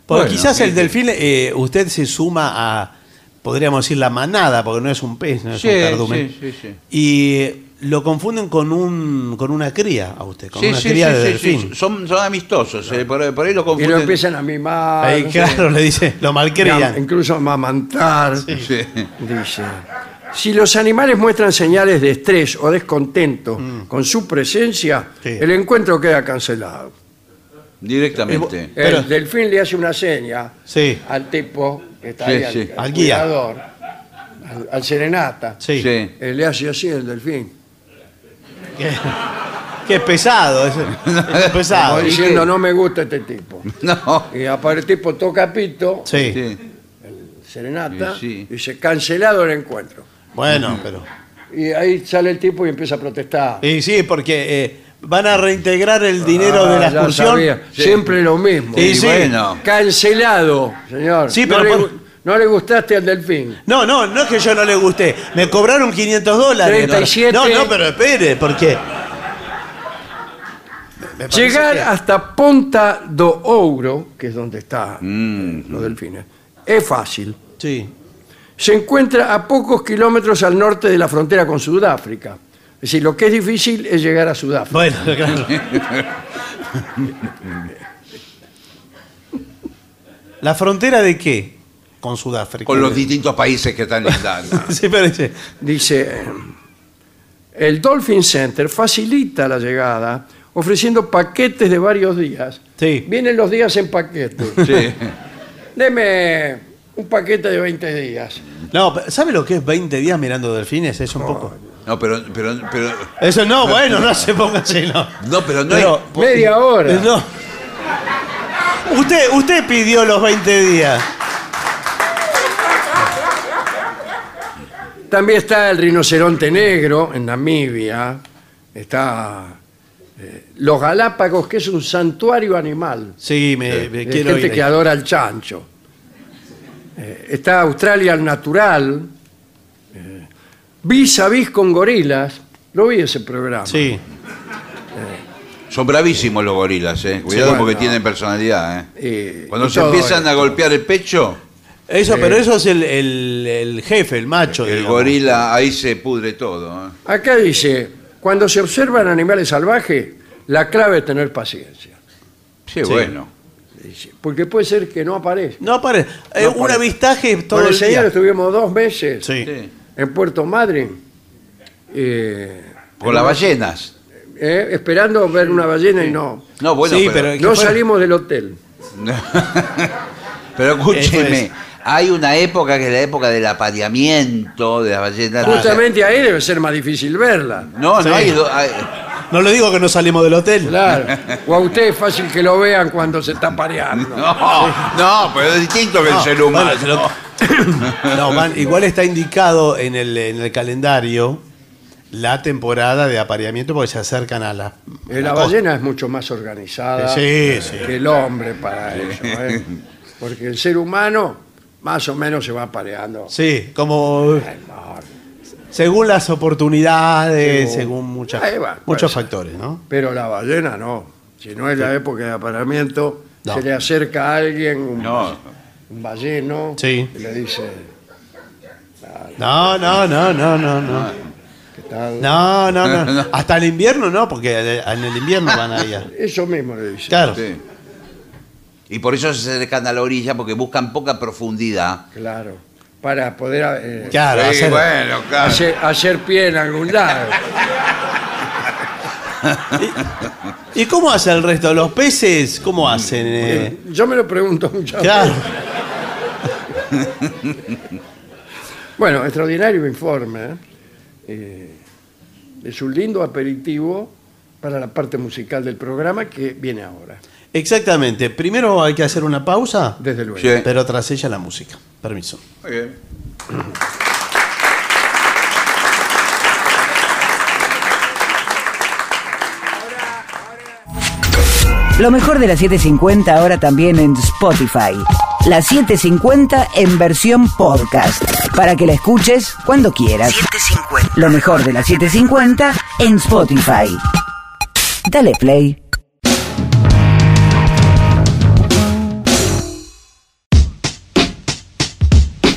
Speaker 2: Porque
Speaker 3: Bueno,
Speaker 2: quizás el
Speaker 3: sí.
Speaker 2: delfín, eh, usted se suma a, podríamos decir, la manada, porque no es un pez, no es
Speaker 3: Sí,
Speaker 2: un cardumen.
Speaker 3: sí, sí, sí.
Speaker 2: Y eh, lo confunden con un con una cría a usted, con
Speaker 3: Sí,
Speaker 2: una
Speaker 3: sí,
Speaker 2: cría
Speaker 3: sí,
Speaker 2: de
Speaker 3: sí,
Speaker 2: delfín.
Speaker 3: sí, Son, son amistosos. eh, por, por ahí lo
Speaker 1: Y
Speaker 3: confunden.
Speaker 1: lo empiezan a mimar,
Speaker 2: Ahí,
Speaker 1: no sé,
Speaker 2: claro, le dice, lo
Speaker 1: a-
Speaker 2: malcrían.
Speaker 1: incluso a amamantar.
Speaker 3: Sí.
Speaker 1: Dice, si los animales muestran señales de estrés o descontento con su presencia,
Speaker 2: Mm. Sí.
Speaker 1: el encuentro queda cancelado.
Speaker 3: Directamente.
Speaker 2: Pero-
Speaker 1: el delfín le hace una seña
Speaker 2: Sí,
Speaker 1: al tipo que está
Speaker 3: Sí,
Speaker 1: ahí, al-
Speaker 3: sí.
Speaker 1: al,
Speaker 2: Al guía.
Speaker 1: cuidador, al, al serenata.
Speaker 2: sí.
Speaker 3: Sí.
Speaker 1: Eh, le hace así el delfín,
Speaker 2: Qué, qué pesado, es, es pesado.
Speaker 1: como
Speaker 3: ¿y
Speaker 1: diciendo
Speaker 3: qué?
Speaker 1: no me gusta este tipo.
Speaker 3: No.
Speaker 1: Y aparte el tipo toca pito,
Speaker 2: Sí.
Speaker 3: Sí.
Speaker 1: serenata,
Speaker 3: Sí, sí.
Speaker 1: y dice cancelado el encuentro.
Speaker 2: bueno, pero...
Speaker 1: Y ahí sale el tipo y empieza a protestar.
Speaker 2: Y sí, porque eh, van a reintegrar el dinero
Speaker 1: Ah,
Speaker 2: de la
Speaker 1: ya
Speaker 2: excursión.
Speaker 1: sabía,
Speaker 3: Sí.
Speaker 1: Siempre lo mismo.
Speaker 2: Sí,
Speaker 3: Y
Speaker 2: sí.
Speaker 3: bueno.
Speaker 1: Cancelado, señor.
Speaker 2: Sí,
Speaker 1: no,
Speaker 2: pero
Speaker 1: le,
Speaker 2: por-
Speaker 1: gu- no le gustaste al delfín.
Speaker 2: No, no, no es que yo no le guste. Me cobraron 500 dólares.
Speaker 1: 37.
Speaker 2: No, no, pero espere, porque. Me parece
Speaker 1: Llegar
Speaker 2: que-
Speaker 1: hasta Ponta do Ouro, que es donde está
Speaker 3: Mm.
Speaker 1: eh, los delfines, es fácil.
Speaker 2: Sí.
Speaker 1: Se encuentra a pocos kilómetros al norte de la frontera con Sudáfrica. Es decir, lo que es difícil es llegar a Sudáfrica.
Speaker 2: Bueno, claro. ¿La frontera de qué? Con Sudáfrica.
Speaker 3: Con los distintos países que están lindando.
Speaker 2: Sí, parece.
Speaker 1: Dice, eh, el Dolphin Center facilita la llegada ofreciendo paquetes de varios días.
Speaker 2: Sí.
Speaker 1: Vienen los días en paquetes.
Speaker 3: Sí.
Speaker 1: Deme un paquete de 20 días.
Speaker 2: No, pero ¿sabe lo que es 20 días mirando delfines? Es un poco.
Speaker 3: No, pero, pero, pero,
Speaker 2: Eso no, bueno, no se ponga así, no.
Speaker 3: no, pero no
Speaker 2: Pero-
Speaker 3: es-
Speaker 1: Media hora.
Speaker 2: No. Usted, usted pidió los 20 días.
Speaker 1: También está el rinoceronte negro en Namibia. Está eh, los Galápagos, que es un santuario animal.
Speaker 2: Sí, me, Eh, me
Speaker 1: de
Speaker 2: quiero
Speaker 1: gente
Speaker 2: ir.
Speaker 1: que adora el chancho. Eh, está Australia al natural. eh, vis a vis con gorilas. Lo vi ese programa.
Speaker 2: Sí.
Speaker 3: Son bravísimos los gorilas, eh. Cuidado
Speaker 1: bueno.
Speaker 3: porque tienen personalidad, eh.
Speaker 1: Eh,
Speaker 3: Cuando
Speaker 1: y
Speaker 3: se
Speaker 1: todo
Speaker 3: empiezan
Speaker 1: esto.
Speaker 3: a golpear el pecho,
Speaker 2: Eso, pero eso es el, el- el jefe, el macho.
Speaker 3: el
Speaker 2: digamos.
Speaker 3: gorila ahí se pudre todo. eh.
Speaker 1: Acá dice, cuando se observan animales salvajes, la clave es tener paciencia.
Speaker 3: Sí, bueno.
Speaker 1: Porque puede ser que no aparezca.
Speaker 2: No aparece. Eh, un avistaje es todo
Speaker 1: Con el,
Speaker 2: el día.
Speaker 1: señor estuvimos dos meses
Speaker 2: Sí. Sí.
Speaker 1: en Puerto Madryn. eh,
Speaker 3: Por las ballenas.
Speaker 1: eh, esperando ver una ballena y no.
Speaker 3: No, bueno,
Speaker 2: Sí,
Speaker 3: pero,
Speaker 2: pero-
Speaker 1: No salimos del hotel.
Speaker 3: pero escúcheme.
Speaker 2: Eso es.
Speaker 3: Hay una época que es la época del apareamiento de las ballenas.
Speaker 1: Justamente ahí debe ser más difícil verla.
Speaker 3: No,
Speaker 2: Sí.
Speaker 3: no hay, do- hay-
Speaker 2: No lo digo que no salimos del hotel.
Speaker 1: Claro. O a usted es fácil que lo vean cuando se está pareando.
Speaker 3: No, no, pero es distinto que el
Speaker 2: No,
Speaker 3: ser humano.
Speaker 2: bueno, se lo- No, man, igual está indicado en el, en el calendario la temporada de apareamiento porque se acercan a la.
Speaker 1: Eh, la
Speaker 2: costa.
Speaker 1: ballena es mucho más organizada
Speaker 2: Sí, sí.
Speaker 1: que el hombre para eso. ¿eh? Porque el ser humano más o menos se va pareando.
Speaker 2: Sí, como según las oportunidades, según muchas,
Speaker 1: Ahí va, pues.
Speaker 2: muchos
Speaker 1: puede
Speaker 2: factores, ¿no?
Speaker 1: Pero la ballena no. Si no es la época de apareamiento,
Speaker 2: No.
Speaker 1: se le acerca a alguien, un,
Speaker 3: No.
Speaker 1: un balleno,
Speaker 2: Sí.
Speaker 1: y le dice,
Speaker 2: No, no, no, no, no, no.
Speaker 1: Ah, ¿qué tal?
Speaker 2: No, no, no. Hasta el invierno no, porque en el invierno van allá.
Speaker 1: Eso mismo le dice.
Speaker 2: Claro.
Speaker 3: Sí. Y por eso se acercan a la orilla porque buscan poca profundidad.
Speaker 1: Claro. Para poder eh,
Speaker 2: Claro,
Speaker 3: Sí,
Speaker 2: hacer-
Speaker 3: bueno, claro.
Speaker 1: hacer, hacer pie en algún lado.
Speaker 2: ¿Y cómo hace el resto? ¿Los peces cómo hacen? eh?
Speaker 1: Yo me lo pregunto muchas
Speaker 2: Claro.
Speaker 1: veces. Bueno, extraordinario informe. ¿eh? Eh, es un lindo aperitivo para la parte musical del programa que viene ahora.
Speaker 2: Exactamente. Primero hay que hacer una pausa,
Speaker 1: Desde luego.
Speaker 3: Sí.
Speaker 2: pero tras ella la música. Permiso.
Speaker 3: Muy bien.
Speaker 6: Lo mejor de la 750 ahora también en Spotify. La 750 en versión podcast. Para que la escuches cuando quieras. Lo mejor de la 750 en Spotify. Dale play.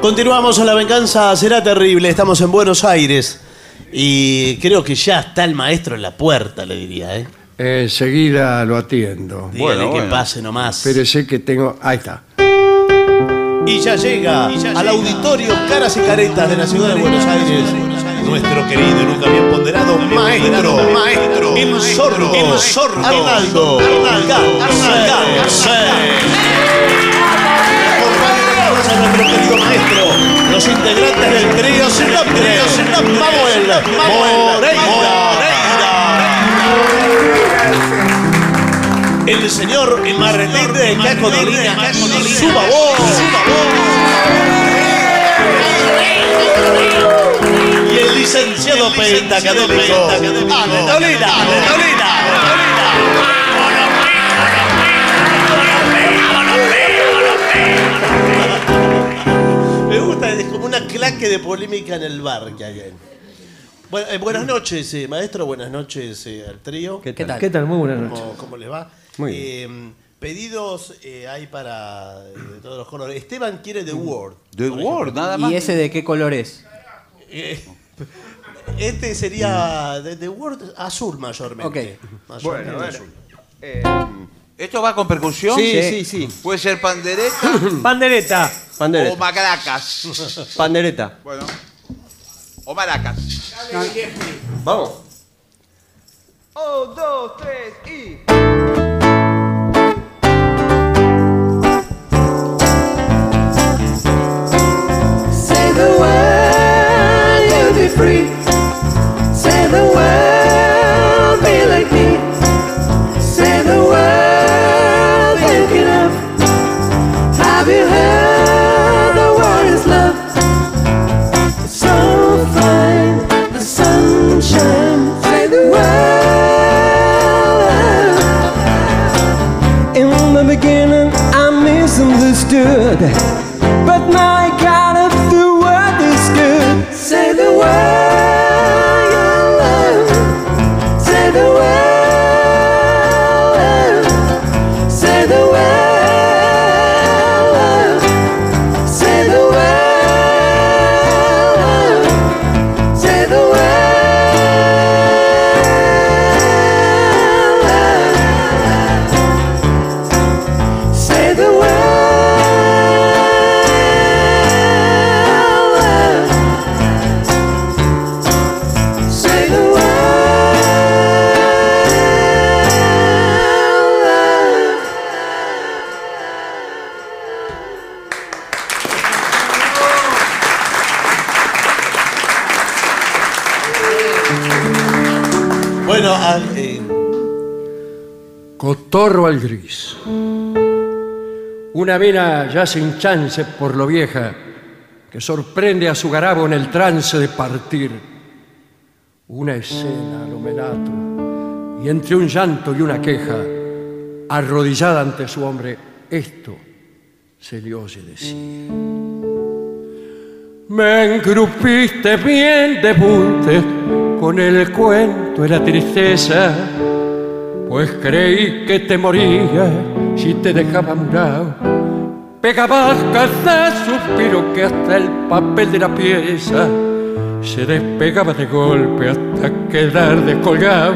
Speaker 2: Continuamos en La Venganza Será Terrible. Estamos en Buenos Aires. Y creo que ya está el maestro en la puerta, le diría. ¿eh?
Speaker 1: Eh, Enseguida lo atiendo.
Speaker 2: Dígale
Speaker 3: Bueno,
Speaker 2: que
Speaker 3: bueno.
Speaker 2: pase nomás.
Speaker 1: Pero sé que tengo... Ahí está.
Speaker 2: Y ya llega al auditorio Caras y Caretas de la Ciudad de Buenos Aires. Nuestro querido y nunca bien ponderado maestro, maestro, el sordo, el sordo, Arnaldo, Arnaldo, Arnaldo, Acompañándonos a nuestro querido maestro, los integrantes del trío Sinoptre, Manuel, Moreira. El señor Martín de Caco Dolina, suba voz, Y el licenciado Ah, pentacadémico, Ale Dolina, Ale Dolina, Ale Dolina. Me gusta, es como una claque de polémica en el bar que hay ahí. Bueno, eh, buenas noches, eh, maestro, buenas noches eh, al trío.
Speaker 10: ¿Qué tal? ¿Qué tal? Muy buenas noches.
Speaker 2: ¿Cómo, cómo les va?
Speaker 10: Muy
Speaker 2: Eh, pedidos eh, hay para eh, de todos los colores. Esteban quiere The
Speaker 10: Mm.
Speaker 2: Word.
Speaker 3: The Word, nada más.
Speaker 10: ¿Y ese de qué color es?
Speaker 2: Eh, este sería de The Word azul mayormente. Mayormente azul.
Speaker 3: Eh, ¿Esto va con percusión?
Speaker 10: Sí, Sí. sí, sí.
Speaker 3: ¿Puede ser pandereta
Speaker 10: Pandereta.
Speaker 3: o
Speaker 10: Pandereta.
Speaker 3: macracas?
Speaker 10: Pandereta.
Speaker 3: Bueno. O maracas.
Speaker 10: Vamos.
Speaker 5: Un, dos, tres y.
Speaker 11: Say the word, you'll be free. Say the word, be like me. Say the word, think it up. Have you heard the word is love? It's so fine, the sunshine. Say the word.
Speaker 7: misunderstood. But my God, if the word is good, say the word you love. Say the word, say the word, say the word, say the word. Say the word. Say the word.
Speaker 2: Bueno, ah, eh,
Speaker 9: Cotorro al gris. Una mina ya sin chance por lo vieja, que sorprende a su garabo en el trance de partir. Una escena al homenato, y entre un llanto y una queja, arrodillada ante su hombre,
Speaker 1: este
Speaker 9: esto se le oye decir. Me engrupiste bien de punte con el cuento de la tristeza, pues creí que te moría si te dejaba murado. Pegabas cada suspiro que hasta el papel de la pieza se despegaba de golpe hasta quedar descolgado.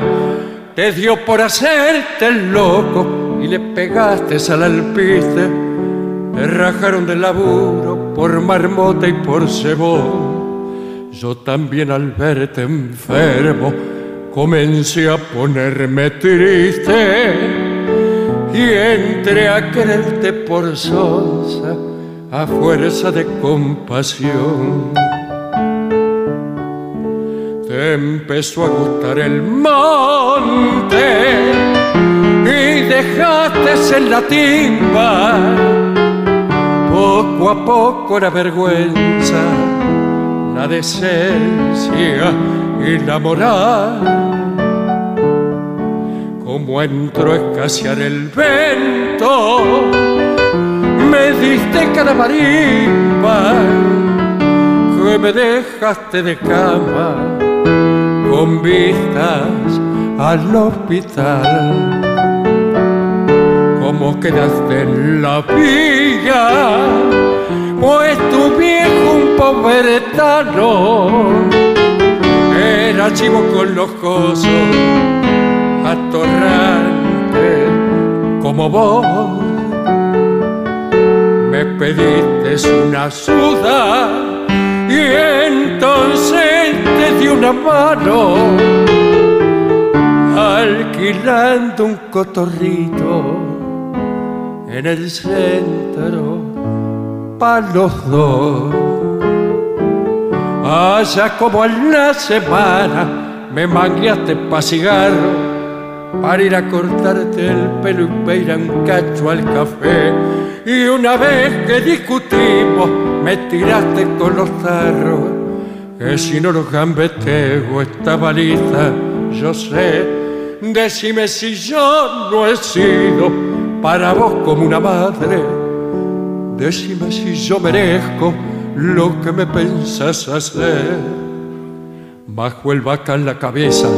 Speaker 9: Te dio por hacerte el loco y le pegaste al alpiste. Te rajaron del laburo por marmota y por cebón. Yo también al verte enfermo comencé a ponerme triste y entré a quererte por sosa a fuerza de compasión. Te empezó a gustar el monte y dejaste en la timba. Poco a poco la vergüenza, la decencia y la moral como entró a escasear el vento, me diste cada marimba que me dejaste de cama con vistas al hospital. Como quedaste en la villa, pues tu viejo un pobretano era chivo con los cosos atorrante como vos. Me pediste una suda y entonces te di una mano alquilando un cotorrito en el centro para los dos. Allá como en la semana me mangueaste pa' cigarro para ir a cortarte el pelo y peirar un cacho al café. Y una vez que discutimos, me tiraste con los tarros, que si no los gambeteo esta baliza, yo sé, decime si yo no he sido para vos como una madre, decime si yo merezco lo que me pensás hacer. Bajo el vaca en la cabeza,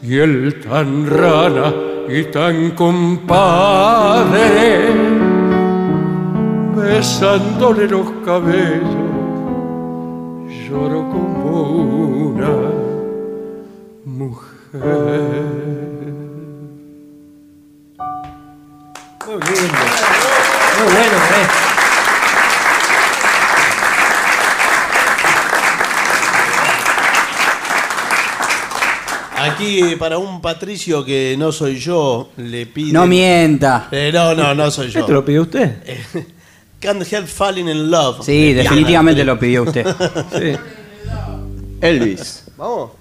Speaker 9: y el tan rana y tan compadre, besándole los cabellos, lloro como una mujer.
Speaker 3: Muy lindo. Muy bueno, eh.
Speaker 2: aquí eh, para un Patricio que no soy yo, le pido.
Speaker 3: No mienta.
Speaker 2: no, no, no soy yo.
Speaker 3: ¿Esto lo pidió usted?
Speaker 2: Can't help falling in love. Eh,
Speaker 3: Sí, definitivamente lo pidió usted.
Speaker 12: Elvis.
Speaker 13: Vamos.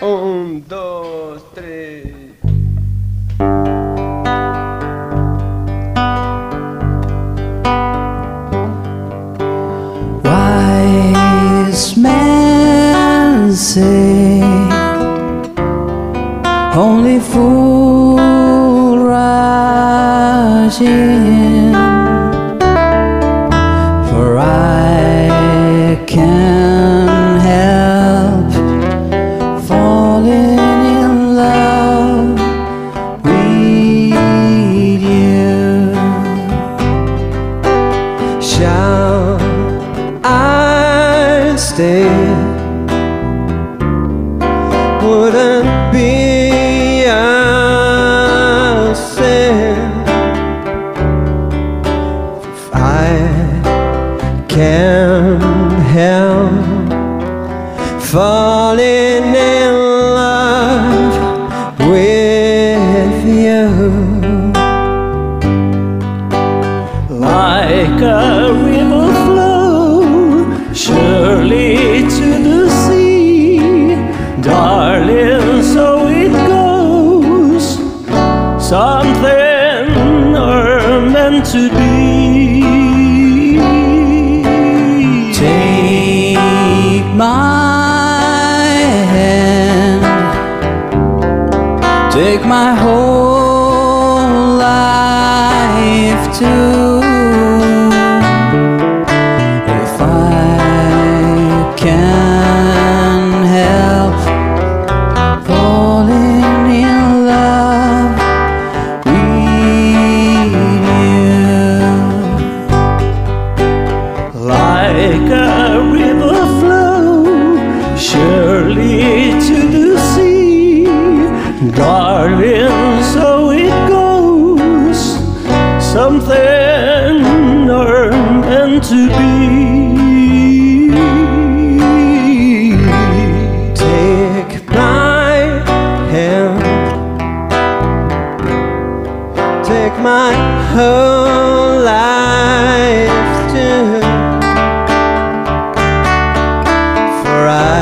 Speaker 12: Un, dos, tres.
Speaker 7: wise men say only fool rush in
Speaker 12: can't help falling in love with you. Shall I stay? Wouldn't be a sin if I can help falling in love with you like a river flow surely to the sea darling so it goes something are meant to be. Take my hand, take my whole life too. If I can help falling in love with you. Like a river flow surely to the sea, darling. So it goes. Something are meant to be. Take my hand. Take my whole life too. For I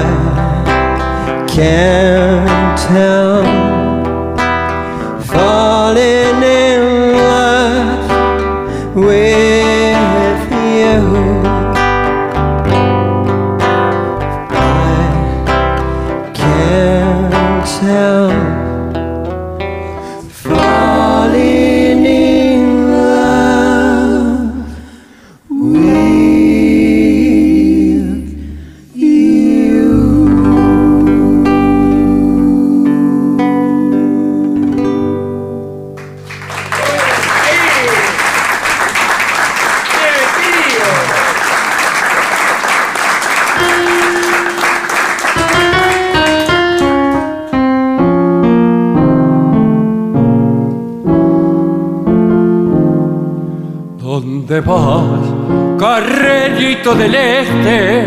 Speaker 12: can't help falling in love with you. I can't help falling in love with you.
Speaker 9: ¿Dónde vas, carrerito del este?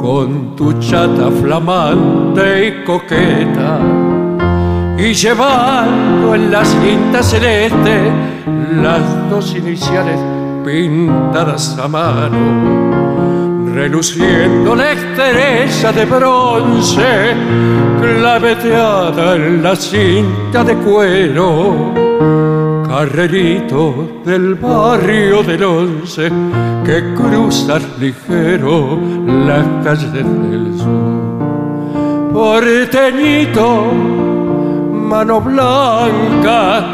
Speaker 9: Con tu chata flamante y coqueta y llevando en la cinta celeste las dos iniciales pintadas a mano, reluciendo la estrella de bronce claveteada en la cinta de cuero carrerito del barrio del once que cruzas ligero las calles del sur. Porteñito, mano blanca,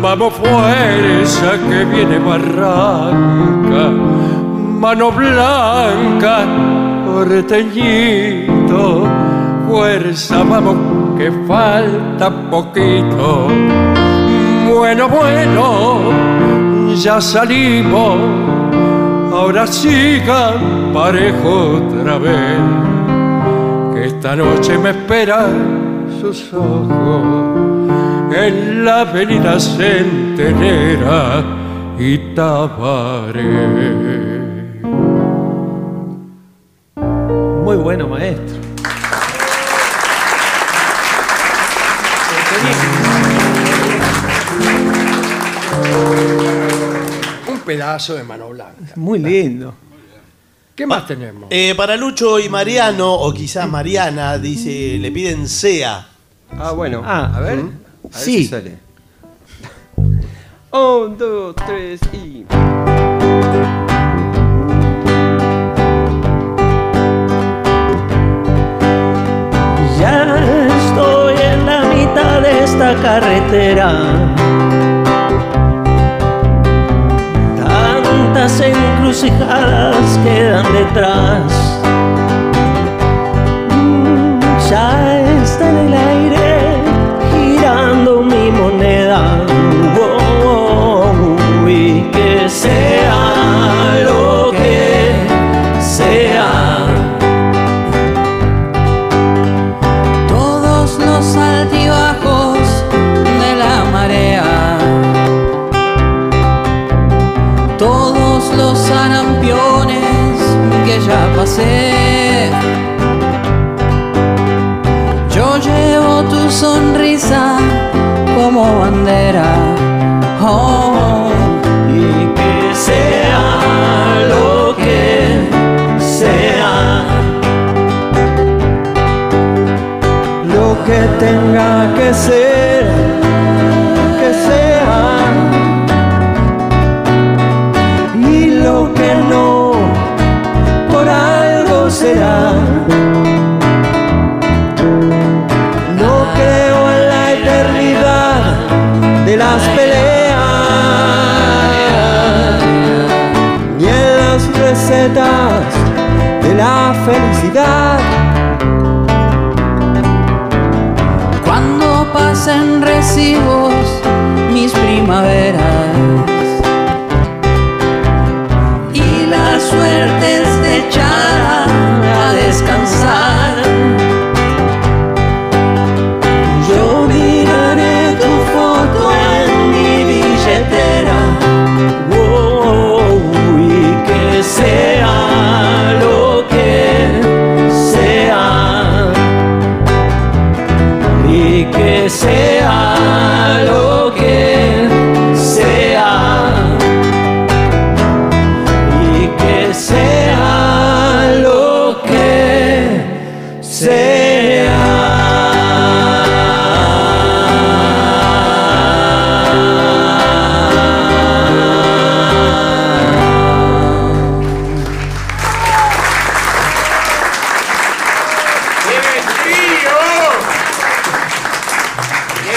Speaker 9: vamos fuerza que viene barranca. Mano blanca, porteñito, fuerza, vamos que falta poquito. Bueno, bueno, ya salimos. Ahora sigan parejo otra vez. Que esta noche me esperan sus ojos en la avenida Centenera y Tabaré.
Speaker 14: Muy bueno, maestro.
Speaker 15: Un pedazo de mano blanca.
Speaker 14: Muy lindo.
Speaker 15: ¿Qué más tenemos?
Speaker 2: Eh, para Lucho y Mariano, o quizás Mariana, dice, le piden sea.
Speaker 14: Ah, bueno.
Speaker 2: Ah,
Speaker 14: a ver.
Speaker 2: ver
Speaker 14: sí.
Speaker 2: si
Speaker 14: sale.
Speaker 16: Un, dos, tres y.
Speaker 17: Ya estoy en la mitad de esta carretera. Tantas encrucijadas quedan de
Speaker 12: detrás. Mm, Ya está en el aire girando mi moneda. Oh, oh, oh, y que sea lo que sea.
Speaker 11: todos los altibajos de la marea, todos los sarampiones que ya pasé. Yo llevo tu sonrisa como bandera. Oh, y que sea lo que
Speaker 12: sea lo que tenga que ser, que sea, y lo que no, por algo será. No creo en la eternidad de las peleas, ni en las recetas de la felicidad.
Speaker 11: cuando pasen recibos mis primaveras y la suerte esté echada a descansar. Yo miraré tu foto en mi billetera
Speaker 12: Oh, y que sea lo que sea, y que sea lo que sea, y que sea lo que sea.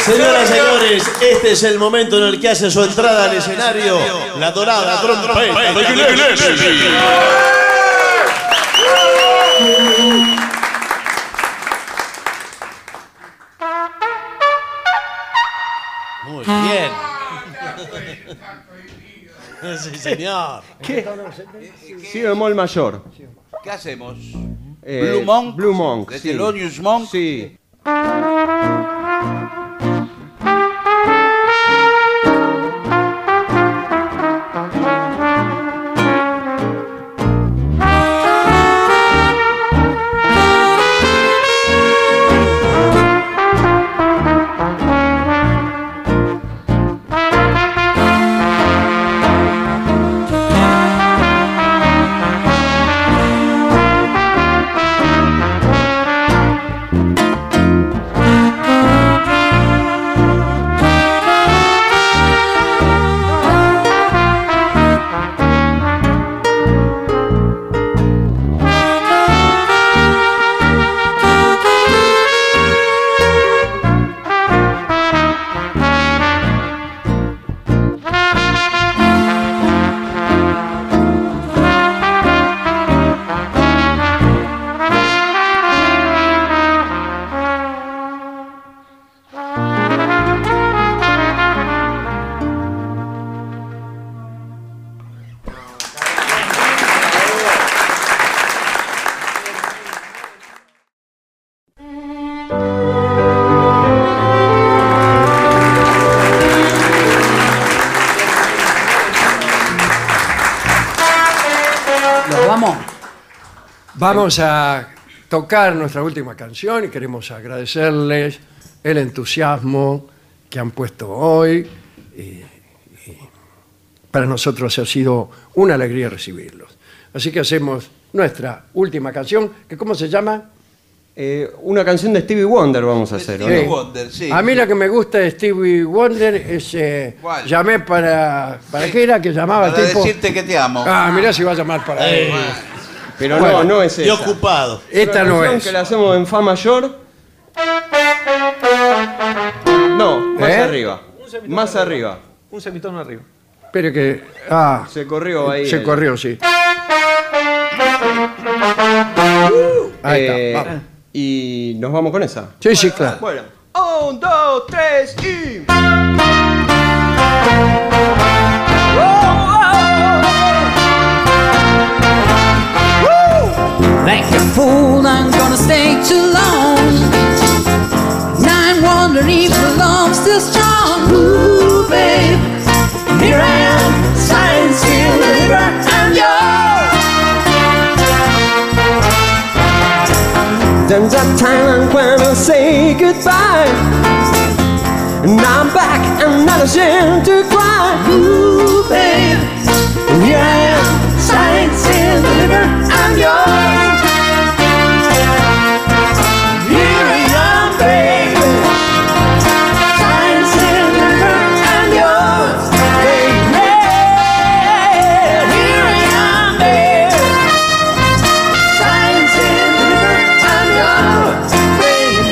Speaker 2: Señoras, señores, este es el momento en el que hace su entrada al escenario la dorada trompeta de Gillespie. Muy bien. Sí, señor.
Speaker 8: ¿Qué? Si bemol mayor.
Speaker 3: ¿Qué hacemos?
Speaker 8: Eh,
Speaker 3: Blue Monk.
Speaker 8: Blue Monk,
Speaker 3: De
Speaker 8: sí.
Speaker 3: Thelonious Monk.
Speaker 8: Sí.
Speaker 7: ¿Nos vamos?
Speaker 1: Vamos a tocar nuestra última canción y queremos agradecerles el entusiasmo que han puesto hoy. Y- y para nosotros ha sido una alegría recibirlos. Así que hacemos nuestra última canción, que ¿cómo se llama?
Speaker 8: Eh, una canción de Stevie Wonder vamos a hacer. ¿o
Speaker 1: Sí.
Speaker 8: no?
Speaker 1: A mí la que me gusta de Stevie Wonder es... eh, llamé para... ¿Para qué era que llamaba el
Speaker 3: Para
Speaker 1: tipo?
Speaker 3: decirte que te amo.
Speaker 1: Ah, mirá si va a llamar para...
Speaker 3: Eh,
Speaker 1: él.
Speaker 8: Pero no,
Speaker 1: Bueno,
Speaker 8: no es
Speaker 1: y
Speaker 8: esa.
Speaker 2: ocupado.
Speaker 1: Esta
Speaker 8: Una
Speaker 1: no
Speaker 8: canción
Speaker 1: es.
Speaker 8: que la hacemos en fa mayor. No, más
Speaker 1: ¿Eh?
Speaker 8: arriba. Más arriba.
Speaker 18: Un semitono arriba.
Speaker 1: Espere que... Ah,
Speaker 8: Se corrió ahí.
Speaker 1: se
Speaker 8: el-
Speaker 1: corrió, sí. Ahí está,
Speaker 19: Eh,
Speaker 1: vamos.
Speaker 19: Y nos vamos con esa.
Speaker 1: Sí, sí, claro.
Speaker 19: Bueno.
Speaker 10: Un, dos, tres y.
Speaker 11: Like a fool, I'm gonna stay too long. Now I'm wondering if the love's still strong. Ooh, babe, here I am, signed, sealed, delivered, I'm yours.
Speaker 7: Then that time I'm gonna say goodbye. And I'm back, and not ashamed to cry. Ooh, babe.
Speaker 11: Here I am, signed, sealed, delivered, I'm yours. Here I am, baby. Signed, sealed, delivered, I'm yours, baby. Here I am, baby. Signed, sealed, delivered, I'm yours, baby.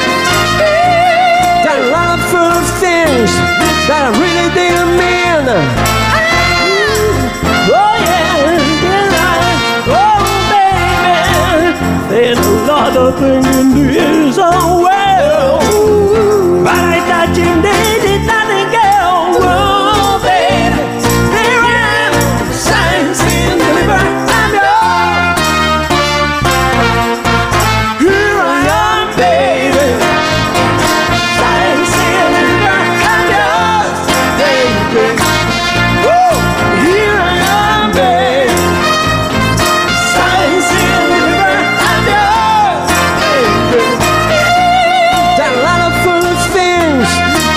Speaker 7: There are a lot of full of things that I really didn't mean.
Speaker 11: Oh, yeah, yeah, oh, baby.
Speaker 12: There's a lot of things in this world, but I thought you needed nothing else. Oh, baby, here I am, signs in the river. I'm yours. Here I am, baby, signs in the river. I'm yours, baby. Woo! Here I am, baby, signs in the river. I'm yours, baby.
Speaker 7: There are a lot of full of things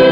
Speaker 11: you.